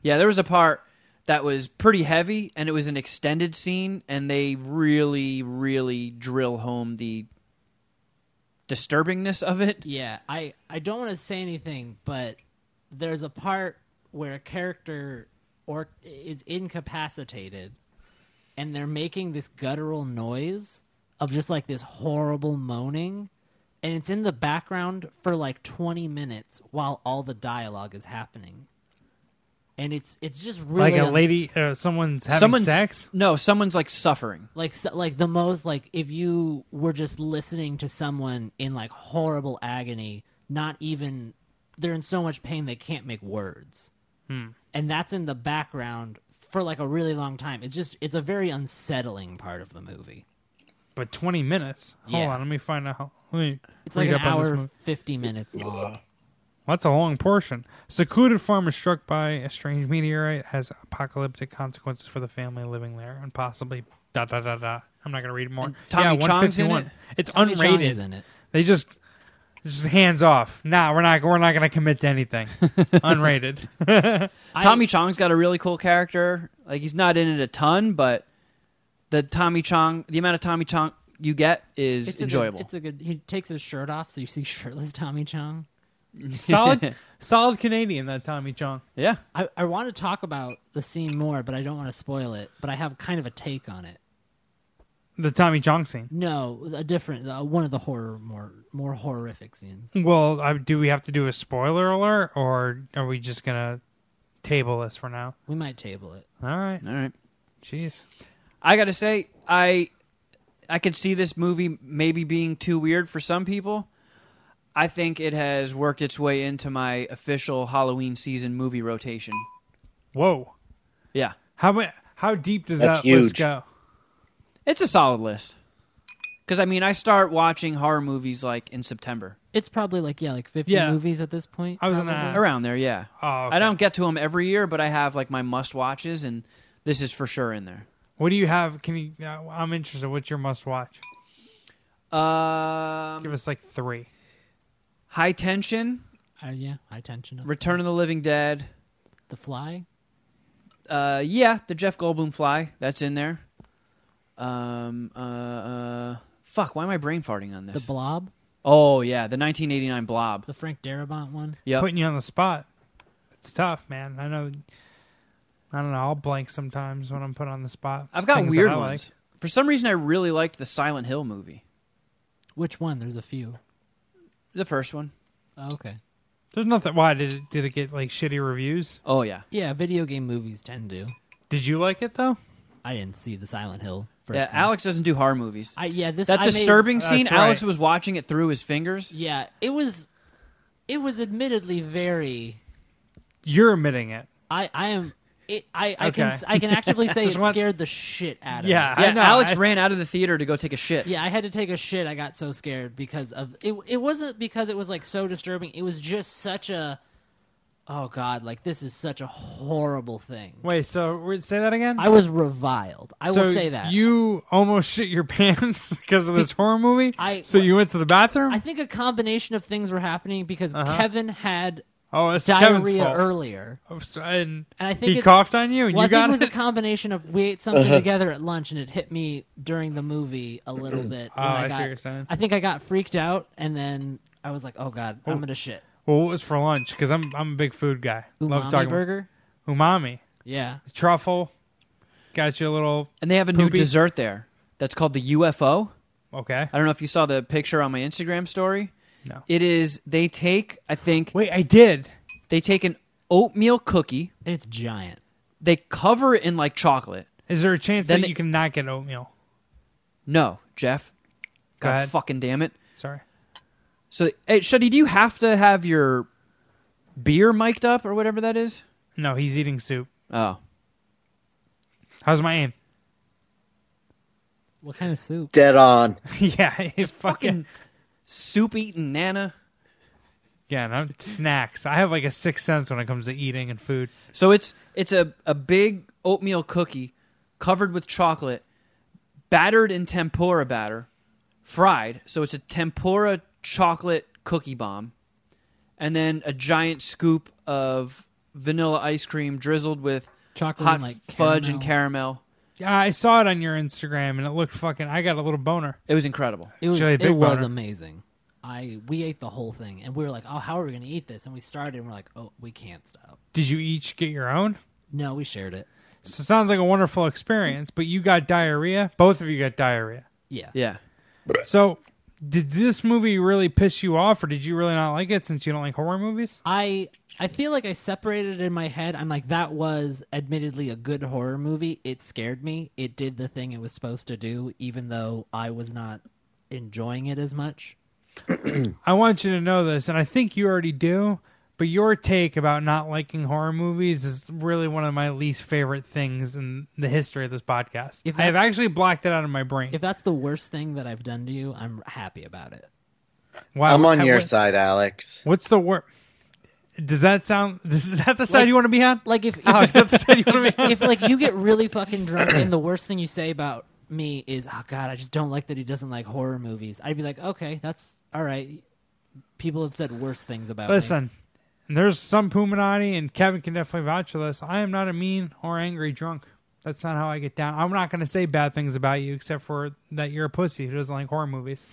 Speaker 2: Yeah, there was a part that was pretty heavy, and it was an extended scene, and they really, really drill home the disturbingness of it.
Speaker 5: Yeah, I I don't want to say anything, but there's a part where a character or is incapacitated, and they're making this guttural noise of just like this horrible moaning, and it's in the background for like 20 minutes while all the dialogue is happening, and it's it's just really
Speaker 3: like a
Speaker 5: un-
Speaker 3: lady, uh, someone's having
Speaker 2: someone's
Speaker 3: sex.
Speaker 2: No, someone's like suffering.
Speaker 5: like so, like the most like if you were just listening to someone in like horrible agony not even they're in so much pain they can't make words
Speaker 3: Hmm.
Speaker 5: and that's in the background for like a really long time it's just it's a very unsettling part of the movie
Speaker 3: But 20 minutes. Hold
Speaker 5: Yeah.
Speaker 3: on, let me find out. how- Let me
Speaker 5: it's like an
Speaker 3: read up on this
Speaker 5: hour
Speaker 3: movie.
Speaker 5: 50 minutes long
Speaker 3: Well, that's a long portion. Secluded farm is struck by a strange meteorite, has apocalyptic consequences for the family living there, and possibly dot dot dot dot. I'm not going to read more.
Speaker 2: And Tommy
Speaker 3: yeah,
Speaker 2: Chong's in
Speaker 3: 151.
Speaker 2: it?
Speaker 3: It's
Speaker 5: Tommy Chong
Speaker 3: unrated.
Speaker 5: is in it
Speaker 3: They just just hands off. Nah, we're not we're not gonna commit to anything. Unrated.
Speaker 5: I-
Speaker 2: Tommy Chong's got a really cool character. Like he's not in it a ton, but the Tommy Chong, the amount of Tommy Chong you get is
Speaker 5: it's a good-
Speaker 2: enjoyable.
Speaker 5: it's a good he takes his shirt off so you see shirtless tommy chong
Speaker 3: solid solid Canadian that Tommy Chong.
Speaker 2: yeah,
Speaker 5: I, I want to talk about the scene more, but I don't want to spoil it. But I have kind of a take on it.
Speaker 3: The Tommy Chong scene.
Speaker 5: No, a different uh, one of the horror more more horrific scenes.
Speaker 3: Well, I, do we have to do a spoiler alert, or are we just gonna table this for now?
Speaker 5: We might table it.
Speaker 3: All right.
Speaker 2: All right.
Speaker 3: Jeez.
Speaker 2: I gotta say, I I could see this movie maybe being too weird for some people. I think it has worked its way into my official Halloween season movie rotation.
Speaker 3: Whoa.
Speaker 2: Yeah,
Speaker 3: How mu- How deep does
Speaker 4: That's
Speaker 3: that
Speaker 4: huge.
Speaker 3: list go?
Speaker 2: it's a solid list. Because I mean, I start watching horror movies like in September,
Speaker 5: It's probably like yeah, like fifty
Speaker 3: Yeah.
Speaker 5: movies at this point.
Speaker 3: I was gonna
Speaker 5: probably.
Speaker 3: ask.
Speaker 2: around there. Yeah,
Speaker 3: Oh, okay.
Speaker 2: I don't get to them every year, but I have like my must watches, and this is for sure in there.
Speaker 3: What do you have? Can you? Uh, I'm interested. What's your must watch?
Speaker 2: Um,
Speaker 3: Give us like three.
Speaker 2: High Tension,
Speaker 5: Uh, yeah, high tension. Of
Speaker 2: Return of the Living Dead.
Speaker 5: the Fly.
Speaker 2: Uh, yeah, the Jeff Goldblum fly that's in there. Um, uh, uh, fuck, why am I brain farting on
Speaker 5: The
Speaker 2: this?
Speaker 5: Blob,
Speaker 2: oh yeah, the 1989 Blob.
Speaker 5: the Frank Darabont one.
Speaker 2: Yep.
Speaker 3: Putting you on the spot. It's tough, man. I know. I don't know. I'll blank sometimes when I'm put on the spot.
Speaker 2: I've got
Speaker 3: Things that
Speaker 2: weird
Speaker 3: I like.
Speaker 2: ones. For some reason, I really liked the Silent Hill movie,
Speaker 5: Which one? There's a few.
Speaker 2: the first one.
Speaker 5: Oh, okay.
Speaker 3: There's nothing. Why did it, did it get like shitty reviews?
Speaker 2: Oh yeah,
Speaker 5: Yeah, video game movies tend to.
Speaker 3: Did you like it though?
Speaker 5: I didn't see the Silent Hill. First
Speaker 2: yeah.
Speaker 5: one.
Speaker 2: Alex doesn't do horror movies.
Speaker 5: I, yeah, this
Speaker 2: that
Speaker 5: I made-
Speaker 2: disturbing
Speaker 3: That's
Speaker 2: scene,
Speaker 3: right.
Speaker 2: Alex was watching it through his fingers.
Speaker 5: yeah, it was. It was admittedly very.
Speaker 3: You're admitting it.
Speaker 5: I I am. It, I I can
Speaker 3: Okay.
Speaker 5: s- I can actively say
Speaker 3: Just
Speaker 5: it
Speaker 3: want-
Speaker 5: scared the shit out of me.
Speaker 3: Yeah,
Speaker 2: Yeah,
Speaker 3: I know.
Speaker 2: Alex
Speaker 3: I-
Speaker 2: ran out of the theater to go take a shit.
Speaker 5: Yeah, I had to take a shit. I got so scared because of it. It wasn't because it was like so disturbing. It was just such a, oh god, like this is such a horrible thing.
Speaker 3: Wait, so we- say that again.
Speaker 5: I was reviled. I
Speaker 3: so
Speaker 5: will say that.
Speaker 3: you almost shit your pants because of this horror movie.
Speaker 5: I-
Speaker 3: so you went to the bathroom.
Speaker 5: I think a combination of things were happening because
Speaker 3: Uh-huh.
Speaker 5: Kevin had
Speaker 3: oh, it's Kevin's
Speaker 5: diarrhea
Speaker 3: fault.
Speaker 5: earlier,
Speaker 3: Oh, so- and,
Speaker 5: and I think
Speaker 3: he
Speaker 5: it's-
Speaker 3: coughed on you, and
Speaker 5: Well,
Speaker 3: you
Speaker 5: I think
Speaker 3: got
Speaker 5: it was
Speaker 3: it.
Speaker 5: a combination of we ate something together at lunch, and it hit me during the movie a little bit.
Speaker 3: Oh,
Speaker 5: when
Speaker 3: I see
Speaker 5: got,
Speaker 3: what you're saying.
Speaker 5: I think I got freaked out, and then I was like, oh god, I'm gonna shit.
Speaker 3: well, what was for lunch? Because I'm I'm a big food guy. Love
Speaker 5: Umami
Speaker 3: talking
Speaker 5: burger.
Speaker 3: umami
Speaker 5: Yeah.
Speaker 3: truffle. Got you a little
Speaker 2: And they have a new
Speaker 3: Poopy.
Speaker 2: dessert there that's called the UFO.
Speaker 3: okay.
Speaker 5: Uh,
Speaker 2: I don't know if you saw the picture on my Instagram story.
Speaker 3: No.
Speaker 2: It is they take I think
Speaker 3: Wait, I did.
Speaker 2: they take an oatmeal cookie,
Speaker 5: And it's giant.
Speaker 2: they cover it in like chocolate.
Speaker 3: Is there a chance
Speaker 2: Then
Speaker 3: that
Speaker 2: they-
Speaker 3: you can not get oatmeal?
Speaker 2: No, Jeff.
Speaker 3: Go
Speaker 2: God
Speaker 3: ahead.
Speaker 2: fucking damn it.
Speaker 3: Sorry.
Speaker 2: So hey Shuddy, do you have to have your beer mic'd up or whatever that is?
Speaker 3: No, he's eating soup.
Speaker 2: Oh.
Speaker 3: How's my aim?
Speaker 5: What kind of soup?
Speaker 4: Dead on.
Speaker 3: yeah, he's fucking
Speaker 2: Fucking soup eating nana.
Speaker 3: yeah. No, snacks. I have like a sixth sense when it comes to eating and food.
Speaker 2: So it's it's a, a big oatmeal cookie covered with chocolate, battered in tempura batter, fried. So it's a tempura chocolate cookie bomb, and then a giant scoop of vanilla ice cream drizzled with
Speaker 5: Chocolate
Speaker 2: hot
Speaker 5: and, like,
Speaker 2: fudge and caramel.
Speaker 3: Yeah, I saw it on your Instagram and it looked fucking. I got a little boner.
Speaker 2: It was incredible.
Speaker 5: It was
Speaker 3: Jelly
Speaker 5: it
Speaker 3: Big
Speaker 5: was
Speaker 3: Boner.
Speaker 5: amazing. I we ate the whole thing and we were like, oh, how are we gonna eat this? And we started and we're like, oh, we can't stop.
Speaker 3: Did you each get your own?
Speaker 5: No, we shared it.
Speaker 3: So it sounds like a wonderful experience, but you got diarrhea. Both of you got diarrhea.
Speaker 5: Yeah.
Speaker 2: Yeah.
Speaker 3: So, did this movie really piss you off, or did you really not like it since you don't like horror movies?
Speaker 5: I I feel like I separated it in my head. I'm like, that was admittedly a good horror movie. It scared me. It did the thing it was supposed to do, even though I was not enjoying it as much.
Speaker 3: I want you to know this, and I think you already do. But your take about not liking horror movies is really one of my least favorite things in the history of this podcast.
Speaker 5: If
Speaker 3: I have actually blocked it out of my brain.
Speaker 5: If that's the worst thing that I've done to you, I'm happy about it.
Speaker 3: Wow,
Speaker 4: I'm on
Speaker 3: how-
Speaker 4: your
Speaker 3: what-
Speaker 4: side, Alex.
Speaker 3: What's the word? Does that sound? Is that the side
Speaker 5: Like-
Speaker 3: you want to be on?
Speaker 5: Like if, if
Speaker 3: Alex, that's Oh, the side you want to be on.
Speaker 5: if like you get really fucking drunk and the worst thing you say about me is oh god i just don't like that he doesn't like horror movies i'd be like okay that's all right people have said worse things about me.
Speaker 3: Listen, there's some Puminati, and Kevin can definitely vouch for this. I am not a mean or angry drunk. That's not how I get down. I'm not going to say bad things about you, except for that you're a pussy who doesn't like horror movies.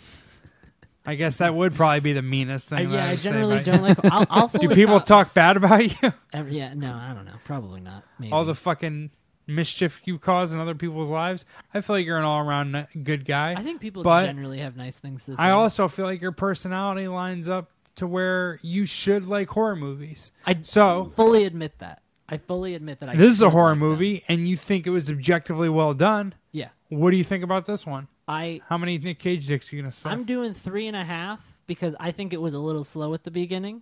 Speaker 3: I guess that would probably be the meanest
Speaker 5: Uh,
Speaker 3: thing. that
Speaker 5: yeah i
Speaker 3: would say
Speaker 5: generally
Speaker 3: about
Speaker 5: don't
Speaker 3: you.
Speaker 5: like i'll, I'll
Speaker 3: Do
Speaker 5: fully
Speaker 3: people
Speaker 5: co-
Speaker 3: talk bad about you?
Speaker 5: every- yeah no i don't know probably not maybe.
Speaker 3: All the fucking mischief you cause in other people's lives. I feel like you're an all around good guy.
Speaker 5: I think people
Speaker 3: But-
Speaker 5: generally have nice things to say.
Speaker 3: I also feel like your personality lines up to where you should like horror movies.
Speaker 5: I
Speaker 3: so-
Speaker 5: fully admit that. I fully admit that. I
Speaker 3: this is a
Speaker 5: should
Speaker 3: horror
Speaker 5: like them.
Speaker 3: movie, and you think it was objectively well done.
Speaker 5: Yeah,
Speaker 3: What do you think about this one?
Speaker 5: I
Speaker 3: How many Nick Cage dicks are you gonna suck?
Speaker 5: I'm doing three and a half because I think it was a little slow at the beginning.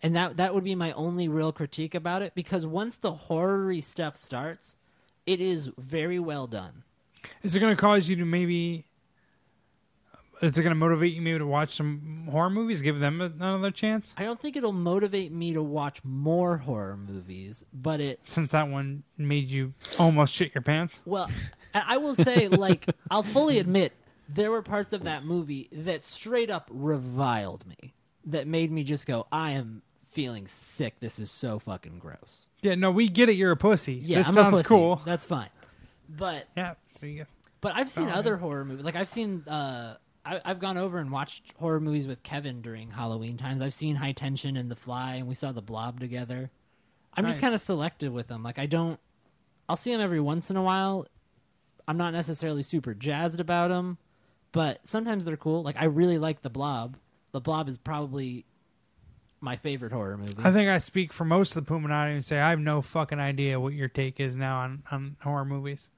Speaker 5: And that that would be my only real critique about it because once the horror stuff starts, it is very well done.
Speaker 3: Is it gonna cause you to maybe? Is it gonna motivate you maybe to watch some horror movies? Give them another chance
Speaker 5: I don't think it'll motivate me to watch more horror movies, but it
Speaker 3: since that one made you almost shit your pants.
Speaker 5: Well, I I will say, like, I'll fully admit there were parts of that movie that straight up reviled me, that made me just go, "I am feeling sick. This is so fucking gross."
Speaker 3: Yeah, no, we get it. You're a pussy.
Speaker 5: Yeah,
Speaker 3: this
Speaker 5: I'm
Speaker 3: sounds
Speaker 5: a pussy.
Speaker 3: cool.
Speaker 5: That's fine, but
Speaker 3: Yeah, see,
Speaker 5: but I've seen other horror movies. Like I've seen, uh, I, I've gone over and watched horror movies with Kevin during Halloween times. I've seen High Tension and The Fly, and we saw The Blob together. I'm just
Speaker 3: Nice.
Speaker 5: kind of selective with them. Like I don't, I'll see them every once in a while. I'm not necessarily super jazzed about them, but sometimes they're cool. Like I really like The Blob. The Blob is probably my favorite horror movie.
Speaker 3: I think I speak for most of the Puminati and say I have no fucking idea what your take is now on, on horror movies.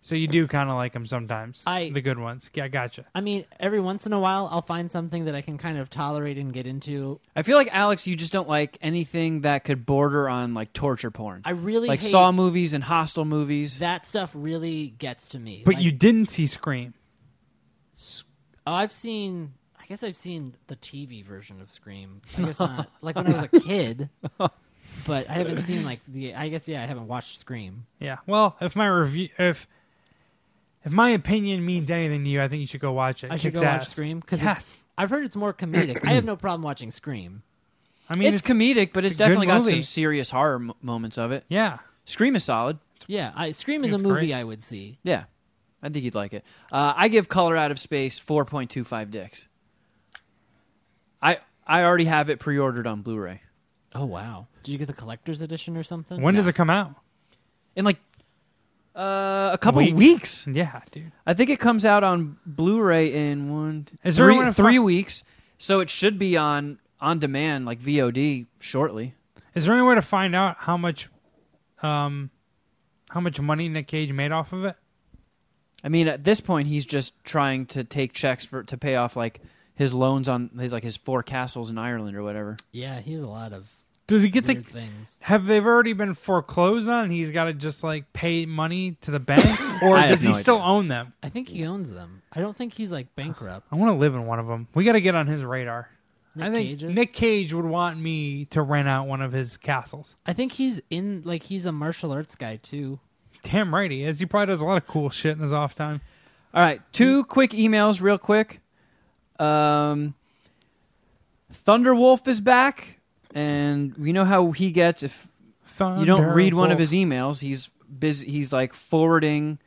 Speaker 3: So you do kind of like them sometimes.
Speaker 5: I-
Speaker 3: the good ones. Yeah, gotcha.
Speaker 5: I mean, every once in a while, I'll find something that I can kind of tolerate and get into.
Speaker 2: I feel like Alex, you just don't like anything that could border on like torture porn.
Speaker 5: I really
Speaker 2: like
Speaker 5: hate-
Speaker 2: Saw movies and Hostel movies.
Speaker 5: That stuff really gets to me.
Speaker 3: But
Speaker 5: Like-
Speaker 3: you didn't see Scream.
Speaker 5: Oh, I've seen. I guess I've seen the TV version of Scream. I guess not. like when I was a kid, but I haven't seen like the. I guess yeah, I haven't watched Scream.
Speaker 3: Yeah. Well, if my review, if if my opinion means anything to you, I think you should go watch it.
Speaker 5: I should
Speaker 3: Kicks
Speaker 5: go watch
Speaker 3: ass.
Speaker 5: Scream because
Speaker 3: Yes.
Speaker 5: I've heard it's more comedic. I have no problem watching Scream.
Speaker 3: I mean,
Speaker 2: it's,
Speaker 3: it's,
Speaker 2: comedic, but it's,
Speaker 3: it's a good
Speaker 2: definitely got
Speaker 3: movie.
Speaker 2: some serious horror m- moments of it.
Speaker 3: Yeah.
Speaker 2: Scream is solid.
Speaker 5: Yeah, I, Scream is a
Speaker 3: It's
Speaker 5: movie
Speaker 3: great.
Speaker 5: I would see.
Speaker 2: Yeah, I think you'd like it. Uh, I give Color Out of Space four point two five dicks. I I already have it pre-ordered on Blu-ray
Speaker 5: Oh wow! Did you get the collector's edition or something?
Speaker 3: When does
Speaker 2: Nah.
Speaker 3: it come out?
Speaker 2: in like uh, a couple
Speaker 3: Week?
Speaker 2: weeks.
Speaker 3: Yeah, dude.
Speaker 2: I think it comes out on Blu-ray in one,
Speaker 3: Is there
Speaker 2: three,
Speaker 3: one in
Speaker 2: three
Speaker 3: front-
Speaker 2: weeks, so it should be on on demand like VOD shortly.
Speaker 3: Is there any way to find out how much, um, how much money Nick Cage made off of it?
Speaker 2: I mean, at this point, he's just trying to take checks for to pay off like his loans on his like his four castles in Ireland or whatever.
Speaker 5: Yeah, he has a lot of
Speaker 3: Does he get
Speaker 5: weird
Speaker 3: the?
Speaker 5: things.
Speaker 3: Have they already been foreclosed on? He's got to just like pay money to the bank, or
Speaker 2: I have
Speaker 3: does he
Speaker 2: no
Speaker 3: still
Speaker 2: idea.
Speaker 3: own them?
Speaker 5: I think he owns them. I don't think he's like bankrupt.
Speaker 3: I want to live in one of them. We got to get on his radar. I
Speaker 5: Nick
Speaker 3: think
Speaker 5: Cage is?
Speaker 3: Nick Cage would want me to rent out one of his castles.
Speaker 5: I think he's in like he's a martial arts guy too.
Speaker 3: Damn right he is. He probably does a lot of cool shit in his off time.
Speaker 2: All right, two quick emails, real quick. Um, Thunderwolf is back, and we know how he gets if you don't read one of his emails. He's busy. He's like forwarding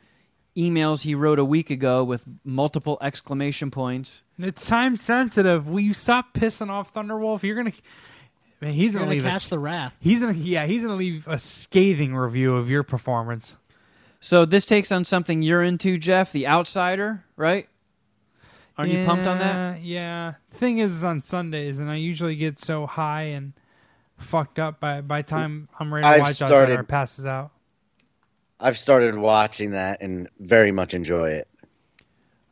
Speaker 2: emails he wrote a week ago with multiple exclamation points.
Speaker 3: It's time sensitive. Will you stop pissing off Thunderwolf? You're gonna. Man, he's
Speaker 5: He's
Speaker 3: gonna,
Speaker 5: gonna
Speaker 3: leave. a
Speaker 5: catch
Speaker 3: s-
Speaker 5: the wrath.
Speaker 3: he's gonna. Yeah, he's gonna leave a scathing review of your performance.
Speaker 2: So this takes on something you're into, Jeff, The Outsider, right? Aren't you pumped on that?
Speaker 3: Yeah, Yeah. Thing is, is on Sundays, and I usually get so high and fucked up by by the time I'm ready to
Speaker 4: I've
Speaker 3: watch
Speaker 4: started-
Speaker 3: Outsider it passes out.
Speaker 4: I've started watching that and very much enjoy it.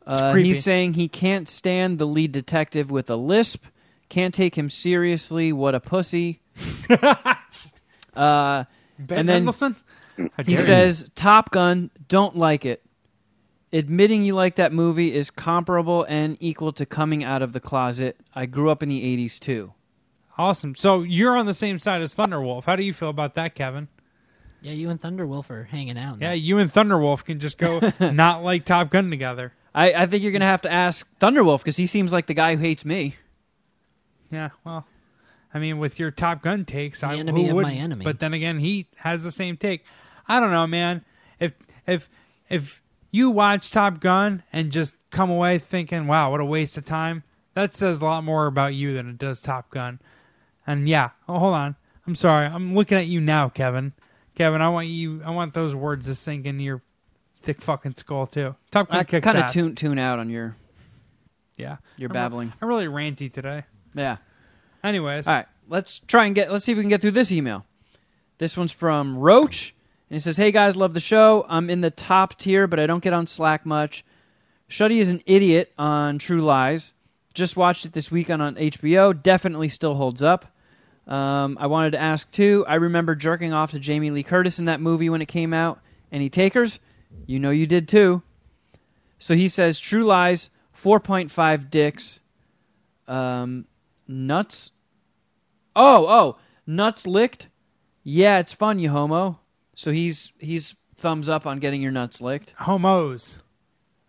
Speaker 2: Uh,
Speaker 3: creepy.
Speaker 2: he's saying he can't stand the lead detective with a lisp. Can't take him seriously. What a pussy. uh,
Speaker 3: Ben
Speaker 2: And then
Speaker 3: Mendelsohn? How
Speaker 2: he
Speaker 3: dare you.
Speaker 2: says Top Gun. Don't like it. Admitting you like that movie is comparable and equal to coming out of the closet. I grew up in the '80s too.
Speaker 3: "Awesome." So you're on the same side as Thunderwolf. How do you feel about that, Kevin?
Speaker 5: Yeah, you and Thunderwolf are hanging out. now.
Speaker 3: Yeah, you and Thunderwolf can just go not like Top Gun together.
Speaker 2: I, I think you're gonna have to ask Thunderwolf because he seems like the guy who hates me.
Speaker 3: Yeah, well, I mean, with your Top Gun takes, I
Speaker 5: enemy of
Speaker 3: who
Speaker 5: my
Speaker 3: wouldn't?
Speaker 5: enemy.
Speaker 3: But then again, he has the same take. I don't know, man. If if if you watch Top Gun and just come away thinking, "Wow, what a waste of time," that says a lot more about you than it does Top Gun. And yeah, oh, hold on. I'm sorry. I'm looking at you now, Kevin. Kevin, I want you. I want those words to sink into your thick fucking skull too. Top Gun
Speaker 2: I
Speaker 3: kicks
Speaker 2: kind of
Speaker 3: ass.
Speaker 2: tune tune out on your
Speaker 3: Yeah,
Speaker 2: your
Speaker 3: I'm-
Speaker 2: babbling.
Speaker 3: I'm really ranty today.
Speaker 2: Yeah.
Speaker 3: Anyways,
Speaker 2: All right, let's try and get. Let's see if we can get through this email. This one's from Roach, and he says, "Hey guys, love the show. I'm in the top tier, but I don't get on Slack much. Shuddy is an idiot on True Lies. Just watched it this weekend on HBO. Definitely still holds up. Um, I wanted to ask too. I remember jerking off to Jamie Lee Curtis in that movie when it came out. Any takers? You know you did too. So he says, True Lies, 4.5 dicks. Um, nuts. Oh, oh, nuts licked. Yeah, it's fun, you homo. So he's he's thumbs up on getting your nuts licked.
Speaker 3: homos.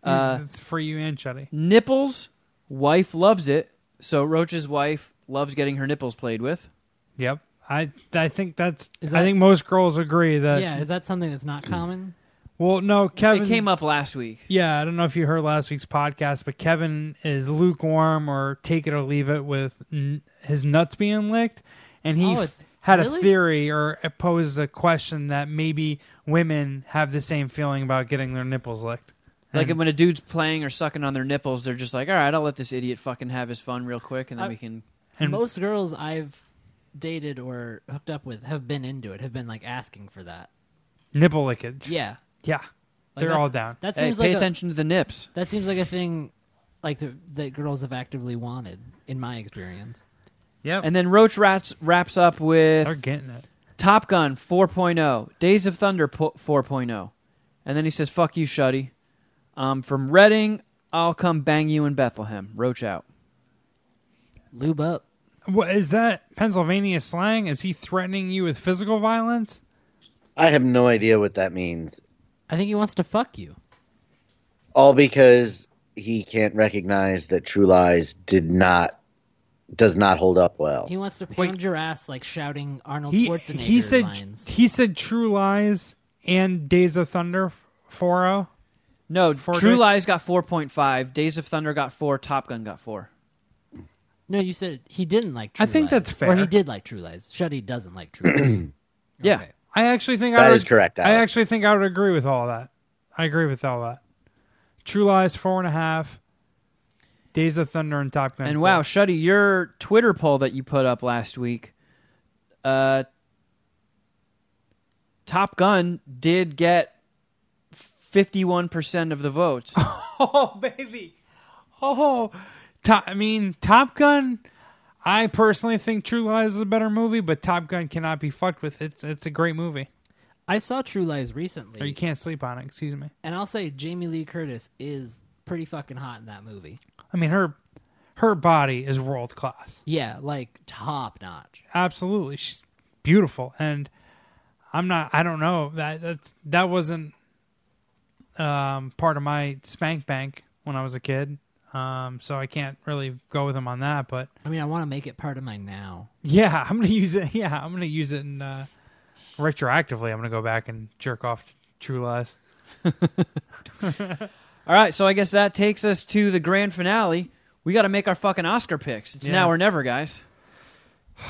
Speaker 2: Uh,
Speaker 3: it's for you and Shuddy.
Speaker 2: Nipples, wife loves it. So Roach's wife loves getting her nipples played with.
Speaker 3: Yep. I I think that's.
Speaker 5: Is
Speaker 3: I
Speaker 5: that-
Speaker 3: think most girls agree that.
Speaker 5: yeah, is that something that's
Speaker 3: Mm.
Speaker 5: not common?
Speaker 3: Well, no, Kevin
Speaker 2: It came up last week.
Speaker 3: Yeah, I don't know if you heard last week's podcast, but Kevin is lukewarm or take it or leave it with n- his nuts being licked, and he
Speaker 5: Oh,
Speaker 3: f-
Speaker 5: it's-
Speaker 3: had a
Speaker 5: really?
Speaker 3: theory or posed a question that maybe women have the same feeling about getting their nipples licked.
Speaker 2: Like
Speaker 5: Hmm.
Speaker 3: And-
Speaker 2: when a dude's playing or sucking on their nipples, they're just like, "All right, I'll let this idiot fucking have his fun real quick, and then
Speaker 5: I-
Speaker 2: we can."
Speaker 3: And-
Speaker 5: Most girls I've dated or hooked up with have been into it, have been like asking for that.
Speaker 3: nipple lickage. Yeah,
Speaker 5: Yeah, Like,
Speaker 3: they're
Speaker 5: that's-
Speaker 3: all down.
Speaker 5: That
Speaker 2: Hey,
Speaker 5: seems
Speaker 2: pay
Speaker 5: like a,
Speaker 2: attention to the nips.
Speaker 5: that seems like a thing, like the, that girls have actively wanted, in my experience.
Speaker 3: Yep,
Speaker 2: And then Roach rats, wraps up with
Speaker 3: they're getting it.
Speaker 2: Top Gun 4.0, Days of Thunder po- 4.0. And then he says, fuck you, Shuddy. Um, from Reading, I'll come bang you in Bethlehem. Roach out.
Speaker 5: Lube up.
Speaker 3: What is that Pennsylvania slang? Is he threatening you with physical violence?
Speaker 4: I have no idea what that means.
Speaker 5: I think he wants to fuck you.
Speaker 4: All because he can't recognize that True Lies did not does not hold up well.
Speaker 5: He wants to
Speaker 3: Wait.
Speaker 5: pound your ass like shouting Arnold
Speaker 3: He
Speaker 5: Schwarzenegger
Speaker 3: he said
Speaker 5: lines.
Speaker 3: he said True Lies and Days of Thunder oh. 40.
Speaker 2: No,
Speaker 3: Four
Speaker 2: True
Speaker 3: dicks?
Speaker 2: Lies got 4.5, Days of Thunder got 4, Top Gun got 4.
Speaker 5: No, you said he didn't like True
Speaker 3: I think
Speaker 5: Lies.
Speaker 3: that's fair.
Speaker 5: Or he did like True Lies. Shuddy doesn't like True Lies.
Speaker 2: Yeah.
Speaker 5: Okay.
Speaker 3: I actually think I
Speaker 4: That
Speaker 3: would,
Speaker 4: is correct,
Speaker 3: I
Speaker 4: Alex.
Speaker 3: actually think I would agree with all that. I agree with all that. True Lies four and a half. Days of Thunder and Top Gun.
Speaker 2: And
Speaker 3: four.
Speaker 2: wow, Shuddy, your Twitter poll that you put up last week, uh, Top Gun did get 51% of the votes.
Speaker 3: oh baby, oh, Top, I mean Top Gun. I personally think True Lies is a better movie, but Top Gun cannot be fucked with. It's it's a great movie.
Speaker 5: I saw True Lies recently,
Speaker 3: Or you can't sleep on it. Excuse me.
Speaker 5: and I'll say Jamie Lee Curtis is pretty fucking hot in that movie.
Speaker 3: I mean her her body is world class.
Speaker 5: Yeah, like top notch.
Speaker 3: absolutely she's beautiful and i'm not i don't know that that's that wasn't um part of my spank bank when i was a kid um so i can't really go with him on that but
Speaker 5: I mean, I want to make it part of my now.
Speaker 3: yeah i'm gonna use it yeah i'm gonna use it in uh retroactively i'm gonna go back and jerk off to true lies
Speaker 2: All right, so I guess that takes us to the grand finale. We got to make our fucking Oscar picks. It's
Speaker 3: Yeah.
Speaker 2: now or never, guys.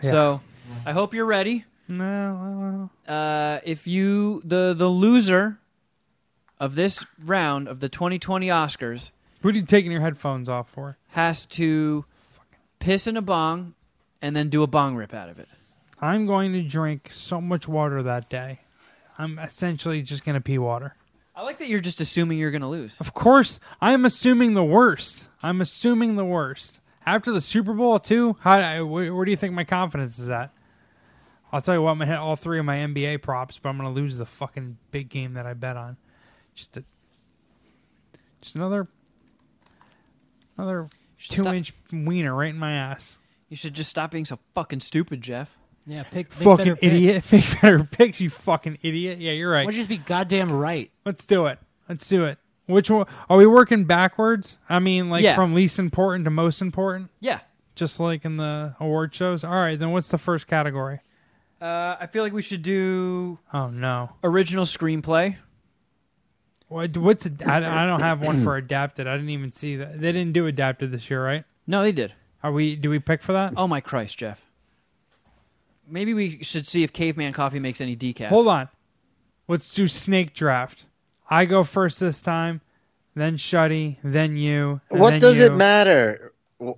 Speaker 3: Yeah.
Speaker 2: So I hope you're ready.
Speaker 3: no
Speaker 2: Uh, if you the the loser of this round of the 2020 Oscars
Speaker 3: what are you taking your headphones off for
Speaker 2: has to piss in a bong and then do a bong rip out of it.
Speaker 3: i'm going to drink so much water that day i'm essentially just gonna pee water
Speaker 2: I like that you're just assuming you're gonna lose.
Speaker 3: Of course, I'm assuming the worst. I'm assuming the worst. After the Super Bowl, too, how, where, where do you think my confidence is at? I'll tell you what, I'm going to hit all three of my NBA props, but I'm going to lose the fucking big game that I bet on. Just a, just another another
Speaker 2: should
Speaker 3: two
Speaker 2: stop-
Speaker 3: inch wiener right in my ass.
Speaker 2: You should just stop being so fucking stupid, Jeff.
Speaker 5: Yeah, pick, make better
Speaker 3: Fucking
Speaker 5: picks.
Speaker 3: idiot. Make better picks, you fucking idiot. Yeah, you're right.
Speaker 5: Why don't you just be goddamn right?
Speaker 3: Let's do it. Let's do it. Which one are we working backwards? I mean, like
Speaker 2: Yeah.
Speaker 3: from least important to most important,
Speaker 2: Yeah,
Speaker 3: just like in the award shows. All right, then what's the first category?
Speaker 2: uh, I feel like we should do
Speaker 3: Oh no,
Speaker 2: original screenplay.
Speaker 3: what, what's ad- I, I don't have one for adapted. I didn't even see that they didn't do adapted this year, right?
Speaker 2: No, they did.
Speaker 4: Oh,
Speaker 3: Are we? Do we pick for that?
Speaker 2: Oh my Christ, Jeff. Maybe we should see if Caveman Coffee makes any decaf.
Speaker 3: Hold on. Let's do snake draft. I go first this time, then Shuddy, then you. and
Speaker 4: what
Speaker 3: then
Speaker 4: does it
Speaker 3: you.
Speaker 4: matter? Wh-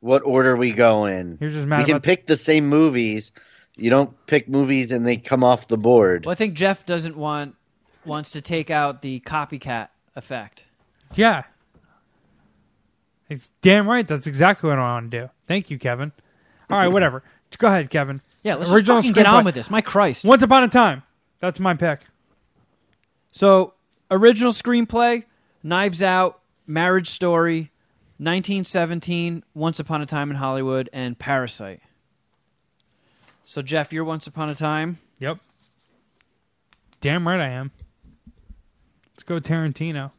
Speaker 4: What order we go in?
Speaker 3: You're just mad
Speaker 4: We can
Speaker 3: about-
Speaker 4: pick the same movies. You don't pick movies and they come off the board.
Speaker 2: Well, I think Jeff doesn't want wants to take out the copycat effect.
Speaker 3: Yeah. It's damn right. That's exactly what I want to do. Thank you, Kevin. All right, whatever. Go ahead, Kevin.
Speaker 2: Yeah, let's
Speaker 3: Original
Speaker 2: just fucking get on
Speaker 3: screenplay.
Speaker 2: with this. My Christ.
Speaker 3: Once upon a time. That's my pick.
Speaker 2: So, original screenplay, Knives Out, Marriage Story, 1917, Once Upon a Time in Hollywood, and Parasite. So, Jeff, you're Once Upon a Time.
Speaker 3: Yep. Damn right I am. Let's go Tarantino.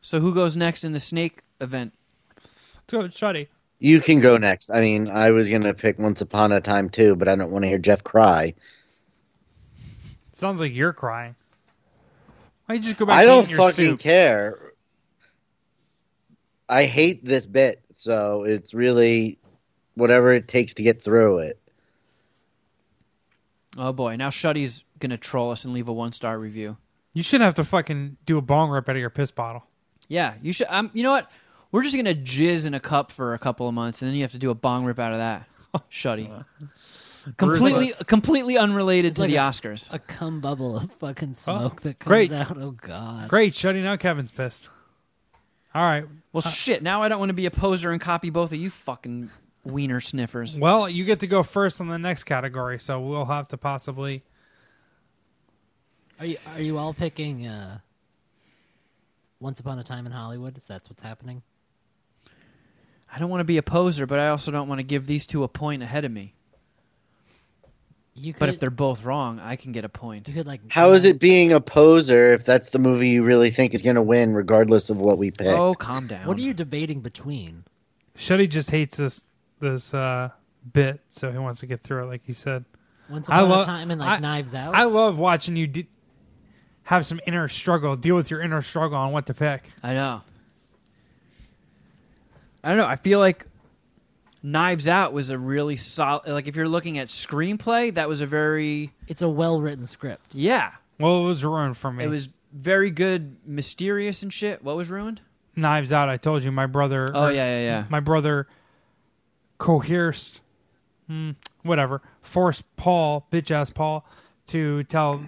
Speaker 2: So, who goes next in the snake event?
Speaker 3: Let's go Shuddy.
Speaker 4: You can go next. I mean, I was going to pick Once Upon a Time too, but I don't want to hear Jeff cry.
Speaker 3: Sounds like you're crying. Why you just go back
Speaker 4: I
Speaker 3: to
Speaker 4: don't
Speaker 3: eating your
Speaker 4: fucking
Speaker 3: soup?
Speaker 4: care. I hate this bit, so it's really whatever it takes to get through it.
Speaker 2: Oh, boy. Now, Shuddy's going to troll us and leave a one star review.
Speaker 3: You should have to fucking do a bong rip out of your piss bottle.
Speaker 2: Yeah, you should. Um, you know what? We're just going to jizz in a cup for a couple of months, and then you have to do a bong rip out of that. Shuddy. completely, completely unrelated to
Speaker 5: like
Speaker 2: the
Speaker 5: a-
Speaker 2: Oscars.
Speaker 5: A cum bubble of fucking smoke that comes
Speaker 3: great.
Speaker 5: out. Oh god.
Speaker 3: Great, Shuddy. Now Kevin's pissed. All right.
Speaker 2: Well, shit. Now I don't want to be a poser and copy both of you fucking wiener sniffers.
Speaker 3: Well, you get to go first on the next category, so we'll have to possibly.
Speaker 5: Are you are you all picking uh Once Upon a Time in Hollywood? If that's what's happening.
Speaker 2: I don't want to be a poser, but I also don't want to give these two a point ahead of me.
Speaker 5: You could
Speaker 2: But if they're both wrong, I can get a point.
Speaker 5: you could like
Speaker 4: How is it being a poser if that's the movie you really think is going to win, regardless of what we pick?
Speaker 2: Oh, calm down.
Speaker 5: What are you debating between?
Speaker 3: Shuddy just hates this this uh, bit, so he wants to get through it, like you said.
Speaker 5: Once
Speaker 3: I
Speaker 5: upon
Speaker 3: love-
Speaker 5: a time and like
Speaker 3: I-
Speaker 5: Knives Out.
Speaker 3: I love watching you de- have some inner struggle, deal with your inner struggle on what to pick.
Speaker 2: I know. I don't know. I feel like Knives Out was a really solid. Like if you're looking at screenplay, that was a very
Speaker 5: it's a well written script.
Speaker 2: yeah.
Speaker 3: Well, it was ruined for me.
Speaker 2: It was very good, mysterious and shit. What was ruined?
Speaker 3: Knives Out. I told you, my brother.
Speaker 2: Oh
Speaker 3: or-
Speaker 2: yeah, yeah, yeah.
Speaker 3: My brother coerced, mm, whatever, forced Paul, bitch ass Paul, to tell,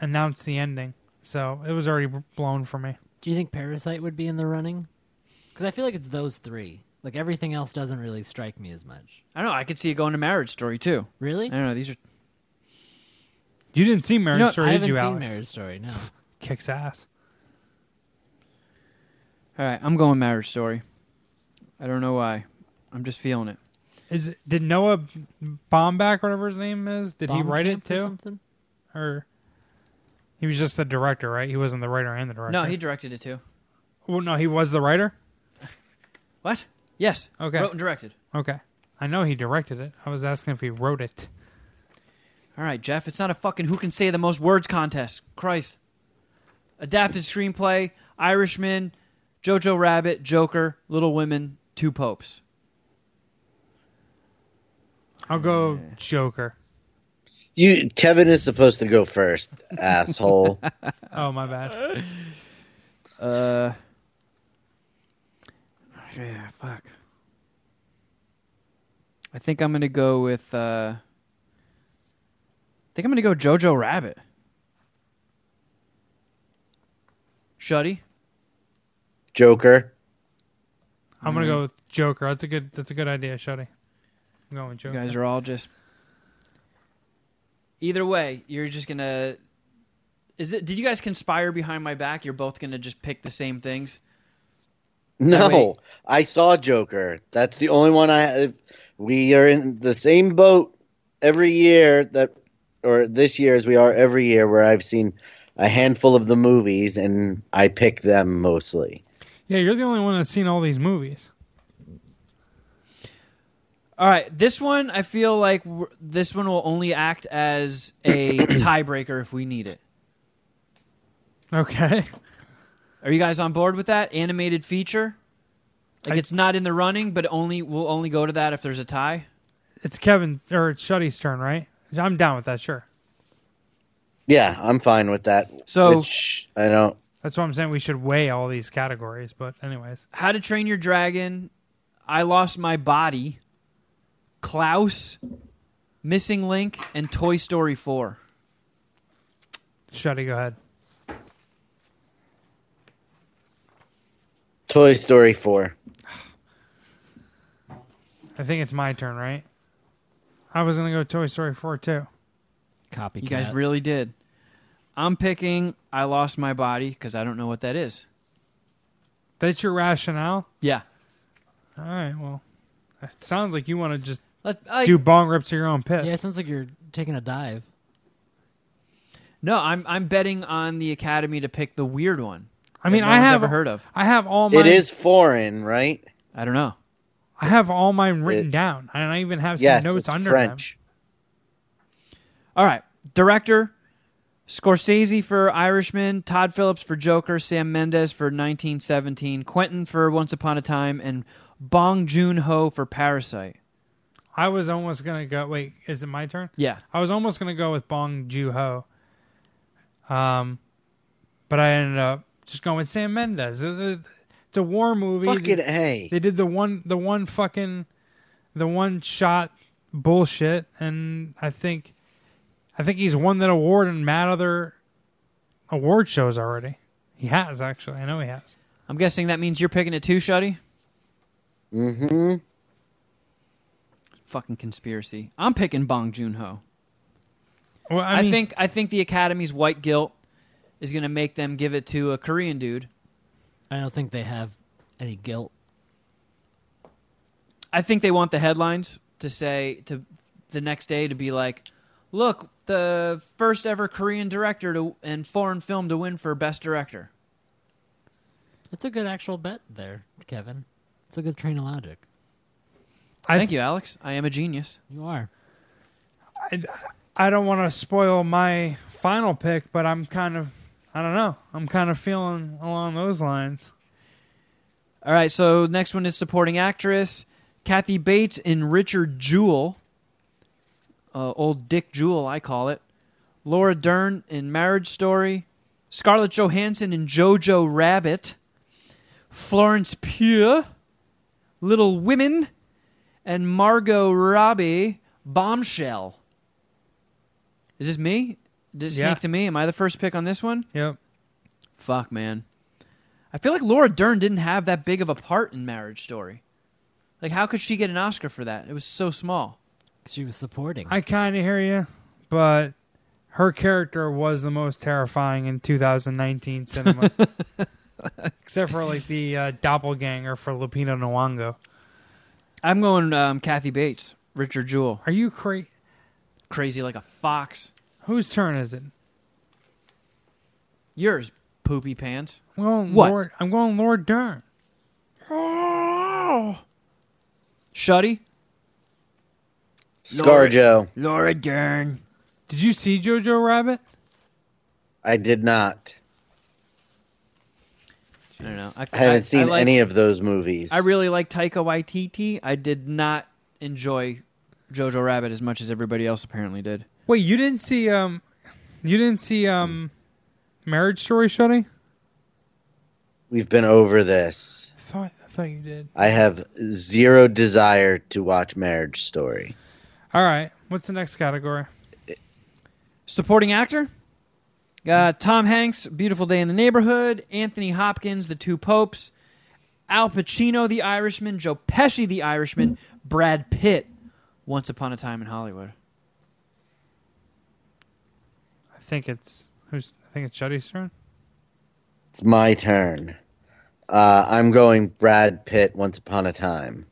Speaker 3: announce the ending. So it was already blown for me.
Speaker 5: Do you think Parasite would be in the running? Because I feel like it's those three. Like everything else doesn't really strike me as much.
Speaker 2: I don't know. I could see it going to Marriage Story too.
Speaker 5: Really?
Speaker 2: I don't know. These are
Speaker 3: You didn't see Marriage
Speaker 2: You know,
Speaker 3: Story,
Speaker 5: I
Speaker 3: did
Speaker 5: haven't
Speaker 3: you,
Speaker 5: seen
Speaker 3: Alex?
Speaker 5: Marriage Story. No.
Speaker 3: Kicks ass.
Speaker 2: All right, I'm going Marriage Story. I don't know why. I'm just feeling it.
Speaker 3: Is it- did Noah Baumbach, whatever his name is, did he
Speaker 5: Bomb
Speaker 3: write
Speaker 5: Camp
Speaker 3: it
Speaker 5: or
Speaker 3: too,
Speaker 5: something?
Speaker 3: or he was just the director, right? He wasn't the writer and the director.
Speaker 2: No, he directed it too.
Speaker 3: Well, no, he was the writer.
Speaker 2: What? Yes.
Speaker 3: Okay.
Speaker 2: Wrote and directed.
Speaker 3: Okay, I know he directed it. I was asking if he wrote it.
Speaker 2: All right, Jeff. It's not a fucking who can say the most words contest. Christ. Adapted screenplay: Irishman, Jojo Rabbit, Joker, Little Women, Two Popes.
Speaker 3: I'll go Joker.
Speaker 4: You, Kevin is supposed to go first, asshole.
Speaker 3: Oh my bad.
Speaker 2: Uh. Yeah. Fuck. I think I'm gonna go with. uh I think I'm gonna go Jojo Rabbit. Shuddy.
Speaker 4: Joker.
Speaker 3: I'm gonna go with Joker. That's a good. That's a good idea, Shuddy. I'm going with
Speaker 2: You
Speaker 3: Joker.
Speaker 2: guys are all just. Either way, you're just gonna. Is it? Did you guys conspire behind my back? You're both gonna just pick the same things.
Speaker 4: No,
Speaker 2: wait.
Speaker 4: I saw Joker. That's the only one I have. We are in the same boat every year that, or this year as we are every year, where I've seen a handful of the movies and I pick them mostly.
Speaker 3: yeah, you're the only one that's seen all these movies.
Speaker 2: All right, this one I feel like w- this one will only act as a tiebreaker if we need it.
Speaker 3: Okay.
Speaker 2: Are you guys on board with that animated feature? Like
Speaker 3: I-
Speaker 2: it's not in the running, but only we'll only go to that if there's a tie.
Speaker 3: It's Kevin or it's Shuddy's turn, right? I'm down with that. Sure.
Speaker 4: Yeah, I'm fine with that.
Speaker 2: So-
Speaker 4: which I don't.
Speaker 3: That's what I'm saying. We should weigh all these categories. But anyways,
Speaker 2: How to Train Your Dragon, I Lost My Body, Klaus, Missing Link, and Toy Story 4.
Speaker 3: Shuddy, go ahead.
Speaker 4: Toy Story four.
Speaker 3: I think it's my turn, right? I was gonna go Toy Story four too.
Speaker 5: Copycat.
Speaker 2: You guys really did. I'm picking I Lost My Body because I don't know what that is.
Speaker 3: That's your rationale.
Speaker 2: Yeah.
Speaker 3: All right. Well, it sounds like you want to just
Speaker 2: Let's, like,
Speaker 3: do bong rips to your own piss.
Speaker 5: Yeah, it sounds like you're taking a dive.
Speaker 2: no, I'm I'm betting on the Academy to pick the weird one.
Speaker 3: I mean,
Speaker 2: that no
Speaker 3: I
Speaker 2: one's
Speaker 3: have
Speaker 2: ever heard of.
Speaker 3: I have all my.
Speaker 4: It is foreign, right?
Speaker 2: I don't know.
Speaker 3: I have all mine written
Speaker 4: It-
Speaker 3: down, and I even have some
Speaker 4: yes,
Speaker 3: notes
Speaker 4: it's
Speaker 3: under
Speaker 4: French.
Speaker 2: All right. Director Scorsese for Irishman, Todd Phillips for Joker, Sam Mendes for 1917, Quentin for Once Upon a Time, and Bong Joon Ho for Parasite.
Speaker 3: them. I was almost gonna go. Wait, is it my turn?
Speaker 2: Yeah.
Speaker 3: I was almost gonna go with Bong Joon Ho, um, but I ended up just going with Sam Mendes. It- it- It's a war movie.
Speaker 4: Fucking a.
Speaker 3: They did the one, the one fucking, the one shot bullshit, and I think, I think he's won that award in mad other award shows already. He has actually. I know he has.
Speaker 2: I'm guessing that means you're picking it too, Shuddy?
Speaker 4: Mm-hmm.
Speaker 2: Fucking conspiracy. I'm picking Bong Joon Ho.
Speaker 3: Well, I,
Speaker 2: I,
Speaker 3: mean,
Speaker 2: think I think the Academy's white guilt is going to make them give it to a Korean dude.
Speaker 5: I don't think they have any guilt.
Speaker 2: I think they want the headlines to say to the next day to be like, "Look, the first ever Korean director to and foreign film to win for best director."
Speaker 5: That's a good actual bet there, Kevin. It's a good train of logic.
Speaker 3: I
Speaker 2: Thank you, Alex. I am a genius.
Speaker 5: You are.
Speaker 3: I don't want to spoil my final pick, but I'm kind of, I don't know. I'm kind of feeling along those lines.
Speaker 2: All right, so next one is supporting actress Kathy Bates in Richard Jewell, uh, old Dick Jewell, I call it. Laura Dern in Marriage Story, Scarlett Johansson in Jojo Rabbit, Florence Pugh, Little Women, and Margot Robbie, Bombshell. Is this me? Did it
Speaker 3: Yeah.
Speaker 2: sneak to me? Am I the first pick on this one?
Speaker 3: Yep.
Speaker 2: Fuck, man. I feel like Laura Dern didn't have that big of a part in Marriage Story. Like, how could she get an Oscar for that? It was so small.
Speaker 5: She was supporting.
Speaker 3: I kind of hear you, but her character was the most terrifying in 2019 cinema. Except for like the uh, doppelganger for Lupino Nyong'o.
Speaker 2: I'm going um, Kathy Bates, Richard Jewell,
Speaker 3: Are you crazy?
Speaker 2: crazy like a fox.
Speaker 3: Whose turn is it?
Speaker 2: Yours, poopy pants.
Speaker 3: I'm going
Speaker 2: What?
Speaker 3: Lord. I'm going Lord Dern.
Speaker 2: Shuddy,
Speaker 4: Scarjo.
Speaker 2: Laura Dern.
Speaker 3: Did you see Jojo Rabbit?
Speaker 4: I did not.
Speaker 2: I don't know.
Speaker 4: I haven't
Speaker 2: I-
Speaker 4: seen
Speaker 2: I like-
Speaker 4: any of those movies.
Speaker 2: I really like Taika Waititi. I did not enjoy Jojo Rabbit as much as everybody else apparently did.
Speaker 3: Wait, you didn't see um, you didn't see um, Marriage Story, Shuddy?
Speaker 4: We've been over this.
Speaker 3: I thought I thought you did.
Speaker 4: I have zero desire to watch Marriage Story.
Speaker 3: All right. What's the next category?
Speaker 2: Supporting actor? Got Tom Hanks, Beautiful Day in the Neighborhood, Anthony Hopkins, The Two Popes, Al Pacino, The Irishman, Joe Pesci, The Irishman, Brad Pitt, Once Upon a Time in Hollywood.
Speaker 3: I think it's who's. I think it's Shuddy's turn.
Speaker 4: It's my turn. Uh, I'm going Brad Pitt Once Upon a Time.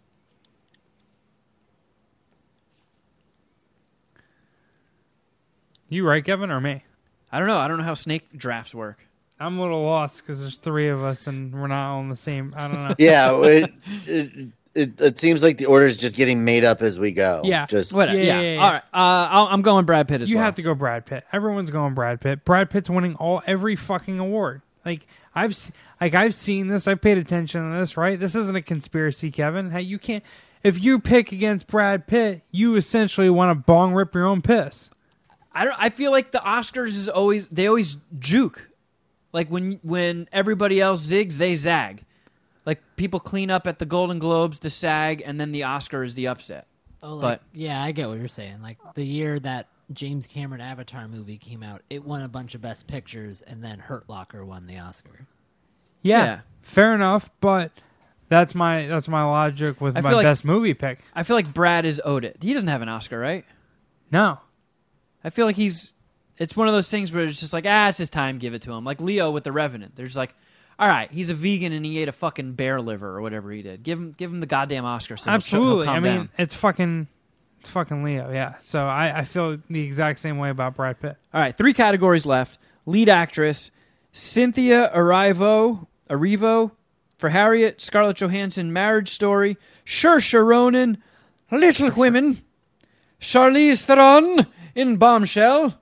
Speaker 3: You right, Kevin, or me?
Speaker 2: I don't know. I don't know how snake drafts work.
Speaker 3: I'm a little lost because there's three of us and we're not all in the same. I don't know.
Speaker 4: Yeah, it, it, it, it seems like the order is just getting made up as we go.
Speaker 3: Yeah,
Speaker 4: Just
Speaker 2: Whatever.
Speaker 3: Yeah,
Speaker 2: Yeah.
Speaker 3: yeah, yeah.
Speaker 2: All right. Uh, I'll, I'm going Brad Pitt as
Speaker 3: you
Speaker 2: well.
Speaker 3: have to go Brad Pitt. Everyone's going Brad Pitt. Brad Pitt's winning all every fucking award. Like I've s- like I've seen this. I've paid attention to this. Right? This isn't a conspiracy, Kevin. Hey, you can't. If you pick against Brad Pitt, you essentially want to bong rip your own piss.
Speaker 2: I don't. I feel like the Oscars is always they always juke, like when when everybody else zigs, they zag. Like people clean up at the Golden Globes, the SAG, and then the Oscar is the upset.
Speaker 5: Oh, like,
Speaker 2: But-
Speaker 5: yeah, I get what you're saying. Like the year that James Cameron Avatar movie came out, it won a bunch of Best Pictures, and then Hurt Locker won the Oscar.
Speaker 3: Yeah,
Speaker 2: Yeah.
Speaker 3: fair enough. But that's my that's my logic with
Speaker 2: I
Speaker 3: my
Speaker 2: feel like-
Speaker 3: best movie pick.
Speaker 2: I feel like Brad is owed it. He doesn't have an Oscar, right?
Speaker 3: No,
Speaker 2: I feel like he's. It's one of those things where it's just like, ah, it's his time. Give it to him. Like Leo with the Revenant. There's like, all right, he's a vegan and he ate a fucking bear liver or whatever he did. Give him, give him the goddamn Oscar. So he'll-
Speaker 3: absolutely.
Speaker 2: he'll
Speaker 3: I
Speaker 2: calm
Speaker 3: mean,
Speaker 2: down.
Speaker 3: it's fucking it's fucking Leo. Yeah. So I I feel the exact same way about Brad Pitt.
Speaker 2: All right, three categories left. Lead actress, Cynthia Arrivo, Arrivo for Harriet, Scarlett Johansson, Marriage Story, Saoirse Ronan, Little Women, Charlize Theron in Bombshell,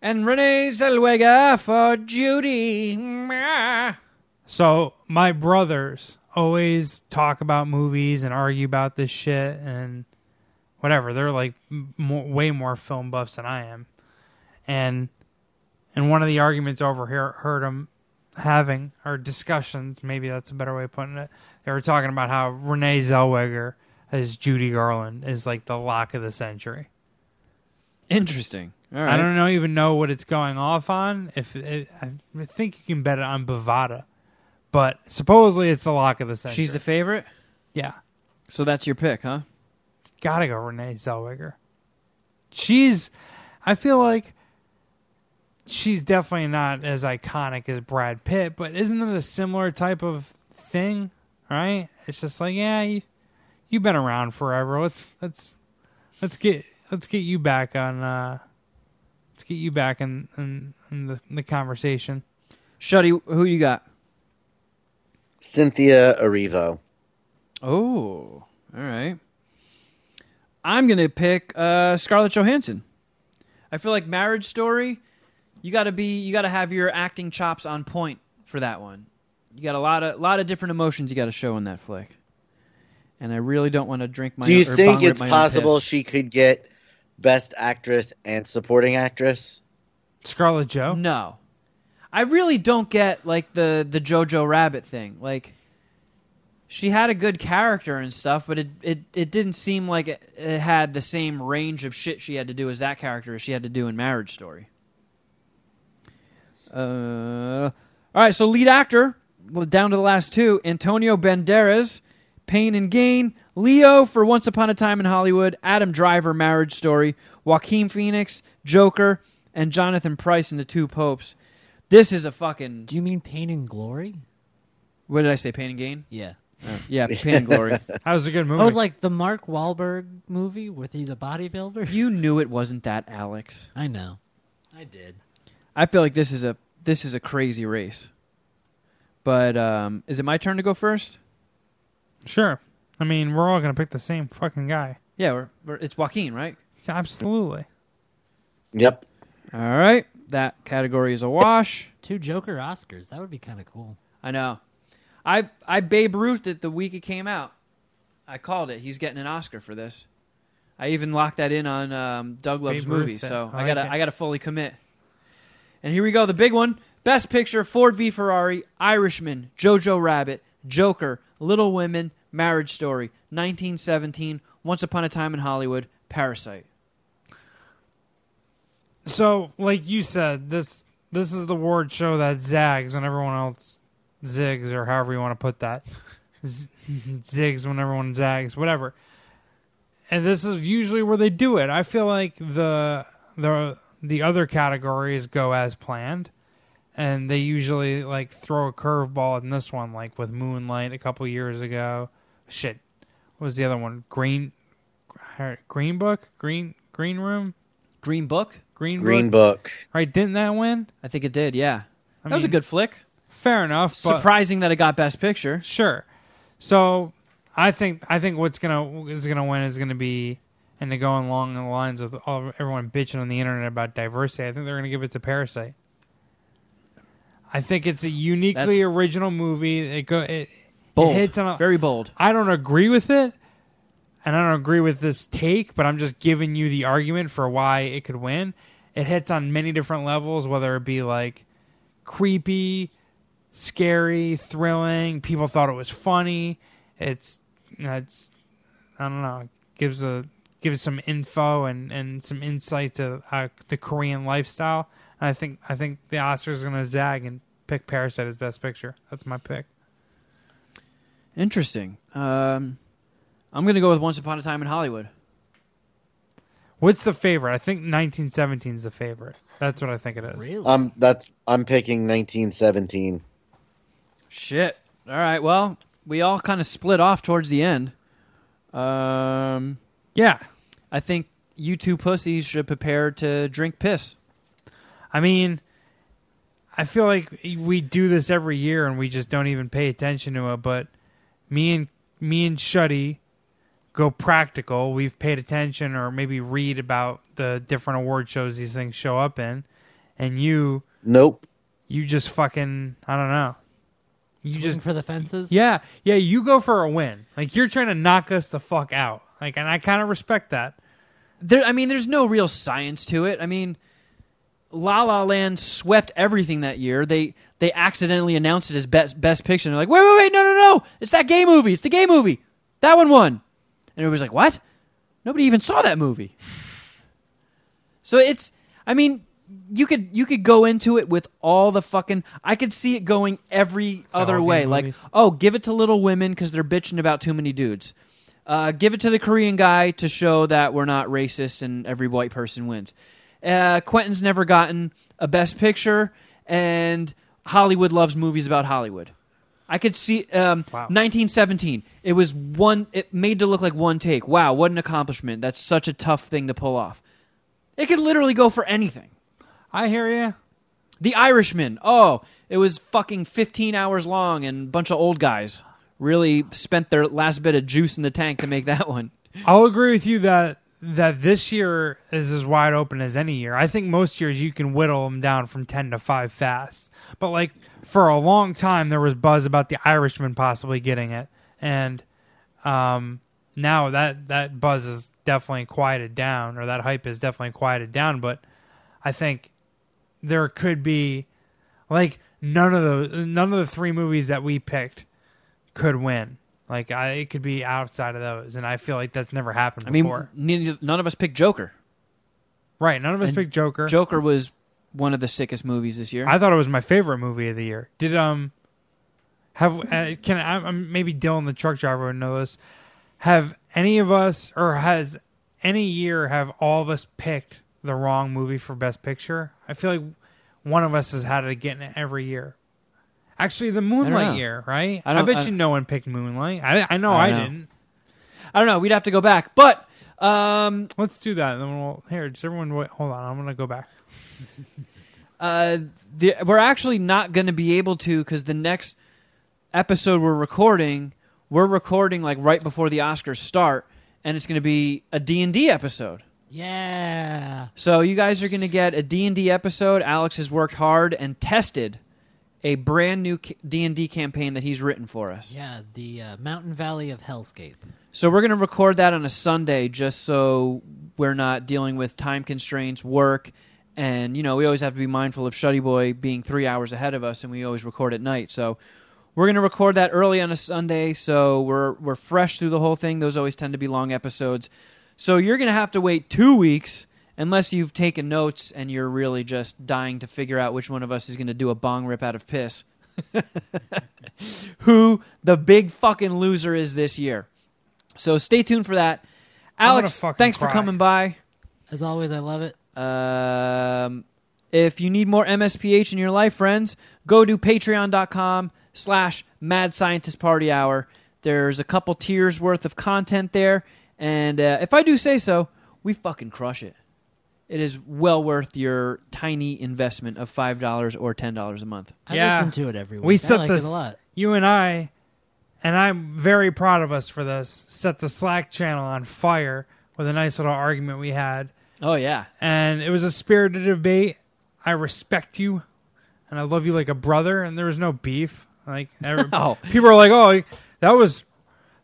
Speaker 2: and Renee Zellweger for Judy. Mwah.
Speaker 3: So my brothers always talk about movies and argue about this shit and whatever. They're like m- more, way more film buffs than I am, and and one of the arguments I overheard them having or discussions. Maybe that's a better way of putting it. They were talking about how Renee Zellweger as Judy Garland is like the lock of the century.
Speaker 2: Interesting. All right.
Speaker 3: I don't know even know what it's going off on. If it, I think you can bet it on Bovada, but supposedly it's the lock of the century.
Speaker 2: She's the favorite?
Speaker 3: yeah.
Speaker 2: So that's your pick, huh?
Speaker 3: Gotta go, Renee Zellweger. She's, I feel like she's definitely not as iconic as Brad Pitt, but isn't it a similar type of thing? Right? It's just like, yeah, you, you've been around forever. Let's let's let's get let's get you back on. uh Let's get you back in in, in the, the conversation.
Speaker 2: Shuddy, who you got?
Speaker 4: Cynthia Erivo.
Speaker 2: Oh, all right. I'm gonna pick uh, Scarlett Johansson. I feel like Marriage Story. You gotta be, you gotta have your acting chops on point for that one. You got a lot of, lot of different emotions you gotta show in that flick. And I really don't want to drink my.
Speaker 4: Do you
Speaker 2: or
Speaker 4: think
Speaker 2: bong rip
Speaker 4: it's
Speaker 2: my own
Speaker 4: possible
Speaker 2: piss.
Speaker 4: she could get Best Actress and Supporting Actress?
Speaker 3: Scarlett Joe.
Speaker 2: No, I really don't get like the the Jojo Rabbit thing. Like, she had a good character and stuff, but it it, it didn't seem like it, it had the same range of shit she had to do as that character as she had to do in Marriage Story. Uh, all right, so lead actor well, down to the last two: Antonio Banderas, Pain and Gain, Leo for Once Upon a Time in Hollywood, Adam Driver, Marriage Story, Joaquin Phoenix, Joker, and Jonathan Price in The Two Popes. This is a fucking.
Speaker 5: Do you mean Pain and Glory?
Speaker 2: What did I say? Pain and Gain?
Speaker 5: Yeah.
Speaker 2: Yeah, Pain and Glory.
Speaker 3: That was a good movie.
Speaker 5: I was Oh, like the Mark Wahlberg movie with he's a bodybuilder.
Speaker 2: You knew it wasn't that, Alex.
Speaker 5: I know. I did.
Speaker 2: I feel like this is a this is a crazy race. But um, is it my turn to go first?
Speaker 3: sure. I mean, we're all gonna pick the same fucking guy.
Speaker 2: Yeah, we're, we're, it's Joaquin, right?
Speaker 3: Absolutely.
Speaker 4: Yep.
Speaker 2: All right, that category is a wash.
Speaker 5: Two Joker Oscars. That would be kind of cool.
Speaker 2: I know. I I Babe Ruthed it the week it came out. I called it. He's getting an Oscar for this. I even locked that in on um, Doug Love's
Speaker 3: Babe
Speaker 2: movie,
Speaker 3: Ruthed it.
Speaker 2: so
Speaker 3: I
Speaker 2: I,
Speaker 3: like
Speaker 2: gotta
Speaker 3: it.
Speaker 2: I gotta fully commit. And here we go, the big one: Best Picture, Ford v Ferrari, Irishman, Jojo Rabbit, Joker, Little Women, Marriage Story, 1917, Once Upon a Time in Hollywood, Parasite.
Speaker 3: So, like you said, this this is the award show that zags when everyone else zigs, or however you want to put that, Z- zigs when everyone zags, whatever. And this is usually where they do it. I feel like the the the other categories go as planned, and they usually like throw a curveball in this one, like with Moonlight a couple years ago. Shit, what was the other one? Green Green Book, Green Green Room,
Speaker 2: Green Book,
Speaker 3: Green Book?
Speaker 4: Green Book.
Speaker 3: Right? Didn't that win?
Speaker 2: I think it did. Yeah, that was a
Speaker 3: mean,
Speaker 2: good flick.
Speaker 3: Fair enough. But
Speaker 2: Surprising that it got Best Picture.
Speaker 3: Sure. So I think I think what's gonna is gonna win is gonna be and to go along the lines of all, everyone bitching on the internet about diversity. I think they're gonna give it to Parasite. I think it's a uniquely
Speaker 2: That's-
Speaker 3: original movie. It go it, it
Speaker 2: Bold.
Speaker 3: hits on a,
Speaker 2: Very bold.
Speaker 3: I don't agree with it, and I don't agree with this take, but I'm just giving you the argument for why it could win. It hits on many different levels, whether it be like creepy, scary, thrilling. People thought it was funny. It's it's I don't know. Gives a gives some info and and some insight to uh, the Korean lifestyle. And I think I think the Oscars are going to zag and pick Parasite as best picture. That's my pick.
Speaker 2: Interesting. Um, I'm going to go with Once Upon a Time in Hollywood.
Speaker 3: What's the favorite? I think 1917 is the favorite. That's what I think it is.
Speaker 5: Really?
Speaker 4: Um, that's I'm picking 1917.
Speaker 2: Shit. All right. Well, we all kind of split off towards the end. Um,
Speaker 3: Yeah.
Speaker 2: I think you two pussies should prepare to drink piss.
Speaker 3: I mean, I feel like we do this every year and we just don't even pay attention to it. But me and me and Shuddy go practical. We've paid attention or maybe read about the different award shows these things show up in, and you
Speaker 4: Nope.
Speaker 3: you just fucking I don't know. You
Speaker 5: Swing
Speaker 3: just
Speaker 5: for the fences.
Speaker 3: Yeah, yeah, you go for a win. Like you're trying to knock us the fuck out. Like, and I kind of respect that.
Speaker 2: There, I mean, there's no real science to it. I mean, La La Land swept everything that year. They they accidentally announced it as best best picture. And they're like, wait, wait, wait, no, no, no! It's that gay movie. It's the gay movie. That one won. And it was like, what? Nobody even saw that movie. So it's I mean, you could you could go into it with all the fucking I could see it going every other
Speaker 3: all
Speaker 2: way.
Speaker 3: these
Speaker 2: Like,
Speaker 3: movies.
Speaker 2: oh, give it to little women cuz they're bitching about too many dudes. Uh, give it to the Korean guy to show that we're not racist and every white person wins. Uh, Quentin's never gotten a best picture and Hollywood loves movies about Hollywood. I could see um,
Speaker 3: Wow.
Speaker 2: 1917. It was one. It made to look like one take. Wow, what an accomplishment! That's such a tough thing to pull off. It could literally go for anything.
Speaker 3: I hear you.
Speaker 2: The Irishman. Oh, it was fucking 15 hours long and a bunch of old guys really spent their last bit of juice in the tank to make that one.
Speaker 3: I'll agree with you that that this year is as wide open as any year. I think most years you can whittle them down from ten to five fast. But like for a long time, there was buzz about the Irishman possibly getting it, and um, now that that buzz is definitely quieted down, or that hype is definitely quieted down. But I think there could be like none of the none of the three movies that we picked could win. Like I, it could be outside of those, and I feel like that's never happened
Speaker 2: I mean,
Speaker 3: before.
Speaker 2: neither, none of us picked Joker.
Speaker 3: right? None of us
Speaker 2: and
Speaker 3: picked Joker.
Speaker 2: Joker was one of the sickest movies this year.
Speaker 3: I thought it was my favorite movie of the year. Did um have uh, can I, I'm maybe Dylan the truck driver would know this? Have any of us or has any year have all of us picked the wrong movie for best picture? I feel like one of us has had it again every year. Actually, the
Speaker 2: know.
Speaker 3: Moonlight year, right?
Speaker 2: I
Speaker 3: I,
Speaker 2: don't-
Speaker 3: bet
Speaker 2: I-
Speaker 3: you no one picked Moonlight. I, I know
Speaker 2: I
Speaker 3: I,
Speaker 2: don't know.
Speaker 3: didn't.
Speaker 2: I don't know. We'd have to go back, but um,
Speaker 3: Let's do that. And then we'll here. Just everyone, wait, hold on. I'm gonna go back.
Speaker 2: uh, the, we're actually not going to be able to because the next episode we're recording, we're recording like right before the Oscars start, and it's going to be a D and D episode.
Speaker 5: Yeah.
Speaker 2: So you guys are going to get a D&D episode. Alex has worked hard and tested a brand new ca- D&D campaign that he's written for us.
Speaker 5: Yeah. The uh, Mountain Valley of Hellscape.
Speaker 2: So we're going to record that on a Sunday just so we're not dealing with time constraints, work, and you know, we always have to be mindful of Shuddy Boy being 3 hours ahead of us and we always record at night. So we're going to record that early on a Sunday so we're we're fresh through the whole thing. Those always tend to be long episodes. So you're going to have to wait 2 weeks unless you've taken notes and you're really just dying to figure out which one of us is going to do a bong rip out of piss. Who the big fucking loser is this year. So stay tuned for that.
Speaker 3: gonna
Speaker 2: Alex,
Speaker 3: fucking
Speaker 2: thanks for
Speaker 3: cry.
Speaker 2: coming by.
Speaker 5: As always, I love it.
Speaker 2: Um, if you need more MSPH in your life, friends, go to patreon.com slash mad scientist party hour. There's a couple tiers worth of content there. And uh, if I do say so, we fucking crush it. It is well worth your tiny investment of $5 or $10 a month.
Speaker 5: I
Speaker 3: Yeah.
Speaker 5: listen to it every week.
Speaker 3: We
Speaker 5: I
Speaker 3: set
Speaker 5: like
Speaker 3: this.
Speaker 5: it a lot.
Speaker 3: You and I, and I'm very proud of us for this. Set the Slack channel on fire with a nice little argument we had,
Speaker 2: Oh, yeah.
Speaker 3: and it was a spirited debate. I respect you. and I love you like a brother, and there was no beef. Like every,
Speaker 2: Oh.
Speaker 3: people are like, oh, that was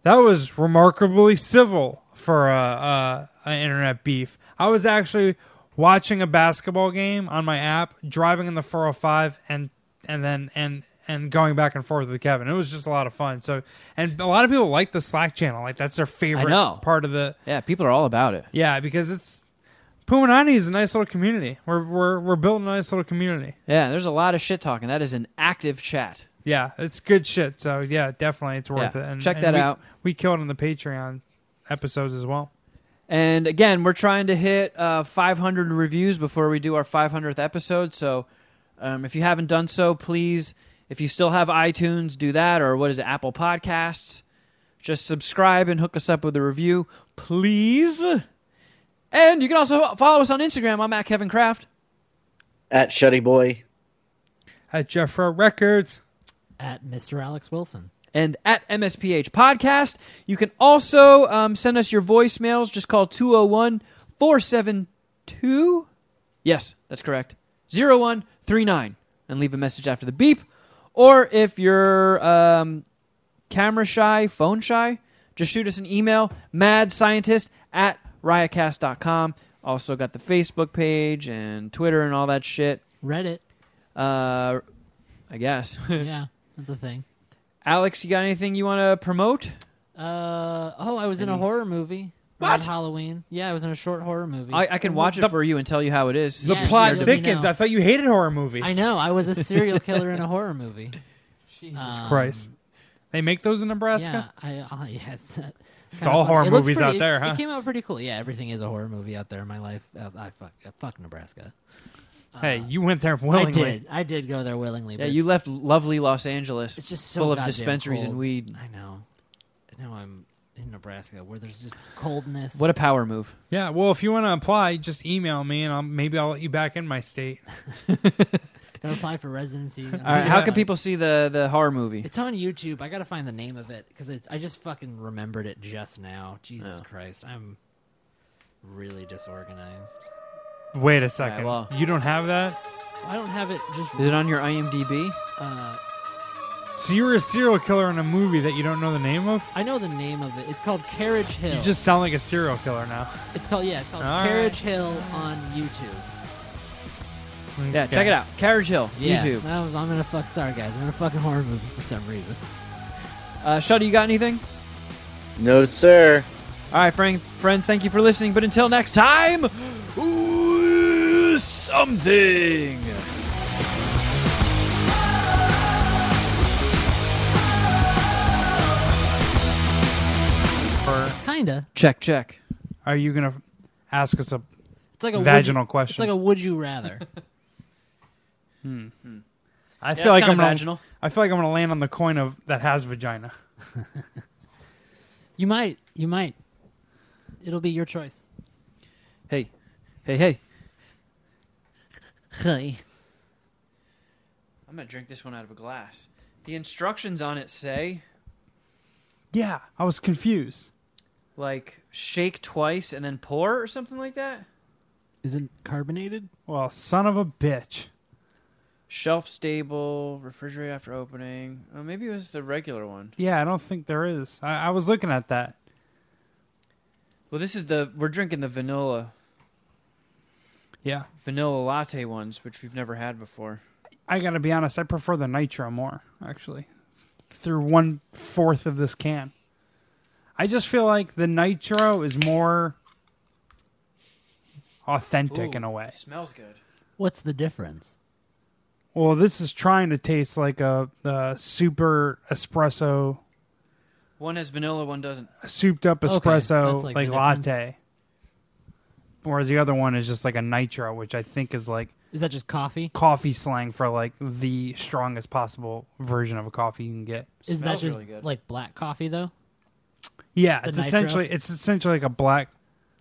Speaker 3: that was remarkably civil for a, uh an internet beef. I was actually watching a basketball game on my app, driving in the 405, and and then and and going back and forth with Kevin. It was just a lot of fun. So, and a lot of people like the Slack channel. Like that's their favorite
Speaker 2: know.
Speaker 3: part of the
Speaker 2: Yeah, people are all about it.
Speaker 3: yeah because it's. Pumanani is a nice little community. We're we're we're building a nice little community.
Speaker 2: Yeah, there's a lot of shit talking. That is an active chat.
Speaker 3: Yeah, it's good shit. So yeah, definitely it's worth
Speaker 2: Yeah,
Speaker 3: it. And
Speaker 2: check
Speaker 3: and
Speaker 2: that
Speaker 3: we-
Speaker 2: out.
Speaker 3: We killed on the Patreon episodes as well.
Speaker 2: And again, we're trying to hit uh, 500 reviews before we do our 500th episode. So um, if you haven't done so, please, if you still have iTunes, do that. Or what is it, Apple Podcasts? Just subscribe and hook us up with a review, please. And you can also follow us on Instagram. I'm at Kevin Kraft.
Speaker 4: At Shuddy Boy.
Speaker 3: At Jeffro Records.
Speaker 5: at Mr. Alex Wilson.
Speaker 2: and at MSPH Podcast. You can also um, send us your voicemails. Just call 201 472. Yes, that's correct. 0139 and leave a message after the beep. Or if you're um, camera shy, phone shy, just shoot us an email madscientist at riotcast.com. Also got the Facebook page and Twitter and all that shit.
Speaker 5: Reddit,
Speaker 2: Uh, I guess.
Speaker 5: yeah, that's a thing.
Speaker 2: Alex, you got anything you want to promote?
Speaker 5: Uh, oh, I was in a horror movie. around
Speaker 2: What?
Speaker 5: Halloween? Yeah, I was in a short horror movie.
Speaker 2: I, I can watch it
Speaker 3: The-
Speaker 2: for you and tell you how it is.
Speaker 5: The Yeah, plot let me thickens. know. I
Speaker 3: thought you hated horror movies.
Speaker 5: I know. I was a serial killer in a horror movie.
Speaker 3: Jesus
Speaker 5: Um,
Speaker 3: Christ. They make those in
Speaker 5: Yeah,
Speaker 3: Nebraska?
Speaker 5: I, oh, yeah, it's, uh, it's
Speaker 3: all horror movies out
Speaker 5: pretty,
Speaker 3: there,
Speaker 5: it,
Speaker 3: huh?
Speaker 5: It came out pretty cool. Yeah, everything is a horror movie out there in my life. Uh, I fuck, uh, fuck Nebraska.
Speaker 3: hey, you went there willingly.
Speaker 5: I did. I did go there willingly.
Speaker 2: Yeah,
Speaker 5: but
Speaker 2: you
Speaker 5: it's-
Speaker 2: left lovely Los Angeles.
Speaker 5: It's just so
Speaker 2: full of
Speaker 5: goddamn
Speaker 2: dispensaries and
Speaker 5: cold.
Speaker 2: weed.
Speaker 5: I know. Now I'm in Nebraska, where there's just coldness.
Speaker 2: What a power move!
Speaker 3: Yeah, well, if you want to apply, just email me and I'll, maybe I'll let you back in my state.
Speaker 5: gonna apply for residency. All
Speaker 2: All right, how can people see the the horror movie?
Speaker 5: It's on YouTube. I gotta find the name of it because I just fucking remembered it just now. Jesus Christ, I'm really disorganized.
Speaker 3: Wait a second.
Speaker 2: well-
Speaker 3: You don't have that?
Speaker 5: I don't have it. Just
Speaker 2: Is it on your IMDb?
Speaker 5: uh,
Speaker 3: So you were a serial killer in a movie that you don't know the name of?
Speaker 5: I know the name of it. It's called Carriage Hill.
Speaker 3: You just sound like a serial killer now.
Speaker 5: it's called yeah. It's called
Speaker 3: All
Speaker 5: Carriage
Speaker 3: right.
Speaker 5: Hill on YouTube.
Speaker 2: Yeah, check it out. Carriage Hill,
Speaker 5: Yeah,
Speaker 2: YouTube.
Speaker 5: I was- I'm gonna fuck. Sorry guys, I'm in a fucking horror movie for some reason.
Speaker 2: Uh, Shuddy, you got anything?
Speaker 4: No, sir.
Speaker 2: All right, friends, friends, thank you for listening. But until next time, ooh, something.
Speaker 3: Or
Speaker 5: Kinda.
Speaker 2: Check, check.
Speaker 3: are you going to ask us a
Speaker 5: It's like a would you-
Speaker 3: vaginal question?
Speaker 5: It's like a would you rather.
Speaker 3: I
Speaker 2: Yeah,
Speaker 3: feel
Speaker 2: it's
Speaker 3: like
Speaker 2: kinda
Speaker 3: I'm gonna,
Speaker 2: vaginal.
Speaker 3: I feel like I'm gonna land on the coin of that has vagina.
Speaker 5: you might. You might. It'll be your choice.
Speaker 2: Hey, hey, hey.
Speaker 5: Hey.
Speaker 2: I'm gonna drink this one out of a glass. The instructions on it say.
Speaker 3: Yeah, I was confused.
Speaker 2: like shake twice and then pour or something like that.
Speaker 5: Isn't carbonated?
Speaker 3: Well, son of a bitch.
Speaker 2: Shelf stable, refrigerate after opening. Oh, maybe it was the regular one.
Speaker 3: Yeah, I don't think there is. I, I was looking at that.
Speaker 2: Well, this is the we're drinking the vanilla
Speaker 3: Yeah,
Speaker 2: vanilla latte ones, which we've never had before.
Speaker 3: I gotta be honest. I prefer the nitro more, actually. Through one fourth of this can, I just feel like the nitro is more authentic in a way.
Speaker 2: Smells good.
Speaker 5: What's the difference?
Speaker 3: Well, this is trying to taste like a the super espresso,
Speaker 2: One has vanilla, one doesn't.
Speaker 3: souped up
Speaker 5: Okay,
Speaker 3: espresso
Speaker 5: that's like
Speaker 3: like,
Speaker 5: the difference.
Speaker 3: latte. Whereas the other one is just like a nitro, which I think is like
Speaker 5: Is that just coffee?
Speaker 3: coffee slang for like the strongest possible version of a coffee you can get.
Speaker 5: Is that
Speaker 2: Smells
Speaker 5: just
Speaker 2: really good.
Speaker 5: like black coffee though?
Speaker 3: Yeah,
Speaker 5: The
Speaker 3: it's
Speaker 5: nitro?
Speaker 3: essentially it's essentially like a black.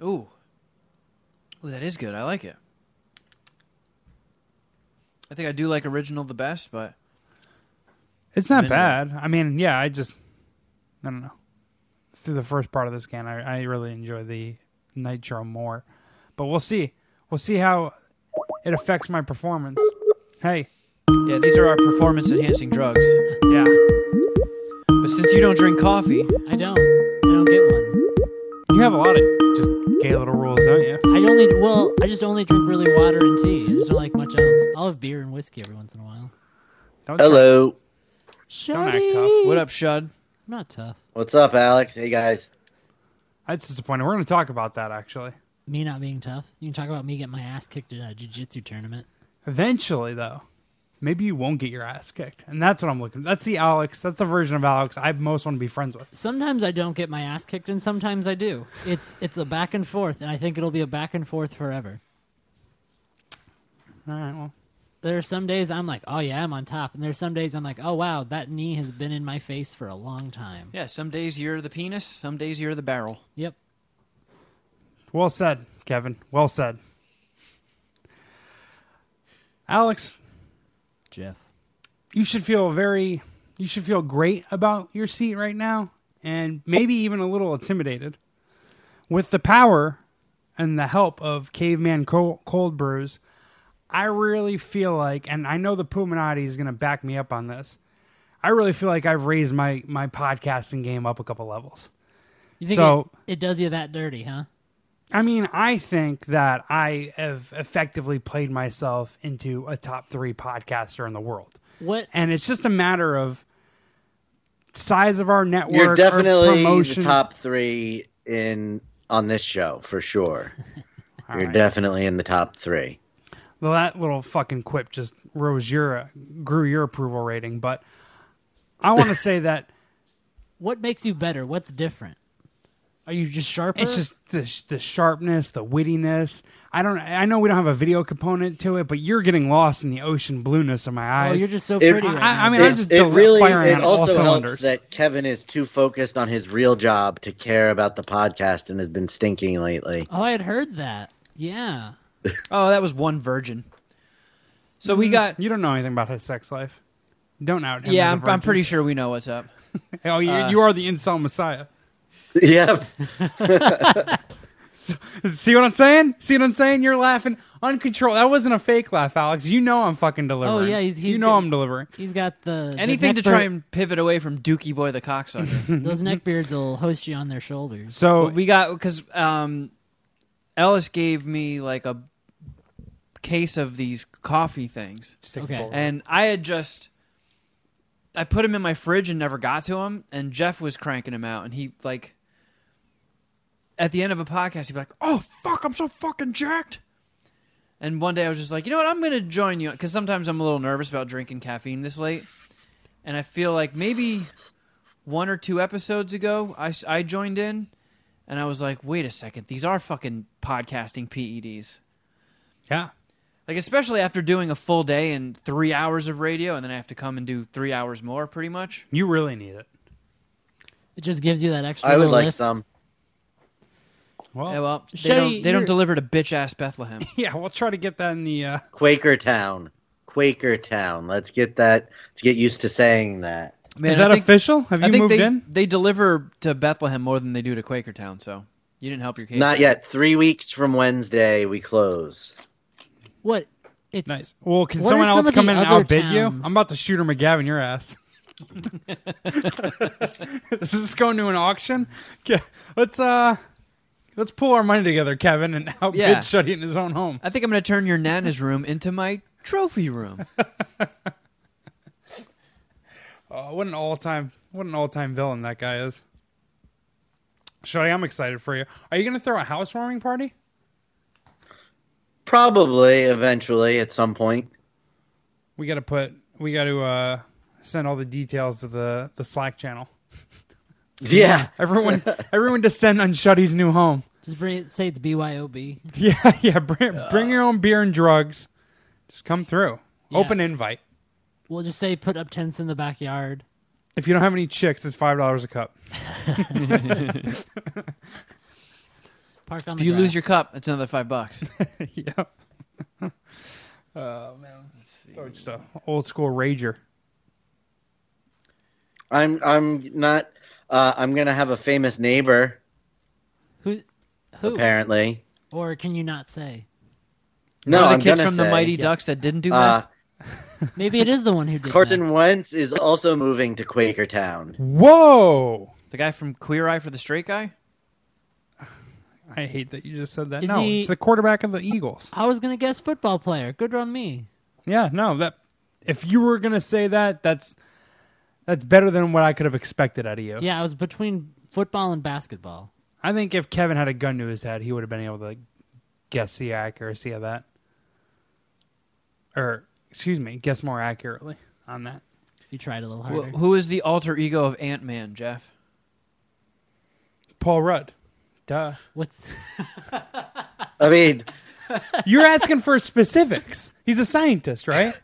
Speaker 2: Ooh, ooh, that is good. I like it. I think I do like original the best, but
Speaker 3: It's not
Speaker 2: Vinegar.
Speaker 3: bad. I mean, yeah, I just I don't know. Through the first part of this can, I, I really enjoy the nitro more, but we'll see. We'll see how it affects my performance. Hey,
Speaker 2: Yeah, these are our performance enhancing drugs.
Speaker 3: Yeah.
Speaker 2: But since you don't drink coffee,
Speaker 5: I don't. I don't get one.
Speaker 3: You have a lot of just gay little rules, don't you?
Speaker 5: I only well, I just only drink really water and tea. I just don't like much else. I'll have beer and whiskey every once in a while.
Speaker 3: Don't try-
Speaker 4: Hello.
Speaker 3: Don't act tough.
Speaker 2: what up, Shud?
Speaker 5: I'm not tough.
Speaker 4: What's up, Alex? Hey, guys.
Speaker 3: That's disappointing. We're going to talk about that actually.
Speaker 5: Me not being tough. You can talk about me getting my ass kicked in a jiu-jitsu tournament.
Speaker 3: Eventually, though, maybe you won't get your ass kicked, and that's what I'm looking. That's the Alex. That's the version of Alex I most want to be friends with.
Speaker 5: Sometimes I don't get my ass kicked, and sometimes I do. It's it's a back and forth, and I think it'll be a back and forth forever.
Speaker 3: All right. Well,
Speaker 5: There are some days I'm like, oh yeah, I'm on top, and there's some days I'm like, oh wow, that knee has been in my face for a long time.
Speaker 2: Yeah, some days you're the penis, some days you're the barrel.
Speaker 5: Yep.
Speaker 3: well said, Kevin. Well said, Alex.
Speaker 5: Jeff.
Speaker 3: You should feel very. You should feel great about your seat right now, and maybe even a little intimidated. With the power and the help of Caveman Cold, cold Brews, I really feel like, and I know the Puminati is going to back me up on this. I really feel like I've raised my my podcasting game up a couple levels.
Speaker 5: You think
Speaker 3: So-
Speaker 5: it, it does you that dirty, huh?
Speaker 3: I mean, I think that I have effectively played myself into a top three podcaster in the world,
Speaker 5: What?
Speaker 3: and it's just a matter of size of our network.
Speaker 4: You're
Speaker 3: or
Speaker 4: definitely the
Speaker 3: promotion.
Speaker 4: top three in on this show for sure.
Speaker 3: All
Speaker 4: You're
Speaker 3: right.
Speaker 4: definitely in the top three.
Speaker 3: Well, that little fucking quip just rose your grew your approval rating, but I want to say that
Speaker 5: What makes you better? What's different? Are you just sharper?
Speaker 3: it's just the sh- the sharpness, the wittiness. I don't. I know we don't have a video component to it, but you're getting lost in the ocean blueness of my eyes.
Speaker 5: oh, you're just so
Speaker 4: It-
Speaker 5: pretty.
Speaker 4: I-
Speaker 5: right
Speaker 3: I
Speaker 5: now,
Speaker 3: mean,
Speaker 5: Jeff.
Speaker 3: I'm just del- firing
Speaker 4: it
Speaker 3: on all
Speaker 4: also helps
Speaker 3: cylinders.
Speaker 4: that Kevin is too focused on his real job to care about the podcast and has been stinking lately.
Speaker 5: Oh, I had heard that. Yeah.
Speaker 2: Oh, that was one virgin. So we got.
Speaker 3: Mm. You don't know anything about his sex life. Don't out him.
Speaker 2: Yeah,
Speaker 3: as a
Speaker 2: I'm, I'm
Speaker 3: virgin.
Speaker 2: pretty sure we know what's up.
Speaker 3: Oh, you,
Speaker 2: uh,
Speaker 3: you are the incel messiah.
Speaker 4: yeah,
Speaker 3: See what I'm saying? See what I'm saying? You're laughing uncontrolled. That wasn't a fake laugh, Alex. You know I'm fucking
Speaker 2: Oh,
Speaker 3: delivering.
Speaker 5: yeah, he's- he's
Speaker 3: you know
Speaker 5: getting-
Speaker 3: I'm delivering.
Speaker 5: He's got the the
Speaker 2: Anything to
Speaker 5: neck
Speaker 2: try
Speaker 5: beard-
Speaker 2: and pivot away from Dookie Boy the cocksucker.
Speaker 5: Those neckbeards will host you on their shoulders.
Speaker 3: So
Speaker 2: we got because um, Ellis gave me like a case of these coffee things,
Speaker 5: Okay.
Speaker 2: and I had just I put them in my fridge and never got to them. And Jeff was cranking them out, and he like at the end of a podcast, he'd be like, "Oh fuck, I'm so fucking jacked." And one day I was just like, you know what, I'm going to join you because sometimes I'm a little nervous about drinking caffeine this late, and I feel like maybe one or two episodes ago I s- I joined in, and I was like, wait a second, these are fucking podcasting E PEDs.
Speaker 3: yeah,
Speaker 2: Like especially after doing a full day and three hours of radio, and then I have to come and do three hours more, pretty much.
Speaker 3: you really need it.
Speaker 5: It just gives you that extra.
Speaker 4: I would
Speaker 5: little
Speaker 4: like
Speaker 5: lift.
Speaker 4: some.
Speaker 3: Well,
Speaker 2: Yeah, well, they
Speaker 5: Shay,
Speaker 2: don't they
Speaker 5: you're-
Speaker 2: don't deliver to bitch ass Bethlehem.
Speaker 3: yeah, we'll try to get that in the. Uh,
Speaker 4: Quaker Town, Quaker Town. Let's get that. Let's get used to saying that.
Speaker 2: Man,
Speaker 3: is that
Speaker 2: I think,
Speaker 3: official? Have
Speaker 2: I
Speaker 3: you
Speaker 2: think
Speaker 3: moved
Speaker 2: they,
Speaker 3: in?
Speaker 2: They deliver to Bethlehem more than they do to Quakertown, so you didn't help your case.
Speaker 4: Not yet. Three weeks from Wednesday, we close.
Speaker 5: What? It's
Speaker 3: Nice. Well, can
Speaker 5: What are
Speaker 3: someone
Speaker 5: some
Speaker 3: else
Speaker 5: of
Speaker 3: come
Speaker 5: the
Speaker 3: in and
Speaker 5: other
Speaker 3: outbid you?
Speaker 5: towns?
Speaker 3: I'm about to shooter McGavin your ass. Is this going to an auction? Okay, let's uh, let's pull our money together, Kevin, and outbid
Speaker 2: Yeah.
Speaker 3: Shuddy in his own home.
Speaker 2: I think I'm going to turn your nana's room into my trophy room.
Speaker 3: Oh, what an all time, what an all time villain that guy is. Shuddy, I'm excited for you. Are you going to throw a housewarming party?
Speaker 4: Probably eventually at some point.
Speaker 3: We got to put, we got to uh, send all the details to the the Slack channel.
Speaker 4: Yeah.
Speaker 3: Everyone, everyone descend on Shuddy's new home.
Speaker 5: Just bring it, say it's BYOB.
Speaker 3: Yeah, yeah. Bring, bring your own beer and drugs. Just come through.
Speaker 5: Yeah.
Speaker 3: Open invite.
Speaker 5: We'll just say put up tents in the backyard.
Speaker 3: If you don't have any chicks, it's five dollars a cup.
Speaker 5: Park on
Speaker 2: if
Speaker 5: the
Speaker 2: you lose
Speaker 5: grass.
Speaker 2: your cup, it's another five bucks.
Speaker 3: yeah. Oh man, oh, just a old school rager.
Speaker 4: I'm. I'm not. Uh, I'm gonna have a famous neighbor.
Speaker 5: who, who,
Speaker 4: Apparently.
Speaker 5: or can you not say?
Speaker 4: No,
Speaker 2: One of the
Speaker 4: I'm
Speaker 2: kids
Speaker 4: gonna
Speaker 2: from the
Speaker 4: say-
Speaker 2: Mighty Ducks that didn't do
Speaker 4: Uh,
Speaker 2: math.
Speaker 5: Maybe it is the one who did that.
Speaker 4: Carson Wentz is also moving to Quakertown.
Speaker 3: Hmm. Whoa!
Speaker 2: The guy from Queer Eye for the Straight Guy?
Speaker 3: I hate that you just said that.
Speaker 5: Is
Speaker 3: no,
Speaker 5: he-
Speaker 3: it's the quarterback of the Eagles.
Speaker 5: I was gonna guess football player. Good on me.
Speaker 3: Yeah, no, that if you were gonna say that, that's that's better than what I could have expected out of you.
Speaker 5: Yeah, I was between football and basketball.
Speaker 3: I think if Kevin had a gun to his head, he would have been able to guess the accuracy of that. Or excuse me, guess more accurately on that.
Speaker 5: You tried a little
Speaker 2: Wh-
Speaker 5: harder.
Speaker 2: who is the alter ego of Ant Man, Jeff?
Speaker 3: Paul Rudd. Duh.
Speaker 5: What's
Speaker 4: I mean,
Speaker 3: You're asking for specifics. He's a scientist, right?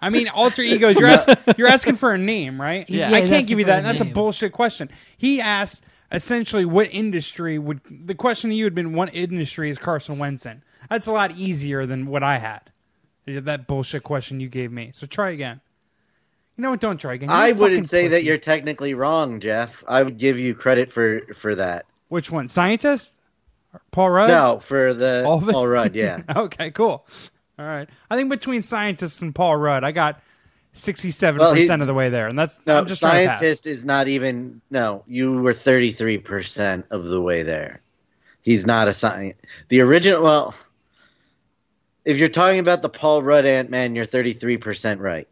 Speaker 3: I mean, alter egos. You're, ask, you're asking for a name, right?
Speaker 2: Yeah.
Speaker 3: I
Speaker 5: Yeah, he's
Speaker 3: can't give you
Speaker 5: asking for
Speaker 3: that.
Speaker 5: a
Speaker 3: That's a
Speaker 5: name.
Speaker 3: bullshit question. He asked essentially what industry would the question you had been what industry is Carson Wentz in? That's a lot easier than what I had. That bullshit question you gave me. So try again. You know what? Don't try again. You're
Speaker 4: I
Speaker 3: a fucking
Speaker 4: wouldn't say that
Speaker 3: pussy.
Speaker 4: you're technically wrong, Jeff. I would give you credit for for that.
Speaker 3: which one? Scientist? Paul Rudd?
Speaker 4: No, for the
Speaker 3: All of it?
Speaker 4: Paul Rudd, yeah.
Speaker 3: Okay, cool. All right. I think between scientist and Paul Rudd, I got sixty-seven
Speaker 4: Well, he-
Speaker 3: percent of the way there, and that's
Speaker 4: No,
Speaker 3: I'm just
Speaker 4: scientist is not even. No, you were thirty three percent of the way there. He's not a science. The original. Well, if you're talking about the Paul Rudd Ant Man, you're thirty three percent right.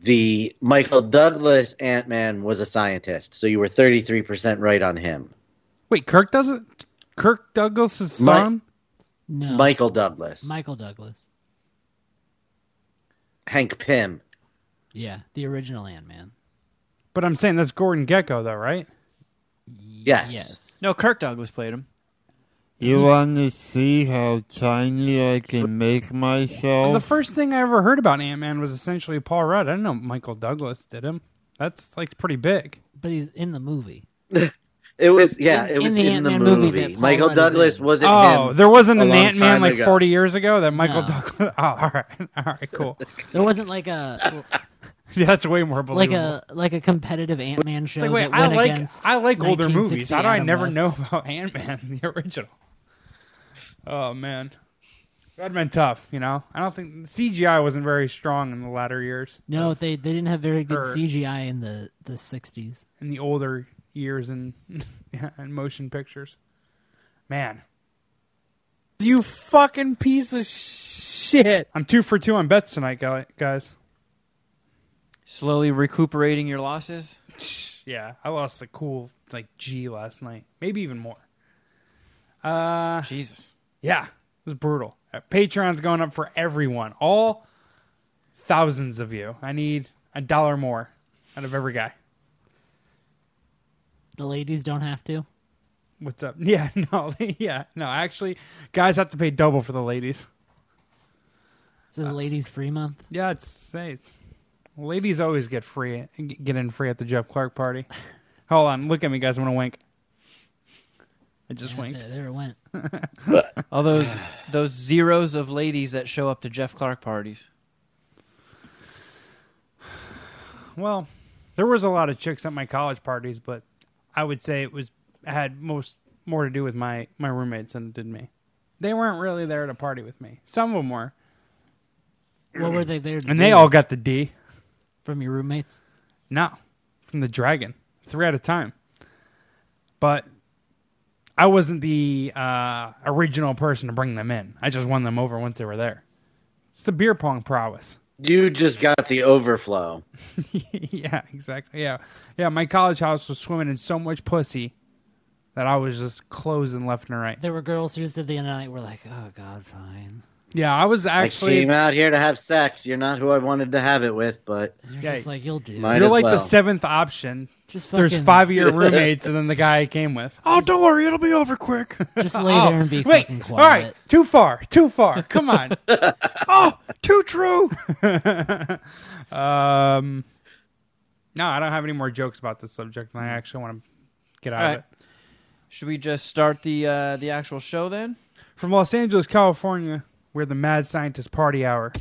Speaker 4: The Michael Douglas Ant Man was a scientist, so you were thirty three percent right on him.
Speaker 3: Wait, Kirk doesn't. Kirk Douglas's
Speaker 4: My-
Speaker 3: son.
Speaker 5: no
Speaker 4: Michael Douglas,
Speaker 5: Michael Douglas.
Speaker 4: Hank Pym.
Speaker 5: Yeah, the original Ant Man.
Speaker 3: But I'm saying that's Gordon Gecko, though, right?
Speaker 4: Yes.
Speaker 5: Yes.
Speaker 2: No, Kirk Douglas played him.
Speaker 8: You want to see how tiny I can make
Speaker 4: Oh.
Speaker 3: And the
Speaker 8: myself?
Speaker 3: first thing I ever heard about Ant Man was essentially Paul Rudd. I didn't know Michael Douglas did him. That's like pretty big.
Speaker 5: But he's in the movie.
Speaker 4: It was yeah.
Speaker 5: In-
Speaker 4: it
Speaker 5: in
Speaker 4: was
Speaker 5: the
Speaker 4: in the,
Speaker 5: Ant-Man movie
Speaker 4: movie.
Speaker 5: that Paul
Speaker 4: Michael
Speaker 5: Rudd is
Speaker 4: Douglas
Speaker 5: in.
Speaker 4: wasn't
Speaker 3: Oh,
Speaker 4: him.
Speaker 3: there wasn't
Speaker 4: a
Speaker 3: an
Speaker 4: long
Speaker 3: Ant Man
Speaker 4: time
Speaker 3: like
Speaker 4: ago.
Speaker 3: 40 years ago that Michael
Speaker 5: No.
Speaker 3: Douglas. Oh, all right, all right, cool.
Speaker 5: There wasn't like a
Speaker 3: yeah, that's way more
Speaker 5: like
Speaker 3: believable.
Speaker 5: a like a competitive Ant Man show.
Speaker 3: It's like, wait,
Speaker 5: that
Speaker 3: I
Speaker 5: went
Speaker 3: like
Speaker 5: against
Speaker 3: I like older
Speaker 5: 1960
Speaker 3: movies. How do I
Speaker 5: Adam
Speaker 3: never
Speaker 5: West.
Speaker 3: know about Ant Man the original? Oh man, that'd been tough. You know, I don't think CGI wasn't very strong in the latter years.
Speaker 5: No, they they didn't have very good
Speaker 3: Or-
Speaker 5: CGI in the the '60s.
Speaker 3: in the older years and and motion pictures. Man, you fucking piece of shit! I'm two for two on bets tonight, guy- guys.
Speaker 2: Slowly recuperating your losses.
Speaker 3: Yeah, I lost a cool like G last night, maybe even more. Uh,
Speaker 2: Jesus.
Speaker 3: Yeah, it was brutal. Uh, Patreon's going up for everyone, all thousands of you. I need a dollar more out of every guy.
Speaker 5: The ladies don't have to.
Speaker 3: What's up? Yeah, no, yeah, no. Actually, guys have to pay double for the ladies.
Speaker 5: This
Speaker 3: Uh,
Speaker 5: is ladies free month.
Speaker 3: Yeah, it's hey, it's ladies always get free get in free at the Jeff Clark party. Hold on, look at me, guys. I'm gonna wink. I just
Speaker 5: Yeah,
Speaker 3: winked.
Speaker 5: there, there it went.
Speaker 2: All those those zeros of ladies that show up to Jeff Clark parties.
Speaker 3: Well, there was a lot of chicks at my college parties, but I would say it was had most more to do with my my roommates than it did me. They weren't really there to party with me. Some of them were,
Speaker 5: What were they there? to
Speaker 3: and they
Speaker 5: do?
Speaker 3: all got the D.
Speaker 5: from your roommates.
Speaker 3: No, from the dragon, three at a time. But I wasn't the uh, original person to bring them in. I just won them over once they were there. It's the beer pong prowess.
Speaker 4: You just got the overflow.
Speaker 3: yeah, exactly. Yeah, yeah. My college house was swimming in so much pussy that I was just closing left and right.
Speaker 5: There were girls who just at the end of the night were like, "Oh God, fine."
Speaker 3: Yeah, I was
Speaker 4: I
Speaker 3: actually.
Speaker 4: came out here to have sex. You're not who I wanted to have it with, but
Speaker 5: And You're
Speaker 3: Yeah,
Speaker 5: just like, "You'll do."
Speaker 4: might
Speaker 3: You're
Speaker 4: as
Speaker 3: like the
Speaker 4: well.
Speaker 3: seventh option.
Speaker 5: Just
Speaker 3: There's
Speaker 5: fucking-
Speaker 3: five of your roommates, and then the guy I came with.
Speaker 2: Oh, don't worry, it'll be over quick.
Speaker 5: Just lay
Speaker 3: Oh,
Speaker 5: there and be
Speaker 3: wait,
Speaker 5: fucking
Speaker 3: all
Speaker 5: quiet.
Speaker 3: right, too far, too far. Come on.
Speaker 2: oh, too true.
Speaker 3: Um, no, I don't have any more jokes about this subject, and I actually want to get out
Speaker 2: All
Speaker 3: of
Speaker 2: right.
Speaker 3: it.
Speaker 2: Should we just start the uh, the actual show then?
Speaker 3: From Los Angeles, California, we're the Mad Scientist Party Hour.